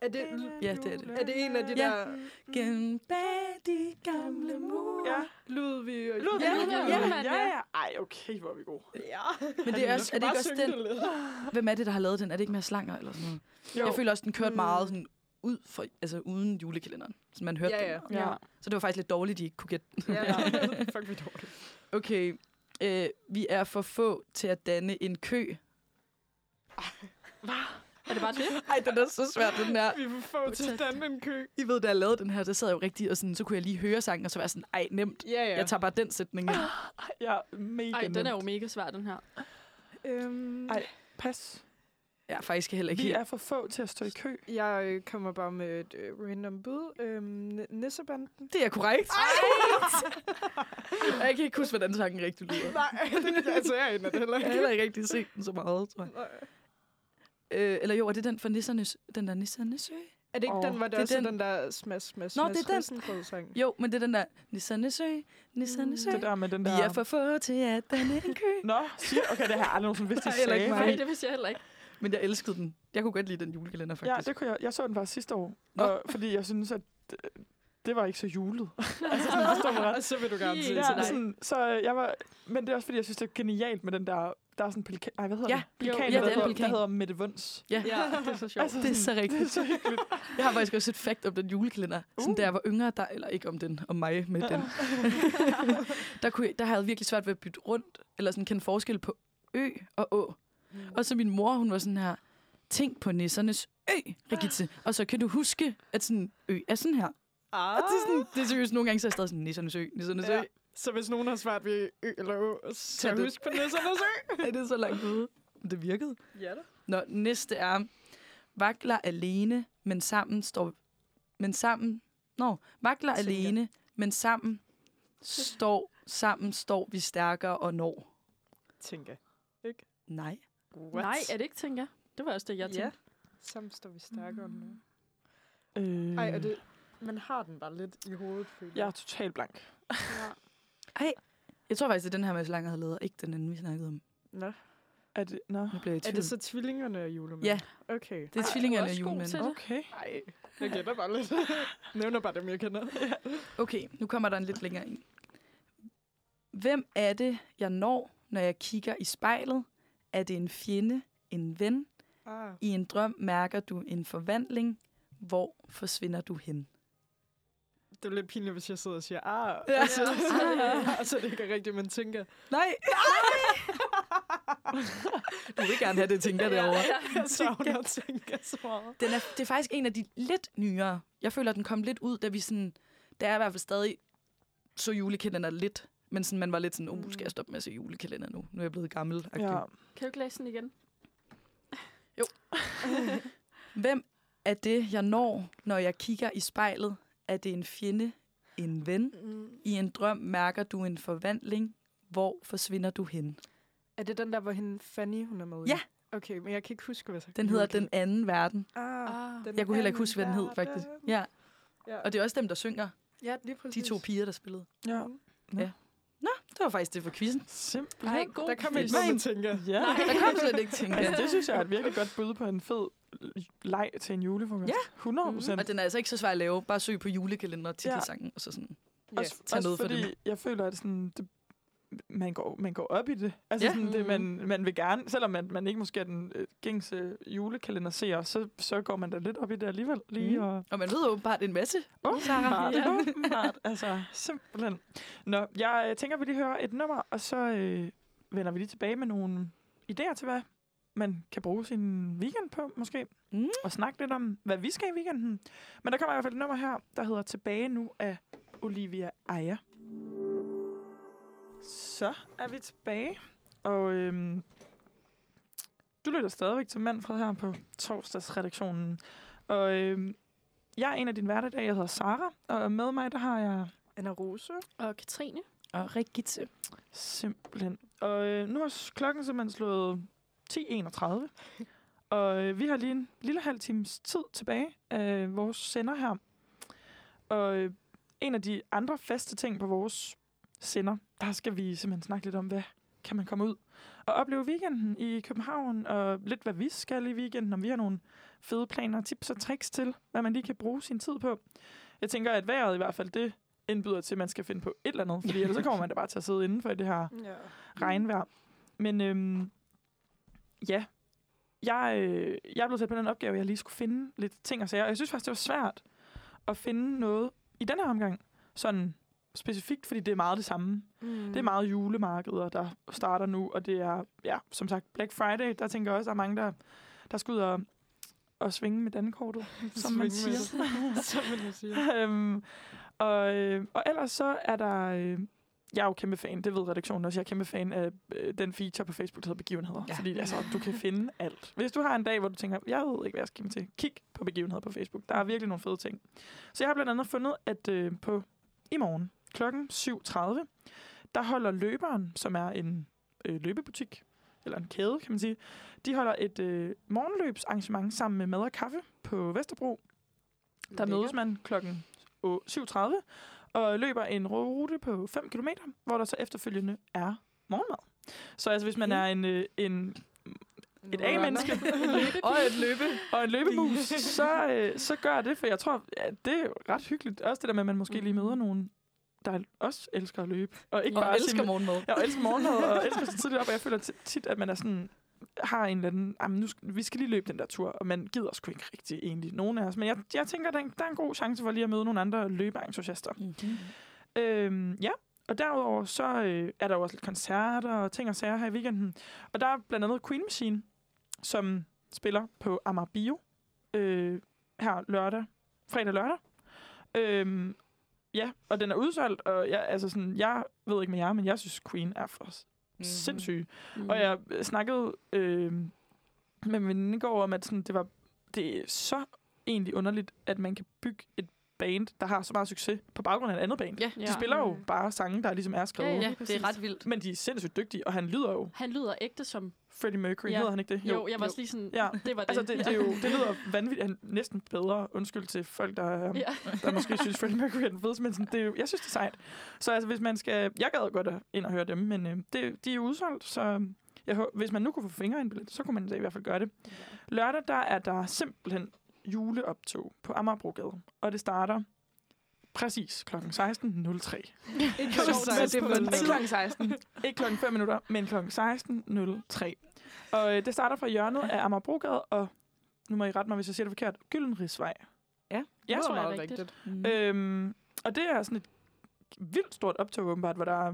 Speaker 2: er det...
Speaker 3: Ja, det er det.
Speaker 2: Er det en af de
Speaker 3: Ja.
Speaker 2: der...
Speaker 3: Gennem bag de gamle mure.
Speaker 5: Ja.
Speaker 2: Ludvig og...
Speaker 5: Lod,
Speaker 3: Ja,
Speaker 5: ja,
Speaker 3: ja,
Speaker 5: ja,
Speaker 4: mand,
Speaker 5: ja,
Speaker 4: ja.
Speaker 5: ja. Ej, okay, hvor er vi gode.
Speaker 2: Ja.
Speaker 3: Men det er, også, er det ikke også den?
Speaker 2: den?
Speaker 3: Hvem er det, der har lavet den? Er det ikke mere slanger eller sådan noget? Jo. Jeg føler også, den kørte
Speaker 2: Mm.
Speaker 3: meget sådan ud for, altså uden julekalenderen. Så man hørte
Speaker 2: Ja,
Speaker 3: den
Speaker 2: ja.
Speaker 3: meget. Så det var faktisk lidt dårligt, de ikke kunne gætte den.
Speaker 2: Ja, ja. Fuck, vi er dårlige.
Speaker 3: Okay, øh, vi er for få til at danne en kø.
Speaker 4: Er det bare det?
Speaker 3: Ej, den er så svær, den der.
Speaker 2: Vi får få til at danne en kø.
Speaker 3: I ved, da jeg lavede den her, der sad jeg jo rigtigt, og sådan, så kunne jeg lige høre sangen, og så var jeg sådan, ej, nemt.
Speaker 2: Ja, ja.
Speaker 3: Jeg tager bare den sætning ind.
Speaker 5: Ja, mega
Speaker 4: Ej, den er jo mega svær, den her.
Speaker 2: Øhm,
Speaker 5: Ej. Pas.
Speaker 3: Jeg er faktisk heller ikke
Speaker 5: Vi
Speaker 3: helt.
Speaker 5: er for få til at stå i kø.
Speaker 2: Jeg øh, kommer bare med et øh, random bud. Øhm, n- Nissebanden.
Speaker 3: Det er korrekt. jeg kan ikke huske, hvordan sangen rigtig lyder.
Speaker 2: Nej, altså jeg er en af det heller
Speaker 3: Jeg har heller ikke rigtig set den så meget, tror jeg. Øh, eller jo, er det den fra Nissernes, den der Nissernes Ø?
Speaker 2: Er det ikke
Speaker 5: Åh,
Speaker 2: den, hvor
Speaker 3: det
Speaker 2: der
Speaker 3: er
Speaker 2: også er
Speaker 3: den.
Speaker 2: den der smash, smash,
Speaker 3: Nå,
Speaker 2: smash,
Speaker 3: det er den.
Speaker 2: sang?
Speaker 3: Jo, men det er den der Nissernes Ø, Nissernes Ø.
Speaker 5: Det der med den
Speaker 3: Vi
Speaker 5: der...
Speaker 3: er for få til at danne en kø.
Speaker 5: Nå, siger, okay, det har jeg aldrig nogensinde vidst,
Speaker 3: Nej,
Speaker 5: I
Speaker 3: heller
Speaker 5: sagde.
Speaker 3: ikke mig.
Speaker 4: Nej,
Speaker 5: fordi-
Speaker 4: det vidste jeg heller ikke.
Speaker 3: Men jeg elskede den. Jeg kunne godt lide den julekalender,
Speaker 5: Ja,
Speaker 3: faktisk.
Speaker 5: det kunne jeg. Jeg så den faktisk sidste år,
Speaker 3: Nå.
Speaker 5: og, fordi jeg synes, at det, det var ikke så julet. altså, sådan, forstår du mig ret?
Speaker 2: Og så vil du gerne se
Speaker 4: Helt
Speaker 2: til
Speaker 5: Ja,
Speaker 4: nej.
Speaker 2: dig.
Speaker 5: sådan, så øh, jeg var, men det er også fordi, jeg synes, det er genialt med den der, der er sådan en pelikan, ej, hvad hedder
Speaker 3: Ja.
Speaker 5: den? Pelikan,
Speaker 4: Jo, ja,
Speaker 5: der,
Speaker 4: det er en
Speaker 5: hedder- der
Speaker 3: pelikan.
Speaker 5: hedder Mette Vunds.
Speaker 4: Ja, det er så sjovt.
Speaker 5: Altså,
Speaker 3: Det er
Speaker 5: sådan-
Speaker 3: så rigtigt.
Speaker 5: Det er så hyggeligt.
Speaker 3: Jeg har faktisk også et fakt om den julekalender. Sådan,
Speaker 5: Uh.
Speaker 3: da jeg var yngre, der, eller ikke om den, om mig med den. der, kunne, jeg- der havde jeg virkelig svært ved at bytte rundt, eller sådan kende forskel på ø og å. Og så min mor, hun var sådan her, tænk på nissernes ø, Rigitte. Og så kan du huske, at sådan, ø er sådan her.
Speaker 2: Ah.
Speaker 3: Og det er, sådan, det er seriøst, nogle gange så er jeg stadig sådan, nissernes ø, nissernes
Speaker 2: Ja.
Speaker 3: ø.
Speaker 2: Så hvis nogen har svaret ved ø eller ø, så
Speaker 3: Tag det.
Speaker 2: husk på nissernes ø.
Speaker 3: Er det så langt ude? Det virkede.
Speaker 2: Ja da.
Speaker 3: Nå, næste er, vakler alene, men sammen står... Men sammen... Nå, vakler
Speaker 2: Tænker.
Speaker 3: alene, men sammen står... Sammen står vi stærkere og når.
Speaker 2: Tænker.
Speaker 3: Nej.
Speaker 2: What?
Speaker 4: Nej, er det ikke, tænker jeg? Det var også det, jeg
Speaker 2: Ja.
Speaker 4: tænkte.
Speaker 2: Sammen står vi stærkere nu.
Speaker 3: Mm.
Speaker 5: Øh,
Speaker 2: Ej, er det... Man har den bare lidt i hovedet, føler
Speaker 5: Jeg er totalt blank.
Speaker 4: Ja.
Speaker 3: Jeg tror faktisk, det er den her, Mads Langer havde lavet, og ikke den anden, vi snakkede om.
Speaker 2: Nå.
Speaker 5: Er det, nå.
Speaker 3: Nu bliver jeg i
Speaker 2: Er
Speaker 3: tvivl.
Speaker 2: det så tvillingerne af julemanden?
Speaker 3: Ja.
Speaker 2: Okay.
Speaker 3: det er
Speaker 4: Ej,
Speaker 3: tvillingerne
Speaker 4: du er
Speaker 3: af
Speaker 4: også god
Speaker 3: julemanden.
Speaker 4: til det.
Speaker 5: Okay.
Speaker 2: Nej, jeg kender bare lidt. Nævner bare dem, jeg kender.
Speaker 3: Okay, nu kommer der en lidt længere en. Hvem er det, jeg når, når jeg kigger i spejlet? Er det en fjende, en ven?
Speaker 2: Ah.
Speaker 3: I en drøm mærker du en forvandling. Hvor forsvinder du hen?
Speaker 2: Det er lidt pinligt, hvis jeg sidder og siger, ah,
Speaker 3: Ja.
Speaker 2: ja. og, så,
Speaker 3: Ah.
Speaker 2: og så er det ikke rigtigt, man tænker.
Speaker 3: Nej! du vil gerne have det, tænker derovre.
Speaker 2: Jeg savner at tænke så meget.
Speaker 3: Den er, det er faktisk en af de lidt nyere. Jeg føler, den kom lidt ud, da vi sådan... Der er i hvert fald stadig så julekalender lidt. Men sådan, man var lidt sådan, oh, skal jeg stoppe med at se julekalender nu? Nu er jeg blevet gammel.
Speaker 5: Ja.
Speaker 4: Kan du ikke læse den igen?
Speaker 3: Hvem er det, jeg når, når jeg kigger i spejlet? Er det en fjende? En ven?
Speaker 2: Mm.
Speaker 3: I en drøm mærker du en forvandling. Hvor forsvinder du hen?
Speaker 2: Er det den der, hvor hende Fanny, hun er med i?
Speaker 3: Ja.
Speaker 2: Okay, men jeg kan ikke huske, hvad så
Speaker 3: Den hedder Den anden verden.
Speaker 2: Ah,
Speaker 4: Ah.
Speaker 2: den
Speaker 3: Jeg kunne heller ikke
Speaker 2: anden
Speaker 3: huske, hvad den hed,
Speaker 2: verden.
Speaker 3: faktisk. Ja.
Speaker 2: Ja.
Speaker 3: Og det er også dem, der synger.
Speaker 2: Ja, lige
Speaker 3: De
Speaker 2: præcis.
Speaker 3: to piger, der spillede.
Speaker 5: Ja.
Speaker 3: Det var faktisk det for quizzen.
Speaker 5: Simpelthen.
Speaker 4: Ej, god
Speaker 2: Der kom ikke
Speaker 4: quiz.
Speaker 2: noget, man tænker.
Speaker 5: Ja.
Speaker 3: Der kom slet ikke ting.
Speaker 5: Altså, det synes jeg er et virkelig godt bud på en fed leg til en julefrokost.
Speaker 3: Ja.
Speaker 5: 100
Speaker 4: Mhm.
Speaker 5: procent.
Speaker 3: Og den er altså ikke så svær at lave. Bare søg på julekalender til
Speaker 5: Ja.
Speaker 3: ja. sangen. Og så sådan.
Speaker 2: Ja.
Speaker 5: Også,
Speaker 3: tag
Speaker 5: også
Speaker 3: noget for
Speaker 5: fordi jeg føler, at sådan, det, man, går, man går op i det. Altså
Speaker 3: Ja. Mm.
Speaker 5: ja. sådan, det, man,
Speaker 4: Mhm.
Speaker 5: man vil gerne, selvom man, man ikke måske er den øh, gængse julekalender ser, så, så går man da lidt op i det alligevel lige.
Speaker 3: Mhm.
Speaker 5: Mm. Og,
Speaker 3: Og man ved åbenbart en masse.
Speaker 5: oh,
Speaker 3: Sarah.
Speaker 5: ja.
Speaker 3: Ja.
Speaker 5: åbenbart. Altså, simpelthen. Nå, jeg øh, tænker, vi lige hører et nummer, og så øh, vender vi lige tilbage med nogle idéer til, hvad man kan bruge sin weekend på, måske.
Speaker 3: Mm.
Speaker 5: Og snakke lidt om, hvad vi skal i weekenden. Men der kommer i hvert fald et nummer her, der hedder Tilbage nu af Olivia Ejer. Så er vi tilbage, og øhm, du lytter stadigvæk til Manfred her på torsdagsredaktionen. Og øhm, jeg er en af dine værter i dag, jeg hedder Sara, og med mig, der har jeg
Speaker 2: Anna Rose.
Speaker 4: Og Katrine?
Speaker 3: Og rigtigt.
Speaker 5: simpelthen... Og øh, nu er s- klokken simpelthen slået 10.31, og øh, vi har lige en lille halv times tid tilbage af vores sender her. Og øh, en af de andre faste ting på vores sender, der skal vi simpelthen snakke lidt om, hvad kan man komme ud og opleve weekenden i København, og lidt hvad vi skal i weekenden, om vi har nogle fede planer, tips og tricks til, hvad man lige kan bruge sin tid på. Jeg tænker, at vejret i hvert fald, det indbyder til, at man skal finde på et eller andet, fordi ellers så kommer man da bare til at sidde indenfor i det her
Speaker 2: Ja.
Speaker 5: regnvejr. Men øhm, ja, jeg, øh, jeg er blevet sat på den opgave, at jeg lige skulle finde lidt ting og sager. Og jeg synes faktisk, det var svært at finde noget i den her omgang, sådan specifikt, fordi det er meget det samme.
Speaker 2: Mm.
Speaker 5: Det er meget julemarkeder, der starter nu, og det er, ja, som sagt, Black Friday. Der tænker jeg også, at der er mange, der, der skal ud og, og svinge med dankortet, som man
Speaker 2: Svinge med
Speaker 5: siger.
Speaker 2: Mm. Som man siger.
Speaker 5: øhm, og, øh, og ellers så er der... Øh, jeg er jo kæmpe fan, det ved redaktionen også, jeg er kæmpe fan af øh, den feature på Facebook, der hedder begivenheder. Ja.
Speaker 3: Ja.
Speaker 5: Fordi altså, du kan finde alt. Hvis du har en dag, hvor du tænker, jeg ved ikke, hvad jeg skal med til, kig på begivenheder på Facebook. Der er virkelig nogle fede ting. Så jeg har blandt andet fundet, at øh, på i morgen kl. 7.30, der holder Løberen, som er en øh, løbebutik, eller en kæde, kan man sige, de holder et øh, morgenløbsarrangement sammen med mad og kaffe på Vesterbro. Der mødes man klokken å- 7.30 og løber en rute på 5 km, hvor der så efterfølgende er morgenmad. Så altså, hvis man er en, øh, en, et A-menneske og, et løbe, og en løbemus, så, øh, så gør det, for jeg tror, ja, det er jo ret hyggeligt. Også det der med, at man måske lige møder nogen, der også elsker at løbe. Og ikke
Speaker 3: Mm. Og
Speaker 5: bare
Speaker 3: elsker
Speaker 5: simpelthen-
Speaker 3: morgenmad.
Speaker 5: jeg elsker morgenmad, og elsker så tidligt op, og jeg føler ti- tit, at man er sådan, har en eller anden, jamen nu skal, vi skal lige løbe den der tur, og man gider sgu ikke rigtig egentlig nogen af os. Men jeg, jeg tænker, der er, en, der er en god chance for lige at møde nogle andre løbeentusiaster.
Speaker 3: Mm-hmm.
Speaker 5: Øhm, ja, og derudover så øh, er der jo også lidt koncerter og ting og sager her i weekenden. Og der er blandt andet Queen Machine, som spiller på Amager Bio øh, her lørdag, fredag lørdag. Øhm, ja, og den er udsolgt, og jeg, altså sådan, jeg ved ikke med jer, men jeg synes Queen er for
Speaker 4: Mm-hmm.
Speaker 3: Mhm.
Speaker 5: mm. sindssyg.
Speaker 4: Mm.
Speaker 5: Og jeg øh, snakkede øh, med min veninde i går om, at sådan, det, var, det er så egentlig underligt, at man kan bygge et band, der har så meget succes på baggrund af et andet band.
Speaker 3: Ja,
Speaker 5: De spiller jo
Speaker 2: Mm.
Speaker 5: bare sange, der ligesom er skrevet.
Speaker 4: Ja,
Speaker 3: ja,
Speaker 4: lige
Speaker 3: det
Speaker 4: præcis.
Speaker 3: er ret vildt.
Speaker 5: Men de er sindssygt dygtige, og han lyder jo
Speaker 4: Han lyder ægte som...
Speaker 5: Freddie Mercury.
Speaker 4: Ja.
Speaker 5: Hedder han ikke det?
Speaker 4: Jo, jo jeg var også lige sådan...
Speaker 5: Ja.
Speaker 4: Det var det.
Speaker 5: Altså, det, det, er jo, det lyder vanvittigt. Han er næsten bedre. Undskyld til folk, der, er-
Speaker 4: Ja.
Speaker 5: der måske synes, Freddie Mercury er den fedeste, men sådan, det er jo, jeg synes, det er sejt. Så altså, hvis man skal... Jeg gad godt at ind og høre dem, men øh, det, de er jo udsolgt, så jeg, hå- hvis man nu kunne få fingre i en billet, så kunne man da i hvert fald gøre det. Lørdag, der er der simpelthen juleoptog på Amagerbrogade, og det starter præcis kl. 16.03.
Speaker 2: Ikke sjovt,
Speaker 5: så tæt
Speaker 2: men det
Speaker 5: på
Speaker 2: var
Speaker 5: den tid.
Speaker 2: lige klokken 16.
Speaker 5: Ikke klokken 5 minutter, men klokken 16.03. Og øh, det starter fra hjørnet af Amagerbrogade, og nu må I rette mig, hvis jeg siger det forkert, Gyldenrigsvej.
Speaker 2: Ja,
Speaker 5: ja
Speaker 4: det
Speaker 5: tror
Speaker 4: tror
Speaker 5: jeg.
Speaker 4: jeg rigtigt.
Speaker 3: Mm.
Speaker 5: Øhm, og det er sådan et vildt stort optog, åbenbart, hvor der er,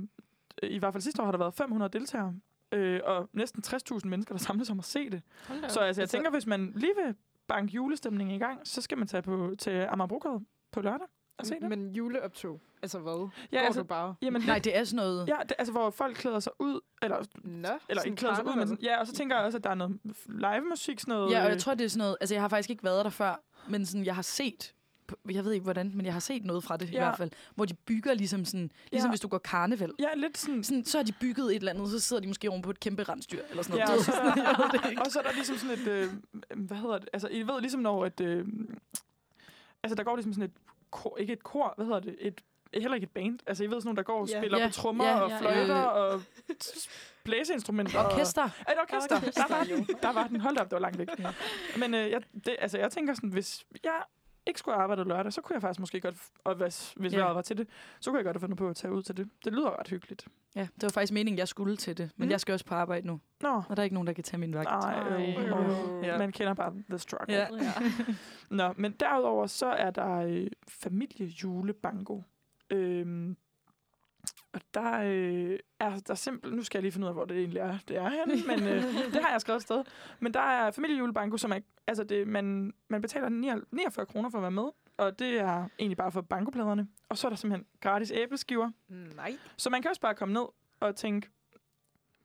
Speaker 5: i hvert fald sidste år har der været 500 deltagere, øh, og næsten 60.000 mennesker, der samles om at se det.
Speaker 4: Hold
Speaker 5: Så altså, jeg tænker, hvis man lige vil banke julestemningen i gang, så skal man tage på, til Amagerbrogade på lørdag og se det.
Speaker 2: Men juleoptog, altså hvad?
Speaker 5: ja,
Speaker 2: Går
Speaker 5: altså,
Speaker 2: du bare?
Speaker 5: jamen,
Speaker 3: Nej, det er sådan noget...
Speaker 5: ja, det, altså, hvor folk klæder sig ud, eller
Speaker 2: Nå,
Speaker 5: eller
Speaker 2: sådan
Speaker 5: ikke klæder sig ud, men
Speaker 2: karneval.
Speaker 5: sådan, ja, og så tænker jeg også, at der er noget live musik, sådan noget.
Speaker 3: Ja, og
Speaker 5: øh,
Speaker 3: jeg tror, det er sådan noget... Altså, jeg har faktisk ikke været der før, men sådan, jeg har set... Jeg ved ikke, hvordan, men jeg har set noget fra det ja.
Speaker 5: Ja.
Speaker 3: i hvert fald. Hvor de bygger ligesom sådan... Ligesom
Speaker 5: Ja.
Speaker 3: ja. hvis du går karneval.
Speaker 5: Ja, lidt sådan.
Speaker 3: Sådan, så har de bygget et eller andet, så sidder de måske oven på et kæmpe rensdyr, eller sådan
Speaker 5: Ja,
Speaker 3: noget.
Speaker 5: og, så,
Speaker 3: jeg ved det ikke.
Speaker 5: og så er der ligesom sådan et, øh, hvad hedder det, altså I ved ligesom når, at, øh, altså der går ligesom sådan et, kor, ikke et kor, hvad hedder det, et, heller ikke et band, altså I ved sådan nogle, der går og
Speaker 2: Ja.
Speaker 5: spiller
Speaker 3: Ja.
Speaker 5: på trommer
Speaker 3: Ja,
Speaker 5: og
Speaker 4: ja,
Speaker 5: fløjter
Speaker 3: ja.
Speaker 5: og s- blæseinstrumenter. og-
Speaker 3: Orkester.
Speaker 5: Ja, Et orkester. Der var den, der var den, hold da op, det var langt væk. Men øh, jeg, det, altså, jeg tænker sådan, hvis jeg ikke skulle arbejde lørdag, så kunne jeg faktisk måske godt, og hvis, hvis
Speaker 3: Ja.
Speaker 5: yeah. jeg var til det, så kunne jeg godt have fundet på at tage ud til det. Det lyder ret hyggeligt.
Speaker 3: Ja, det var faktisk meningen, jeg skulle til det. Men
Speaker 5: Mm.
Speaker 3: mm. jeg skal også på arbejde nu,
Speaker 5: Nå,
Speaker 3: og der er ikke nogen, der kan tage min vagt.
Speaker 5: nej.
Speaker 4: Ej.
Speaker 5: Øh, øh,
Speaker 3: Ja.
Speaker 5: Man kender bare the struggle.
Speaker 3: Ja.
Speaker 4: Ja.
Speaker 5: Nå, men derudover så er der øh, familiejulebango. Øhm, og der øh, er der simpelthen... Nu skal jeg lige finde ud af, hvor det egentlig er, det er henne, men øh, det har jeg skrevet et sted. Men der er familiejulebanko, som er... Altså, det, man, man betaler 49 49 kroner for at være med, og det er egentlig bare for bankopladerne. Og så er der simpelthen gratis æbleskiver.
Speaker 2: Nej.
Speaker 5: Så man kan også bare komme ned og tænke,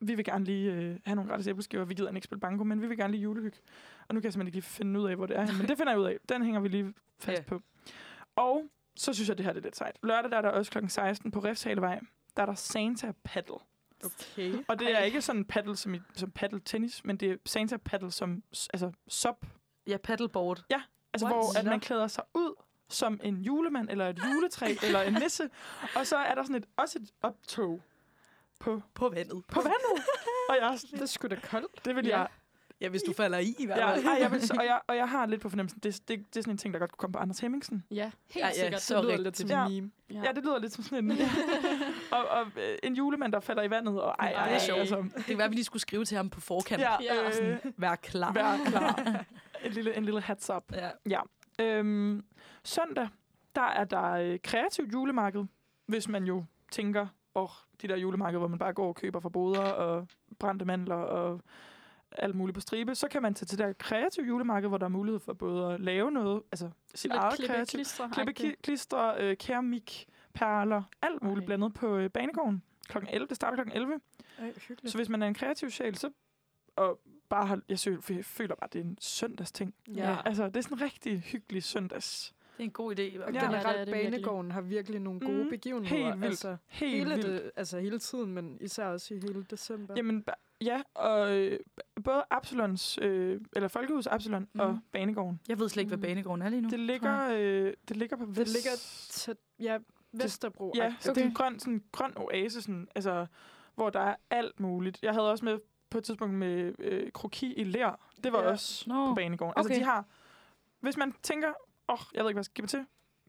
Speaker 5: vi vil gerne lige øh, have nogle gratis æbleskiver, vi gider ikke spille banko, men vi vil gerne lige julehygge. Og nu kan jeg simpelthen ikke lige finde ud af, hvor det er, henne, men det finder jeg ud af. Den hænger vi lige fast
Speaker 3: Ja.
Speaker 5: på. Og så synes jeg, det her det er lidt sejt. Lørdag der er der også kl. 16 på Refshalevej, der er der Santa Paddle.
Speaker 2: Okay.
Speaker 5: Og det er ikke sådan paddle som, i, som paddle tennis, men det er Santa Paddle som s- altså sop.
Speaker 3: Ja, paddleboard.
Speaker 5: Altså
Speaker 3: What?
Speaker 5: hvor at
Speaker 3: Nå.
Speaker 5: man klæder sig ud som en julemand, eller et juletræ, eller en nisse. Og så er der sådan et, også et optog på
Speaker 3: På vandet.
Speaker 5: på vandet. Og jeg, er
Speaker 2: Det
Speaker 5: sådan,
Speaker 2: er sgu da koldt.
Speaker 5: det vil
Speaker 4: Ja.
Speaker 5: jeg...
Speaker 3: Ja, hvis du falder i i hvert
Speaker 5: Ja,
Speaker 3: fald.
Speaker 5: ej, jeg vil, så- og, jeg, og jeg har lidt på fornemmelsen, det, det, det er sådan en ting, der godt kunne komme på Anders Hemmingsen.
Speaker 4: ja, helt
Speaker 3: Ja, ja,
Speaker 4: sikkert.
Speaker 3: så
Speaker 4: Det lyder
Speaker 3: rigtigt.
Speaker 4: lidt som
Speaker 5: Ja.
Speaker 4: en meme.
Speaker 5: Ja. ja, det lyder lidt som sådan en... Ja. og, og øh, en julemand, der falder i vandet, og ej,
Speaker 3: Ej,
Speaker 5: ej,
Speaker 3: det er sjovt.
Speaker 5: Altså,
Speaker 3: Det kan være, at vi lige skulle skrive til ham på forkant.
Speaker 5: ja,
Speaker 4: Ja.
Speaker 5: øh,
Speaker 3: Vær klar.
Speaker 5: vær klar. En lille, en lille hats up.
Speaker 3: Ja.
Speaker 5: Øhm, søndag, der er der øh, kreativt julemarked, hvis man jo tænker, åh, oh, de der julemarked, hvor man bare går og køber fra boder og brændte mandler og alt muligt på stribe, så kan man tage til det der kreative julemarked, hvor der er mulighed for både at lave noget, altså sit
Speaker 4: Lidt
Speaker 5: eget
Speaker 4: klippe
Speaker 5: kreativt,
Speaker 4: klistre
Speaker 5: klippe kli- klister, øh, keramik, perler, alt muligt
Speaker 4: Ej.
Speaker 5: blandet på øh, banegården. Klokken 11, det starter klokken 11.
Speaker 2: Ej, hyggeligt.
Speaker 5: Så hvis man er en kreativ sjæl, så og bare har, jeg sø- f- føler bare, at det er en søndagsting.
Speaker 3: Ja.
Speaker 5: Altså, det er sådan en rigtig hyggelig søndags.
Speaker 3: Det er en god idé. i
Speaker 2: Og
Speaker 3: hvert fald.
Speaker 5: Ja.
Speaker 4: Ja,
Speaker 2: generelt,
Speaker 4: det er det
Speaker 2: Banegården har virkelig nogle gode
Speaker 5: Mhm.
Speaker 2: begivenheder.
Speaker 5: Helt vildt.
Speaker 2: Altså,
Speaker 5: Helt
Speaker 2: hele,
Speaker 5: vildt.
Speaker 2: det, altså hele tiden, men især også i hele december.
Speaker 5: Jamen, ba- ja, og øh, b- både Absalons, øh, eller Folkehus Absalon mm.
Speaker 3: Mhm.
Speaker 5: og Banegården.
Speaker 3: Jeg ved slet ikke, hvad
Speaker 2: Mm.
Speaker 3: banegården er lige nu.
Speaker 5: Det ligger, øh, det ligger på vest.
Speaker 2: det ligger tæt, ja, Vesterbro.
Speaker 5: Ja, så det er en grøn, sådan, grøn oase, sådan, altså, hvor der er alt muligt. Jeg havde også med på et tidspunkt med øh, kroki i lær. Det var
Speaker 2: Ja.
Speaker 5: ja. også
Speaker 3: Nå.
Speaker 5: på banegården. Okay.
Speaker 3: Okay.
Speaker 5: Altså, de har... Hvis man tænker, åh, oh, jeg ved ikke, hvad jeg skal give mig til,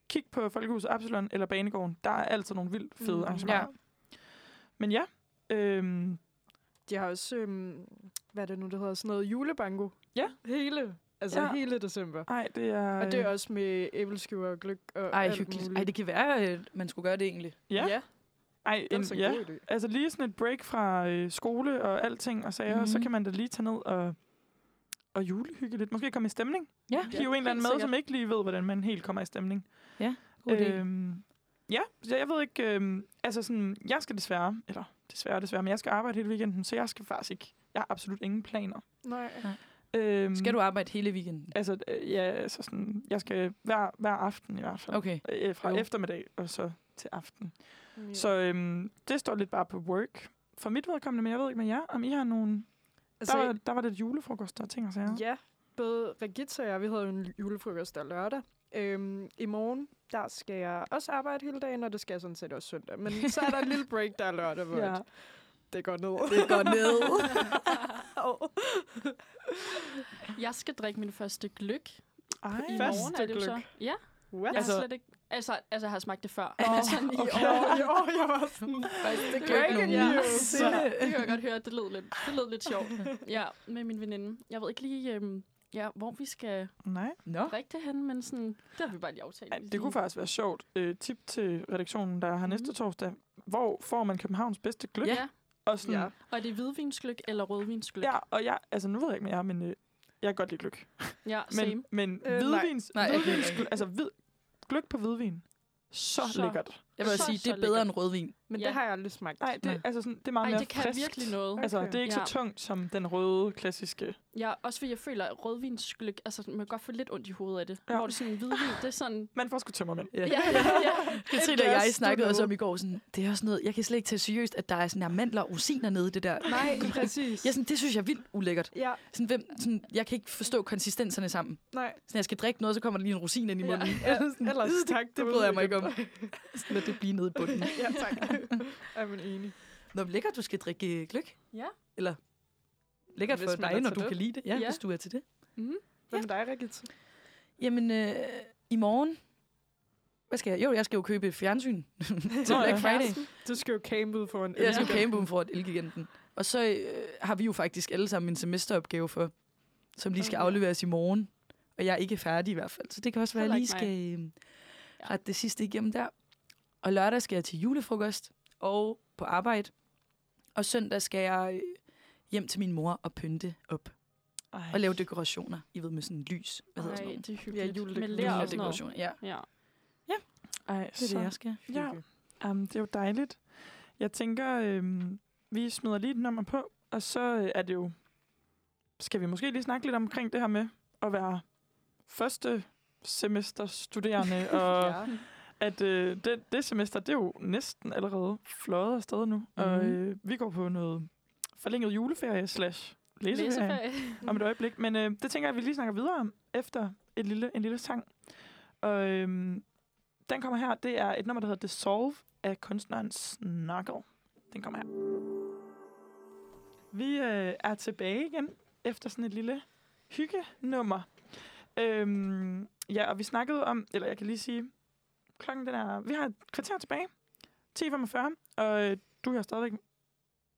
Speaker 5: kig på Folkehuset Absalon eller Banegården. Der er altid nogle vildt fede
Speaker 2: Mm.
Speaker 5: mm, arrangementer.
Speaker 3: Ja.
Speaker 5: Ja. Men ja, øhm,
Speaker 2: De har også, øhm, hvad er det nu, det hedder, sådan noget julebango.
Speaker 5: Ja.
Speaker 2: Hele, altså
Speaker 5: Ja.
Speaker 2: ja. hele december.
Speaker 5: ej, det er...
Speaker 2: Og det
Speaker 5: øh,
Speaker 2: er også med æbleskiver og gløk og
Speaker 3: Ej,
Speaker 2: alt
Speaker 3: hyggeligt.
Speaker 2: muligt.
Speaker 3: Ej, det kan være, at man skulle gøre det egentlig.
Speaker 5: Ja.
Speaker 2: ja.
Speaker 5: Ej,
Speaker 2: Det er
Speaker 5: en,
Speaker 2: altså en
Speaker 5: ja.
Speaker 2: god idé.
Speaker 5: Altså lige sådan et break fra øh, skole og alting og sager, mm-hmm. så
Speaker 3: Mhm.
Speaker 5: kan man da lige tage ned og, og julehygge lidt. Måske komme i stemning.
Speaker 3: Ja.
Speaker 5: hive en eller anden med,
Speaker 3: helt
Speaker 5: som ikke lige ved, hvordan man helt kommer i stemning.
Speaker 3: Ja. God idé.
Speaker 5: Øhm, ja, så jeg ved ikke, øhm, altså sådan, jeg skal desværre, eller desværre, desværre, men jeg skal arbejde hele weekenden, så jeg skal faktisk ikke, jeg har absolut ingen planer.
Speaker 2: Nej.
Speaker 5: Øhm,
Speaker 3: Skal du arbejde hele weekenden?
Speaker 5: Altså, øh, ja, altså sådan, jeg skal hver, hver aften i hvert fald.
Speaker 3: Okay.
Speaker 5: Øh, fra
Speaker 3: Jo.
Speaker 5: jo. eftermiddag og så til aften.
Speaker 2: Ja.
Speaker 5: Ja. Så øhm, det står lidt bare på work. For mit vedkommende, men jeg ved ikke med jer, om I har nogen... Altså, der, var, der var lidt julefrokost og ting og sager.
Speaker 2: Ja, både Regitta og jeg, vi havde jo en julefrokost der lørdag. Øhm, I morgen, der skal jeg også arbejde hele dagen, og det skal jeg sådan set også søndag. Men så er der en lille break der lørdag, hvor ja. det går ned.
Speaker 3: Det går ned.
Speaker 4: Jeg skal drikke min første gløk.
Speaker 5: Ej,
Speaker 4: I
Speaker 5: fast.
Speaker 4: morgen er det jo så.
Speaker 2: gløgg.
Speaker 4: Ja,
Speaker 2: What?
Speaker 4: jeg
Speaker 2: Altså,
Speaker 4: altså, har slet ikke... Altså, altså, jeg har smagt det før.
Speaker 2: Åh,
Speaker 4: altså, i
Speaker 2: okay.
Speaker 4: år.
Speaker 2: Jo, jo, jeg var sådan...
Speaker 3: Det
Speaker 2: gør ikke nogen.
Speaker 4: ja.
Speaker 2: news.
Speaker 4: Så, det kan jeg godt høre, det lød lidt, det lød lidt sjovt. Ja, med min veninde. Jeg ved ikke lige, øhm, ja, hvor vi skal
Speaker 5: Nej.
Speaker 3: Nå.
Speaker 4: drikke det hen, men sådan, det har vi bare lige aftalt.
Speaker 5: Ej,
Speaker 4: vi
Speaker 5: det kunne
Speaker 4: lige-
Speaker 5: faktisk være sjovt. Øh, tip til redaktionen, der har næste
Speaker 4: Mhm.
Speaker 5: torsdag. Hvor får man Københavns bedste gløb?
Speaker 4: Ja,
Speaker 5: Og, sådan,
Speaker 2: Ja.
Speaker 5: ja.
Speaker 4: og er det hvidvinsgløk eller rødvinsgløk?
Speaker 5: ja, og jeg, altså nu ved jeg ikke med jer, men øh, jeg kan godt lide gløb.
Speaker 4: ja same.
Speaker 5: Men, men
Speaker 2: Øh, nej.
Speaker 5: øh, hvidvins,
Speaker 3: Nej,
Speaker 5: nej.
Speaker 3: jeg kan
Speaker 5: hvidvins
Speaker 3: ikke.
Speaker 5: gløb, altså hvid, gløb på hvidvin. Så,
Speaker 4: Så.
Speaker 5: så. lækkert.
Speaker 3: Jeg vil
Speaker 4: Så-
Speaker 3: sige,
Speaker 4: så
Speaker 3: det er bedre
Speaker 4: lækkert.
Speaker 3: end rødvin.
Speaker 2: Men
Speaker 4: Ja.
Speaker 2: det har jeg aldrig smagt.
Speaker 5: Nej, det,
Speaker 3: Nej.
Speaker 5: altså sådan, det er meget
Speaker 4: Ej,
Speaker 5: mere
Speaker 4: det kan
Speaker 5: friskt.
Speaker 4: virkelig noget.
Speaker 5: Altså, det er ikke
Speaker 4: Ja.
Speaker 5: så tungt som den røde, klassiske.
Speaker 4: Ja, også fordi jeg føler, at rødvinsgløk, altså man kan godt få lidt ondt i hovedet af det. Ja.
Speaker 5: Ja.
Speaker 4: Hvor det sådan hvidvin, det er sådan...
Speaker 5: Man får sgu tømmermænd.
Speaker 3: Ja.
Speaker 4: Ja, ja, ja.
Speaker 3: Katrine og
Speaker 2: glas,
Speaker 3: jeg
Speaker 2: du
Speaker 3: snakkede også
Speaker 2: ved.
Speaker 3: om i går, sådan, det er også noget, jeg kan slet ikke tage seriøst, at der er sådan mandler og rosiner nede i det der.
Speaker 2: Nej, præcis.
Speaker 3: Ja, sådan, det synes jeg er vildt ulækkert.
Speaker 2: Ja,
Speaker 3: Sådan, hvem, sådan, jeg kan ikke forstå konsistenserne sammen.
Speaker 2: nej.
Speaker 3: Sådan, jeg skal drikke noget, så kommer der lige en rosin ind i
Speaker 4: Ja.
Speaker 3: munden.
Speaker 2: Ja,
Speaker 3: sådan,
Speaker 2: Ellers tak.
Speaker 3: det
Speaker 2: ved
Speaker 3: bryder jeg mig ikke om. Sådan, lad det blive nede i bunden.
Speaker 2: Ja, tak. er man enig.
Speaker 3: Nå, men lækkert, du skal drikke øh, gløk.
Speaker 4: Ja.
Speaker 3: Eller lækkert
Speaker 2: Hvis
Speaker 3: for
Speaker 2: man er
Speaker 3: dig, når
Speaker 2: til
Speaker 3: du
Speaker 2: det.
Speaker 3: kan lide det. Ja,
Speaker 4: Ja.
Speaker 3: hvis du er til det.
Speaker 4: Mm.
Speaker 2: Hvad med dig, Regitta?
Speaker 3: Jamen, øh, i morgen, hvad skal jeg? Jo, jeg skal jo købe fjernsyn til
Speaker 5: Nå, ja.
Speaker 3: Black Friday.
Speaker 2: Du skal jo campe ud foran
Speaker 3: Jeg skal
Speaker 4: Ja.
Speaker 3: jo campe ud for Ligesom et elgiganten. Og så øh, har vi jo faktisk alle sammen en semesteropgave for, som lige skal
Speaker 2: Okay.
Speaker 3: afleveres i morgen. Og jeg er ikke færdig i hvert fald. Så det kan også være, at jeg lige
Speaker 4: Heller
Speaker 3: skal øh, rette det sidste igennem der. Og lørdag skal jeg til julefrokost og på arbejde. Og søndag skal jeg øh, hjem til min mor og pynte op.
Speaker 5: Ej.
Speaker 3: Og lave dekorationer. I ved, med sådan lys. Hvad hedder sådan
Speaker 4: Ej,
Speaker 3: noget?
Speaker 4: det er hyggeligt.
Speaker 2: Ja,
Speaker 4: Med
Speaker 2: juledekoration.
Speaker 4: lær og sådan noget.
Speaker 3: Juledekorationer, Ja,
Speaker 4: Ja.
Speaker 5: Ej,
Speaker 3: det er det, jeg
Speaker 5: så,
Speaker 3: skal.
Speaker 5: ja, um, det er jo dejligt. Jeg tænker, øhm, vi smider lige et nummer på, og så øh, er det jo... Skal vi måske lige snakke lidt omkring det her med at være første semester studerende, og
Speaker 2: Ja.
Speaker 5: at øh, det, det semester, det er jo næsten allerede fløjet afsted nu, og
Speaker 3: Mhm.
Speaker 5: øh, vi går på noget forlænget juleferie slash læseferie.
Speaker 4: Læseferie.
Speaker 5: om et øjeblik. Men øh, det tænker jeg, at vi lige snakker videre om efter et lille, en lille sang. Og øhm, den kommer her. Det er et nummer, der hedder Dissolve af kunstneren Snuggle. Den kommer her. Vi øh, er tilbage igen efter sådan et lille hyggenummer. Øhm, ja, og vi snakkede om, eller jeg kan lige sige, klokken den er, vi har et kvarter tilbage. 10.45, og øh, du hører stadigvæk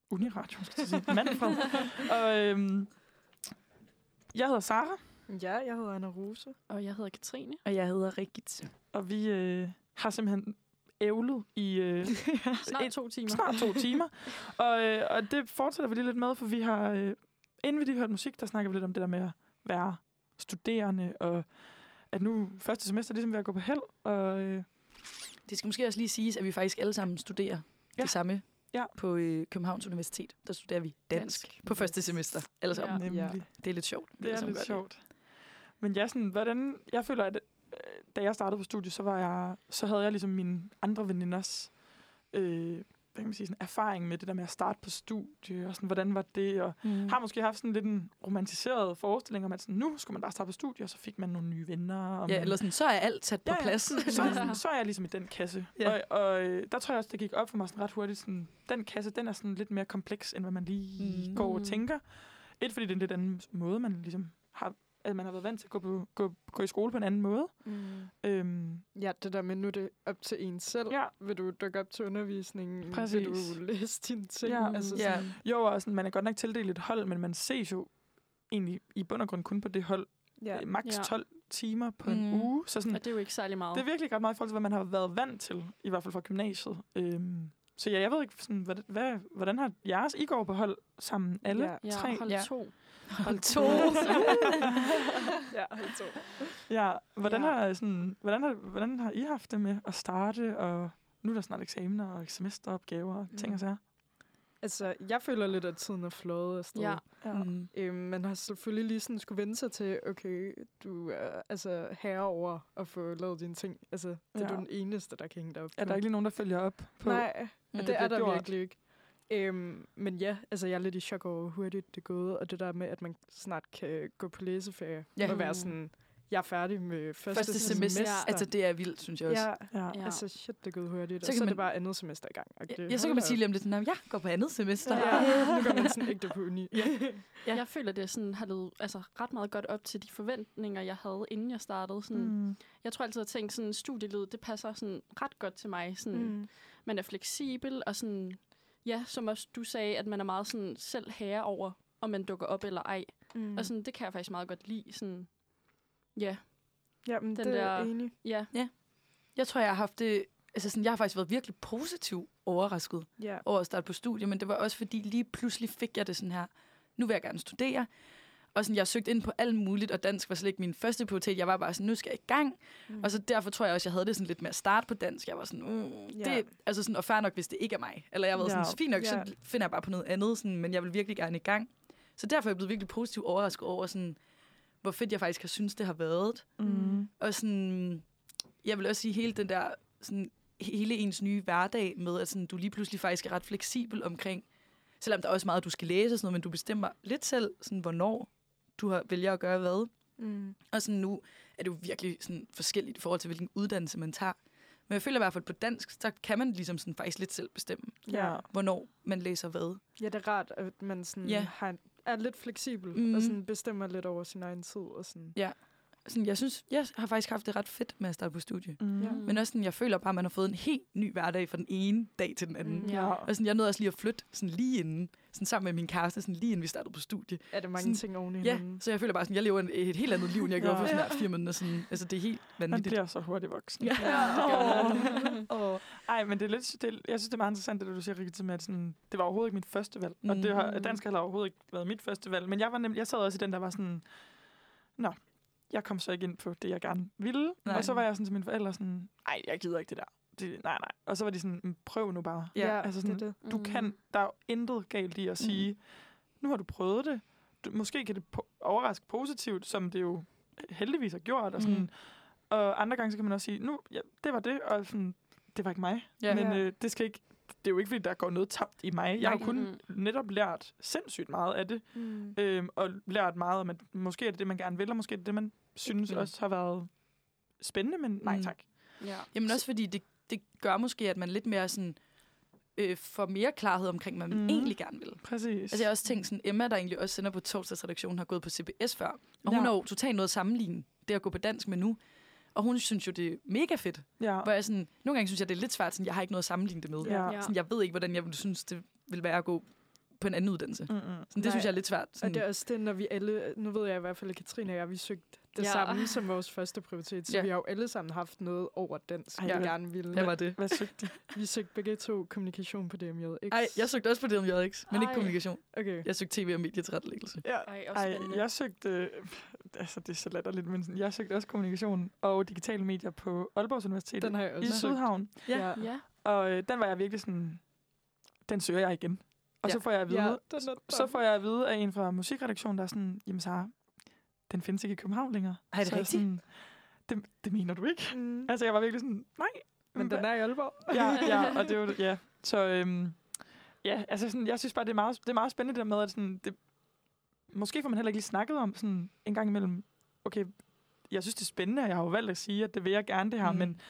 Speaker 5: Uniradio, skal jeg til at sige. Manfred. og øhm, jeg hedder Sara,
Speaker 2: ja, jeg hedder Anna Rose.
Speaker 4: Og jeg hedder Katrine.
Speaker 3: Og jeg hedder Rigit.
Speaker 5: og vi øh, har simpelthen ævlet i øh,
Speaker 4: Snart
Speaker 5: et-
Speaker 4: to timer.
Speaker 5: snart to timer. Og, øh, og det fortsætter vi lige lidt med, for vi har, øh, inden vi lige hørte musik, der snakker vi lidt om det der med at være studerende, og at nu første semester er ligesom ved at gå på held, og øh,
Speaker 3: Det skal måske også lige siges, at vi faktisk alle sammen studerer ja.
Speaker 5: Ja.
Speaker 3: det samme ja.
Speaker 5: Ja.
Speaker 3: på øh, Københavns Universitet. Der studerer vi dansk, dansk.
Speaker 4: Dansk.
Speaker 3: på første semester. Alle sammen.
Speaker 4: Ja.
Speaker 3: Ja.
Speaker 5: nemlig. Ja.
Speaker 3: Det er lidt sjovt. vi
Speaker 5: Det
Speaker 3: alle
Speaker 5: er
Speaker 3: sammen
Speaker 5: lidt
Speaker 3: gør
Speaker 5: sjovt. Men ja, sådan, hvordan, jeg føler, at øh, da jeg startede på studiet, så, var jeg, så havde jeg ligesom mine andre veninders øh, hvad kan man sige, sådan, erfaring med det der med at starte på studie, og sådan, hvordan var det, og
Speaker 3: Mm.
Speaker 5: har måske haft sådan lidt en romantiseret forestilling om, at sådan, nu skulle man bare starte på studie, og så fik man nogle nye venner. Og
Speaker 3: Ja,
Speaker 5: man,
Speaker 3: eller sådan, så er alt sat på
Speaker 5: Ja, ja.
Speaker 3: plads.
Speaker 5: så, er sådan, så er jeg ligesom i den kasse.
Speaker 3: Ja.
Speaker 5: Ja. Og, og øh, der tror jeg også, det gik op for mig sådan ret hurtigt. Sådan, den kasse, den er sådan lidt mere kompleks, end hvad man lige
Speaker 3: Mm.
Speaker 5: mm. går
Speaker 4: Mm.
Speaker 5: og tænker. Et, fordi det er en lidt anden måde, man ligesom har, at man har været vant til at gå, på, gå, gå i skole på en anden måde.
Speaker 2: Mm.
Speaker 5: Øhm,
Speaker 2: Ja, det der med, nu er det op til en selv.
Speaker 5: ja,
Speaker 2: Vil du dukke op til undervisningen? Vil
Speaker 5: Præcis.
Speaker 2: du læse dine ting?
Speaker 5: Ja.
Speaker 4: Mm.
Speaker 2: altså,
Speaker 3: Ja.
Speaker 2: sådan,
Speaker 5: jo, og sådan, man er godt nok tildelt et hold, men man ses jo egentlig i bund og grund kun på det hold.
Speaker 2: ja.
Speaker 5: Ja. Maks
Speaker 4: Ja.
Speaker 5: 12 timer på en
Speaker 3: Mm.
Speaker 5: uge. Så sådan,
Speaker 4: Og det er jo ikke særlig meget.
Speaker 5: Det er virkelig ikke ret meget i forhold til, hvad man har været vant til, i hvert fald fra gymnasiet. Øhm, Så ja, jeg ved ikke, sådan, hvad, hvad, hvordan har jeres... I går på hold sammen, alle
Speaker 2: Ja.
Speaker 5: ja.
Speaker 4: Ja,
Speaker 5: tre?
Speaker 4: hold
Speaker 3: ja.
Speaker 4: to.
Speaker 3: Hold to.
Speaker 2: ja, hold to.
Speaker 5: Ja, hvordan,
Speaker 4: Ja.
Speaker 5: ja. Har, sådan, hvordan, har, hvordan har I haft det med at starte, og nu er der snart eksamener og semesteropgaver og ting og sager?
Speaker 2: Altså, jeg føler lidt, at tiden er flået afsted.
Speaker 4: Ja.
Speaker 5: Ja.
Speaker 3: Mm.
Speaker 2: Øhm, man har selvfølgelig lige sådan skulle vende sig til, okay, du er altså herre over at få lavet dine ting. Altså, det ja. er du
Speaker 5: Ja.
Speaker 2: den eneste, der kan hænge dig op
Speaker 5: Er
Speaker 2: på.
Speaker 5: der ikke lige nogen, der følger op på?
Speaker 2: Mm. Nej,
Speaker 3: Mm.
Speaker 2: mm,
Speaker 5: det
Speaker 2: det er
Speaker 5: bliver
Speaker 2: der
Speaker 5: gjort.
Speaker 2: virkelig ikke. Øhm, men ja, altså jeg er lidt i chok over, hvor hurtigt det er gået, og det der med, at man snart kan gå på læseferie
Speaker 3: Ja.
Speaker 2: ja. og være sådan, jeg er færdig med første,
Speaker 3: Første semester.
Speaker 2: semester.
Speaker 3: Altså, det er vildt, synes jeg også.
Speaker 2: ja,
Speaker 5: Ja.
Speaker 4: Ja.
Speaker 5: ja.
Speaker 2: altså shit, det er gået hurtigt,
Speaker 3: Så
Speaker 2: så og
Speaker 3: kan
Speaker 2: så er
Speaker 3: man-
Speaker 2: det bare andet semester i gang. og det-
Speaker 3: Ja, ja, så kan
Speaker 2: hold
Speaker 3: man
Speaker 2: da
Speaker 3: sige
Speaker 2: op.
Speaker 3: lige om lidt, at jeg går på andet semester.
Speaker 2: Ja, nu går man sådan ægte på uni. Ja.
Speaker 4: Ja. Jeg føler, det sådan, har levet altså, ret meget godt op til de forventninger, jeg havde, inden jeg startede. Sådan, mm.
Speaker 5: Mm.
Speaker 4: Jeg tror altid, at tænkt, sådan studielivet, det passer sådan, ret godt til mig. Sådan, mm. Man er fleksibel, og sådan, ja, som også du sagde, at man er meget sådan, selv herre over, om man dukker op eller ej. Mm. Og sådan, det kan jeg faktisk meget godt lide. Sådan, ja,
Speaker 2: Jamen,
Speaker 4: den
Speaker 2: det er jeg
Speaker 4: der-
Speaker 2: enig.
Speaker 4: ja,
Speaker 3: Jeg tror, jeg har haft det... Altså sådan, jeg har faktisk været virkelig positiv overrasket
Speaker 2: Ja.
Speaker 3: over at starte på studie, men det var også fordi, lige pludselig fik jeg det sådan her, nu vil jeg gerne studere. Og sådan, jeg søgte ind på alt muligt, og dansk var slet ikke min første prioritet. Jeg var bare sådan, nu skal jeg i gang. Mm. Og så derfor tror jeg også, jeg havde det sådan lidt med at starte på dansk. Jeg var sådan, mm,
Speaker 2: Ja.
Speaker 3: det, altså sådan, og fair nok, hvis det ikke er mig. Eller jeg var sådan,
Speaker 5: Ja.
Speaker 3: fint nok,
Speaker 2: Ja.
Speaker 3: så finder jeg bare på noget andet, sådan, men jeg vil virkelig gerne i gang. Så derfor er jeg blevet virkelig positivt overrasket over, sådan, hvor fedt jeg faktisk har synes, det har været.
Speaker 5: Mm.
Speaker 3: Og sådan, jeg vil også sige, hele den der, sådan, hele ens nye hverdag med, at sådan, du lige pludselig faktisk er ret fleksibel omkring, selvom der er også meget, du skal læse og sådan noget, men du bestemmer lidt selv, sådan, hvornår du har, vælger at gøre hvad.
Speaker 2: Mm.
Speaker 3: Og sådan, nu er det jo virkelig sådan, forskelligt i forhold til, hvilken uddannelse man tager. Men jeg føler i hvert fald, på dansk, så kan man ligesom sådan, faktisk lidt selv bestemme,
Speaker 5: Ja.
Speaker 3: hvornår man læser hvad.
Speaker 2: Ja, det er rart, at man sådan
Speaker 3: Ja.
Speaker 2: ja. har, er lidt fleksibel
Speaker 3: Mhm.
Speaker 2: mm. og sådan bestemmer lidt over sin egen tid. Og sådan.
Speaker 3: Sådan, jeg synes, jeg har faktisk haft det ret fedt med at starte på studie.
Speaker 5: Mm.
Speaker 2: Ja.
Speaker 5: Ja.
Speaker 3: Men også sådan, jeg føler bare, at man har fået en helt ny hverdag fra den ene dag til den anden.
Speaker 4: Mm.
Speaker 5: Ja.
Speaker 3: Og sådan, jeg nåede også lige at flytte sådan lige inden, sådan sammen med min kæreste, sådan lige inden vi startede på studie.
Speaker 2: Er det mange
Speaker 3: Sådan-
Speaker 2: sådan, ting oven i
Speaker 3: Ja,
Speaker 2: hinanden?
Speaker 3: så jeg føler bare sådan, jeg lever en, et helt andet liv, end jeg gjorde
Speaker 5: Mhm. Ja.
Speaker 3: for sådan her fire måneder siden. Altså, det er helt
Speaker 5: Man
Speaker 3: vanvittigt.
Speaker 5: bliver så hurtigt voksen.
Speaker 3: Ja.
Speaker 5: Åh. Ej, men det er lidt, det er, jeg synes, det er meget interessant, det du siger, Rikke, med, at sådan, det var overhovedet ikke mit første valg. Mm. Og det har,
Speaker 3: Mm.
Speaker 5: dansk har overhovedet ikke været mit første valg. Men jeg, var nem, jeg sad også i den, der var sådan, nå, jeg kom så ikke ind på det, jeg gerne ville.
Speaker 3: Nej.
Speaker 5: Nej. Og så var jeg sådan til mine forældre sådan, nej, jeg gider ikke det der. Det, nej, nej. Og så var de sådan, "Men prøv nu bare.
Speaker 3: Ja,
Speaker 5: altså
Speaker 2: det er
Speaker 5: sådan,
Speaker 2: det.
Speaker 5: Du
Speaker 4: Mm.
Speaker 5: kan, der er jo intet galt
Speaker 3: Mm.
Speaker 5: i at sige, nu har du prøvet det. Du, måske kan det po- overraske positivt, som det jo heldigvis har gjort. Og, sådan.
Speaker 3: Mm.
Speaker 5: Mm. og andre gange, så kan man også sige, nu, ja, det var det, og sådan, det var ikke mig.
Speaker 3: Ja.
Speaker 5: Ja. Men
Speaker 2: Ja.
Speaker 5: øh, det skal ikke, det er jo ikke, fordi der går noget tabt i mig. Jeg har
Speaker 3: Nej.
Speaker 5: kun
Speaker 4: Mm.
Speaker 5: netop lært sindssygt meget af det,
Speaker 2: Mm.
Speaker 5: øhm, og lært meget om, at måske er det det, man gerne vil, og måske er det det, man synes
Speaker 3: vil.
Speaker 5: også har været spændende, men nej
Speaker 3: Mm.
Speaker 5: tak.
Speaker 4: Ja.
Speaker 3: Jamen også fordi, det, det gør måske, at man lidt mere sådan, øh, får mere klarhed omkring, hvad man mm.
Speaker 5: Mhm.
Speaker 3: egentlig gerne vil.
Speaker 5: Præcis.
Speaker 3: Altså jeg har også tænkt sådan, Emma, der egentlig også sender på torsdagsredaktionen, har gået på CBS før. Og ja.
Speaker 5: Ja.
Speaker 3: hun har jo totalt noget at sammenligne det at gå på dansk med nu. Og hun synes jo, det er mega fedt.
Speaker 5: ja.
Speaker 3: Hvor jeg sådan, nogle gange synes jeg, det er lidt svært, sådan, jeg har ikke noget at sammenligne det med.
Speaker 5: ja.
Speaker 4: Ja.
Speaker 5: ja.
Speaker 3: Sådan, jeg ved ikke, hvordan jeg ville synes, det ville være at gå på en anden uddannelse.
Speaker 5: Mm-mm.
Speaker 3: Sådan, det synes
Speaker 2: Nej.
Speaker 3: jeg er lidt svært.
Speaker 2: Og
Speaker 3: Sådan,
Speaker 2: det er også det, når vi alle, nu ved jeg i hvert fald, at Katrine og jeg, vi søgte det
Speaker 4: Ja.
Speaker 2: ja. samme som vores første prioritet, så
Speaker 3: Ja.
Speaker 2: ja. vi har jo alle sammen haft noget over dansk,
Speaker 5: Ej,
Speaker 2: vi
Speaker 5: ja.
Speaker 2: gerne ville.
Speaker 3: hvad var det?
Speaker 5: Hvad søgte
Speaker 2: Vi søgte begge to kommunikation på DMJX.
Speaker 3: Ej, jeg søgte også på DMJX, men ikke
Speaker 4: Ej.
Speaker 3: kommunikation.
Speaker 2: Okay.
Speaker 3: Jeg søgte tv og medietilrettelæggelse.
Speaker 2: Ja.
Speaker 4: Ej, også
Speaker 5: Ej,
Speaker 4: spændende.
Speaker 5: jeg søgte, øh, altså det er så latterligt, men sådan, jeg søgte også kommunikation og digitale medier på Aalborgs Universitet
Speaker 2: Den har jeg
Speaker 5: i
Speaker 2: også søgt.
Speaker 5: Sydhavn.
Speaker 3: Ja.
Speaker 2: Ja.
Speaker 4: Ja.
Speaker 5: Og øh, den var jeg virkelig sådan, den søger jeg igen. Og
Speaker 3: Ja.
Speaker 5: så får jeg at vide,
Speaker 2: Ja,
Speaker 5: ja,
Speaker 2: den er
Speaker 5: så
Speaker 2: dum.
Speaker 5: får jeg at vide af en fra musikredaktionen, der er sådan, jamen Sara, den findes ikke i København længere.
Speaker 3: Ej, er det
Speaker 5: så jeg
Speaker 3: rigtigt?
Speaker 5: Sådan, det, det mener du ikke?
Speaker 2: Mm.
Speaker 5: Altså jeg var virkelig sådan, nej.
Speaker 2: Men den er i Aalborg.
Speaker 5: ja, ja, og det var det, ja. Så øhm, ja, altså sådan, jeg synes bare, det er meget, det er meget spændende det der med, at sådan, det, måske får man heller ikke lige snakket om sådan en gang imellem, okay, jeg synes, det er spændende, og jeg har jo valgt at sige, at det vil jeg gerne det her,
Speaker 3: Mm.
Speaker 5: mm. men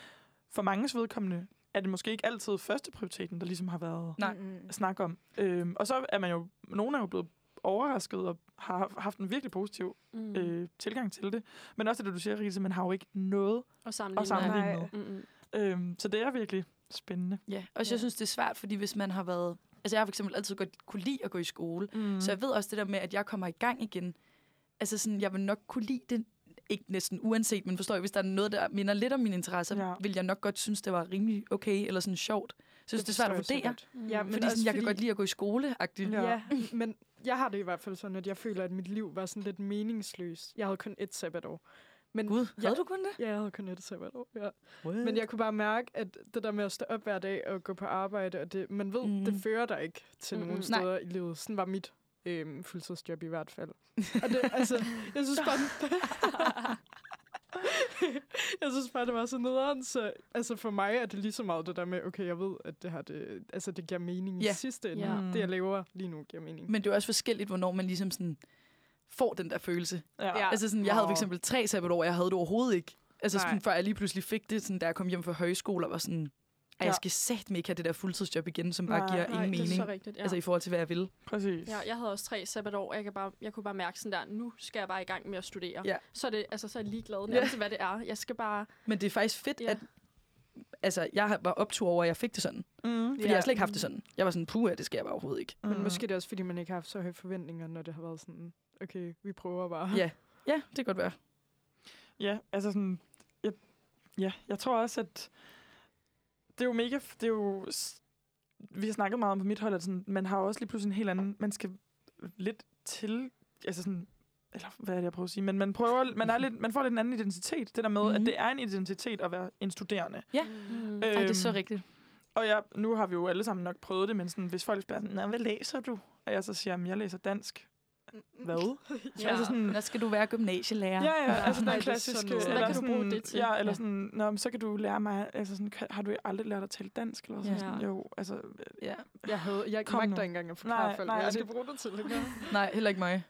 Speaker 5: for manges vedkommende er det måske ikke altid førsteprioriteten, der ligesom har været
Speaker 3: Nej.
Speaker 2: Mm.
Speaker 5: snak om. Øhm, og så er man jo, nogen er jo blevet overrasket og har haft en virkelig positiv
Speaker 4: Mm.
Speaker 5: øh, tilgang til det. Men også det, du siger, Riese, man har jo ikke noget
Speaker 4: og
Speaker 5: at
Speaker 4: sammenligne.
Speaker 5: sammenligne
Speaker 2: Nej.
Speaker 5: med.
Speaker 4: Mm-mm.
Speaker 5: Øhm, så det er virkelig spændende.
Speaker 3: Ja, og jeg
Speaker 4: Ja.
Speaker 3: synes, det er svært, fordi hvis man har været... Altså, jeg har for eksempel altid godt kunne lide at gå i skole,
Speaker 5: Mm.
Speaker 3: så jeg ved også det der med, at jeg kommer i gang igen. Altså, sådan, jeg vil nok kunne lide det, ikke næsten uanset, men forstår jeg, hvis der er noget, der minder lidt om mine interesser, ja.
Speaker 5: Ja.
Speaker 3: vil jeg nok godt synes, det var rimelig okay eller sådan sjovt. synes,
Speaker 2: Det
Speaker 3: det er svært at
Speaker 2: forstår jeg så
Speaker 3: vurdere.
Speaker 2: godt.
Speaker 4: Mm.
Speaker 2: Ja, men
Speaker 3: Fordi
Speaker 2: også
Speaker 3: sådan, jeg kan
Speaker 2: fordi-
Speaker 3: godt lide at gå i skole -agtigt.
Speaker 2: Ja. ja, men jeg har det i hvert fald sådan, at jeg føler, at mit liv var sådan lidt meningsløst. Jeg havde kun et sabbatår. Men
Speaker 3: Gud,
Speaker 2: jeg,
Speaker 3: havde du kun det?
Speaker 2: Ja, jeg havde kun et sabbatår, ja. Men jeg kunne bare mærke, at det der med at stå op hver dag og gå på arbejde, og det, man ved, mm.
Speaker 3: Mhm.
Speaker 2: det fører dig ikke til mm.
Speaker 4: Mm,
Speaker 2: nogen
Speaker 4: mm.
Speaker 3: Nej.
Speaker 2: steder i livet. Sådan var mit øhm, fuldtidsjob i hvert fald. Og det, altså, jeg synes bare, jeg synes bare, det var så nederen. Så altså for mig er det lige så meget det der med, okay, jeg ved, at det her, det, altså, det giver mening i
Speaker 3: Ja.
Speaker 2: sidste ende.
Speaker 4: Ja.
Speaker 2: Det, jeg laver lige nu, giver mening.
Speaker 3: Men det er jo også forskelligt, hvornår man ligesom sådan får den der følelse.
Speaker 5: Ja.
Speaker 3: Altså sådan, jeg havde for
Speaker 5: Nå.
Speaker 3: eksempel tre sabbatår, jeg havde det overhovedet ikke. Altså
Speaker 2: Nej.
Speaker 3: sådan, før jeg lige pludselig fik det, sådan, da jeg kom hjem fra højskole, og var sådan, at
Speaker 5: Ja.
Speaker 3: jeg skal satme ikke have det der fuldtidsjob igen, som bare
Speaker 5: Nej.
Speaker 3: giver
Speaker 4: Nej,
Speaker 3: ingen
Speaker 4: det er
Speaker 3: mening.
Speaker 4: så rigtigt. Ja.
Speaker 3: Altså i forhold til, hvad jeg vil.
Speaker 5: Præcis.
Speaker 4: Ja, jeg havde også tre sabbatår, og jeg, kan bare, jeg kunne bare mærke sådan der, nu skal jeg bare i gang med at studere.
Speaker 3: Ja.
Speaker 4: Så, er det, altså, så er jeg ligeglad
Speaker 3: Ja.
Speaker 4: nærmest, ja. hvad det er. Jeg skal bare...
Speaker 3: Men det er faktisk fedt,
Speaker 4: Ja.
Speaker 3: ja. at altså, jeg har- var optur over, at jeg fik det sådan.
Speaker 5: Mm.
Speaker 3: Fordi ja. jeg har slet ikke haft det sådan. Jeg var sådan, puh, ja, det skal jeg bare overhovedet ikke.
Speaker 2: Men måske det er også, fordi man ikke har haft så høje forventninger, når det har været sådan, okay, vi prøver bare.
Speaker 3: Ja. Ja, det kan godt være.
Speaker 5: Ja, altså sådan... Jeg, ja, jeg tror også, at... Det er jo mega... Det er jo... s- Vi har snakket meget om på mit hold, at sådan, man har jo også lige pludselig en helt anden... Man skal lidt til... Altså sådan... Eller hvad er det, jeg prøver at sige? Men man, prøver, man, er lidt, man får lidt en anden identitet. Det der med, mm-hmm. at
Speaker 3: Mhm.
Speaker 5: det er en identitet at være en studerende.
Speaker 3: Ja.
Speaker 4: Mm.
Speaker 5: Øhm,
Speaker 3: Ej, det er så rigtigt.
Speaker 5: Og jeg, nu har vi jo alle sammen nok prøvet det, men sådan, hvis folk spørger sådan, "Nå, hvad læser du? Og jeg så siger, at jeg læser dansk. Hvad?
Speaker 4: Ja.
Speaker 5: Ja. Altså sådan,
Speaker 3: Der skal du være gymnasielærer.
Speaker 5: Ja, ja, altså
Speaker 2: Nej,
Speaker 5: den
Speaker 2: det er sådan
Speaker 5: klassiske.
Speaker 2: noget.
Speaker 4: Hvad
Speaker 5: eller
Speaker 4: kan du bruge det til?
Speaker 5: Ja, eller
Speaker 4: Ja.
Speaker 5: sådan, Nå, men så kan du lære mig, altså sådan, kan- har du aldrig lært at tale dansk? Eller sådan,
Speaker 4: Ja.
Speaker 5: sådan jo, altså,
Speaker 3: ja.
Speaker 2: Jeg, havde, jeg
Speaker 5: Kom
Speaker 2: magter
Speaker 5: nu.
Speaker 2: ikke engang at forklare
Speaker 5: Nej,
Speaker 2: folk,
Speaker 5: nej,
Speaker 2: hvad
Speaker 5: og
Speaker 2: jeg
Speaker 5: det-
Speaker 2: skal bruge det til. ikke?
Speaker 3: Nej, heller ikke mig.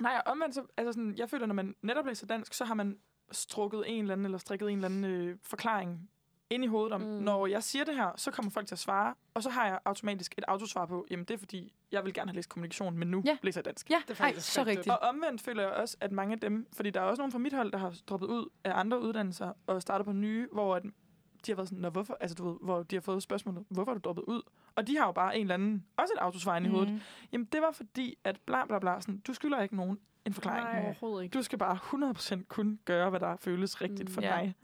Speaker 5: nej, og omvendt, så, altså sådan, jeg føler, når man netop læser dansk, så har man strukket en eller anden, eller strikket en eller anden øh, forklaring ind i hovedet om,
Speaker 4: Mm.
Speaker 5: mm. når jeg siger det her, så kommer folk til at svare, og så har jeg automatisk et autosvar på, jamen det er fordi, jeg vil gerne have læst kommunikation, men nu
Speaker 3: Ja.
Speaker 5: læser jeg dansk.
Speaker 3: Ja,
Speaker 2: Det er
Speaker 3: Ej,
Speaker 2: faktisk
Speaker 3: så
Speaker 2: rigtigt.
Speaker 3: rigtigt.
Speaker 5: Og omvendt føler jeg også, at mange af dem, fordi der er også nogen fra mit hold, der har droppet ud af andre uddannelser og startet på nye, hvor at de har været sådan, Nå, hvorfor? Altså, du ved, hvor de har fået spørgsmålet, hvorfor er du droppet ud? Og de har jo bare en eller anden, også et autosvar mm. i hovedet. Jamen, det var fordi, at bla bla bla, sådan, du skylder ikke nogen en forklaring.
Speaker 2: Nej.
Speaker 4: Overhovedet ikke.
Speaker 5: Du skal bare 100% kun gøre, hvad der føles rigtigt
Speaker 4: Mm,
Speaker 5: for
Speaker 3: ja.
Speaker 5: dig.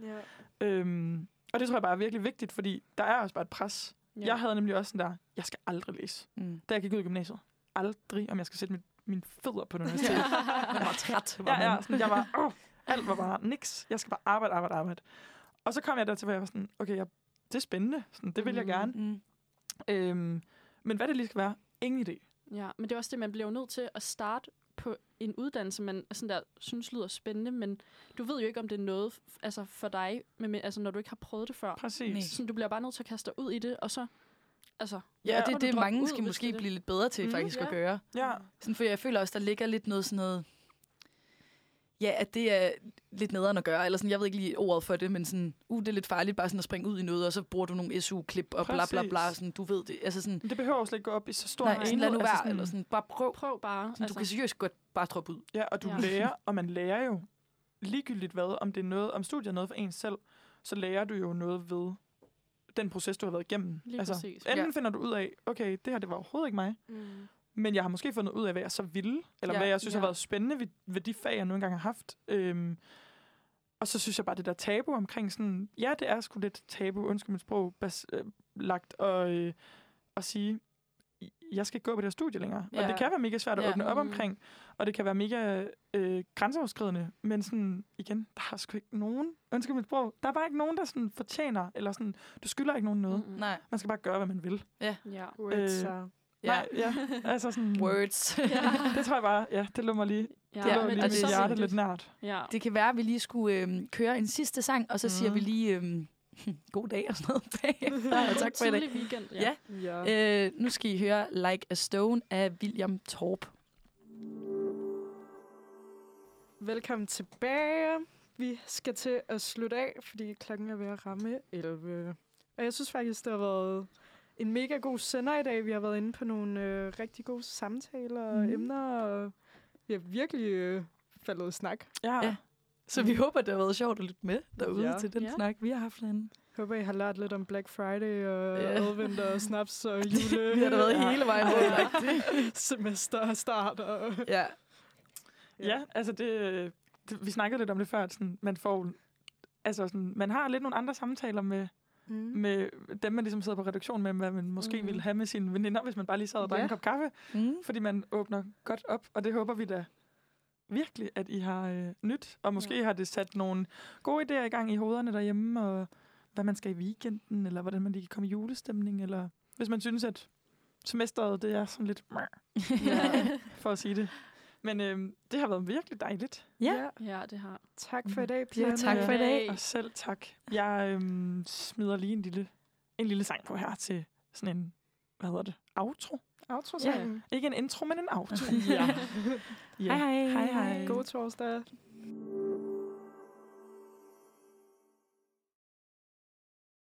Speaker 2: Ja.
Speaker 5: Øhm, og det tror jeg bare er virkelig vigtigt, fordi der er også bare et pres. Ja. Jeg havde nemlig også sådan der, jeg skal aldrig læse,
Speaker 3: Mm.
Speaker 5: da jeg gik ud i gymnasiet. Aldrig, om jeg skal sætte mit, mine fødder på en universitet.
Speaker 3: Jeg var træt. Var
Speaker 5: Ja, ja,
Speaker 3: man.
Speaker 5: sådan, jeg var, åh, alt var bare niks. Jeg skal bare arbejde, arbejde, arbejde. Og så kom jeg dertil, hvor jeg var sådan, okay, jeg, det er spændende. Sådan, det vil jeg
Speaker 4: Mm.
Speaker 5: gerne.
Speaker 3: Mm.
Speaker 5: Øhm, men hvad det lige skal være, ingen idé.
Speaker 4: Ja, men det er også det, man bliver jo nødt til at starte på en uddannelse, man sådan der, synes lyder spændende, men du ved jo ikke, om det er noget f- altså for dig, men, men, altså, når du ikke har prøvet det før.
Speaker 5: Præcis.
Speaker 4: Så du bliver bare nødt til at kaste dig ud i det, og så... Altså,
Speaker 3: Ja, og det
Speaker 4: og
Speaker 3: er
Speaker 4: du
Speaker 3: det, Mm-hmm,
Speaker 4: dropper
Speaker 3: mange
Speaker 4: ud,
Speaker 3: skal
Speaker 4: hvis
Speaker 3: måske
Speaker 4: det er det.
Speaker 3: blive lidt bedre til
Speaker 5: Mhm,
Speaker 3: faktisk at
Speaker 4: ja.
Speaker 3: gøre.
Speaker 5: Ja,
Speaker 3: Sådan, for jeg føler også, der ligger lidt noget sådan noget... Ja, at det er lidt nederen at gøre. Eller sådan, jeg ved ikke lige ordet for det, men sådan, uh, det er lidt farligt bare sådan at springe ud i noget, og så bruger du nogle SU-klip og bla bla bla.
Speaker 5: Præcis.
Speaker 3: Sådan, du ved det. Altså sådan,
Speaker 5: men det behøver jo slet ikke gå op i så stor
Speaker 3: nej, sådan, lad nu
Speaker 5: enhed.
Speaker 3: være.
Speaker 5: Altså
Speaker 3: Altså sådan, eller sådan, bare prøv.
Speaker 4: Prøv bare.
Speaker 3: Sådan, altså. Du kan seriøst godt bare droppe ud.
Speaker 5: Ja, og du
Speaker 4: Ja.
Speaker 5: ja. lærer, og man lærer jo ligegyldigt hvad, om det er noget, om studiet er noget for en selv, så lærer du jo noget ved den proces, du har været igennem. Altså,
Speaker 4: Lige præcis.
Speaker 5: enten
Speaker 3: Ja.
Speaker 5: finder du ud af, okay, det her, det var overhovedet ikke mig,
Speaker 4: mm.
Speaker 5: Men jeg har måske fundet ud af, hvad jeg så ville, eller
Speaker 3: Ja,
Speaker 5: ja, hvad jeg synes ja.
Speaker 4: ja.
Speaker 5: har været spændende ved, ved de fag, jeg nu engang har haft. Øhm, og så synes jeg bare, det der tabu omkring sådan, ja, det er sgu lidt tabu, undskyld mit sprog, bas, øh, lagt og, øh, at sige, jeg skal ikke gå på det her studie længere. Ja.
Speaker 3: Ja.
Speaker 5: Og det kan være mega svært at
Speaker 3: Ja.
Speaker 5: ja. mm. åbne op
Speaker 4: Mhm.
Speaker 5: omkring, og det kan være mega øh, grænseoverskridende, men sådan, igen, der er sgu ikke nogen, undskyld mit sprog, der er bare ikke nogen, der sådan fortjener, eller sådan, du skylder ikke nogen noget. Mm.
Speaker 4: Mm.
Speaker 3: Nej.
Speaker 5: Man skal bare gøre, hvad man vil.
Speaker 4: Ja.
Speaker 2: Words
Speaker 5: Øh,
Speaker 2: are-
Speaker 3: Ja.
Speaker 5: Nej, ja, altså sådan...
Speaker 3: Words.
Speaker 5: Det tror jeg bare, ja, det lå mig lige
Speaker 4: Ja,
Speaker 5: det
Speaker 3: Ja,
Speaker 5: lå
Speaker 3: men
Speaker 5: lige
Speaker 3: og
Speaker 5: mit
Speaker 3: det er så
Speaker 5: hjerte lidt nært.
Speaker 4: Ja.
Speaker 3: Det kan være, at vi lige skulle øhm, køre en sidste sang, og så mm. siger
Speaker 5: Mhm.
Speaker 3: vi lige øhm, god dag og sådan noget bagefter. og tak for i dag.
Speaker 4: Tidlig weekend, ja.
Speaker 3: Ja.
Speaker 2: Ja.
Speaker 3: Øh, nu skal I høre Like a Stone af William Torp.
Speaker 2: Velkommen tilbage. Vi skal til at slutte af, fordi klokken er ved at ramme 11. Og jeg synes faktisk, det har været en mega god sender i dag. Vi har været inde på nogle øh, rigtig gode samtaler og
Speaker 3: Mhm.
Speaker 2: emner. Og vi har virkelig øh, faldet i snak.
Speaker 5: Ja.
Speaker 3: Ja. Så vi håber, det har været sjovt at lytte med derude
Speaker 2: Ja.
Speaker 3: ja. til den
Speaker 4: Ja.
Speaker 3: ja. snak, vi har haft herinde.
Speaker 2: Håber, I har lært lidt om Black Friday og
Speaker 3: Ja.
Speaker 2: advent og snaps og jule.
Speaker 3: vi har da været
Speaker 2: Ja.
Speaker 3: hele vejen rundt.
Speaker 2: Ja.
Speaker 3: rigtig.
Speaker 2: semester og start. Og
Speaker 3: Ja.
Speaker 5: ja, altså det, øh, det, vi snakkede lidt om det før, at sådan, man får, altså sådan, man har lidt nogle andre samtaler med
Speaker 6: Mm.
Speaker 5: med dem, man ligesom sidder på reduktion med, hvad man måske
Speaker 3: Mhm.
Speaker 5: mm. ville have med sine veninder, hvis man bare lige sad og drak
Speaker 2: Ja.
Speaker 5: en kop kaffe.
Speaker 3: Mm.
Speaker 5: Fordi man åbner godt op, og det håber vi da virkelig, at I har øh, nyt. Og måske ja. har det sat nogle gode idéer i gang i hovederne derhjemme, og hvad man skal i weekenden, eller hvordan man lige kan komme i julestemning, eller hvis man synes, at semesteret det er sådan lidt mør,
Speaker 4: Ja.
Speaker 5: for at sige det. Men øh, det har været virkelig dejligt,
Speaker 6: Ja.
Speaker 4: ja, det har.
Speaker 2: Tak for i dag, Pia.
Speaker 6: Mm-hmm. Ja, tak for i dag.
Speaker 5: og selv tak. Jeg øh, smider lige en lille, en lille sang på her til sådan en, hvad hedder det, outro.
Speaker 2: Outro
Speaker 4: Ja.
Speaker 2: sangen.
Speaker 5: Ikke en intro, men en outro.
Speaker 3: Ja.
Speaker 5: Ja.
Speaker 6: Hej hej.
Speaker 5: Hej, hej.
Speaker 2: God torsdag.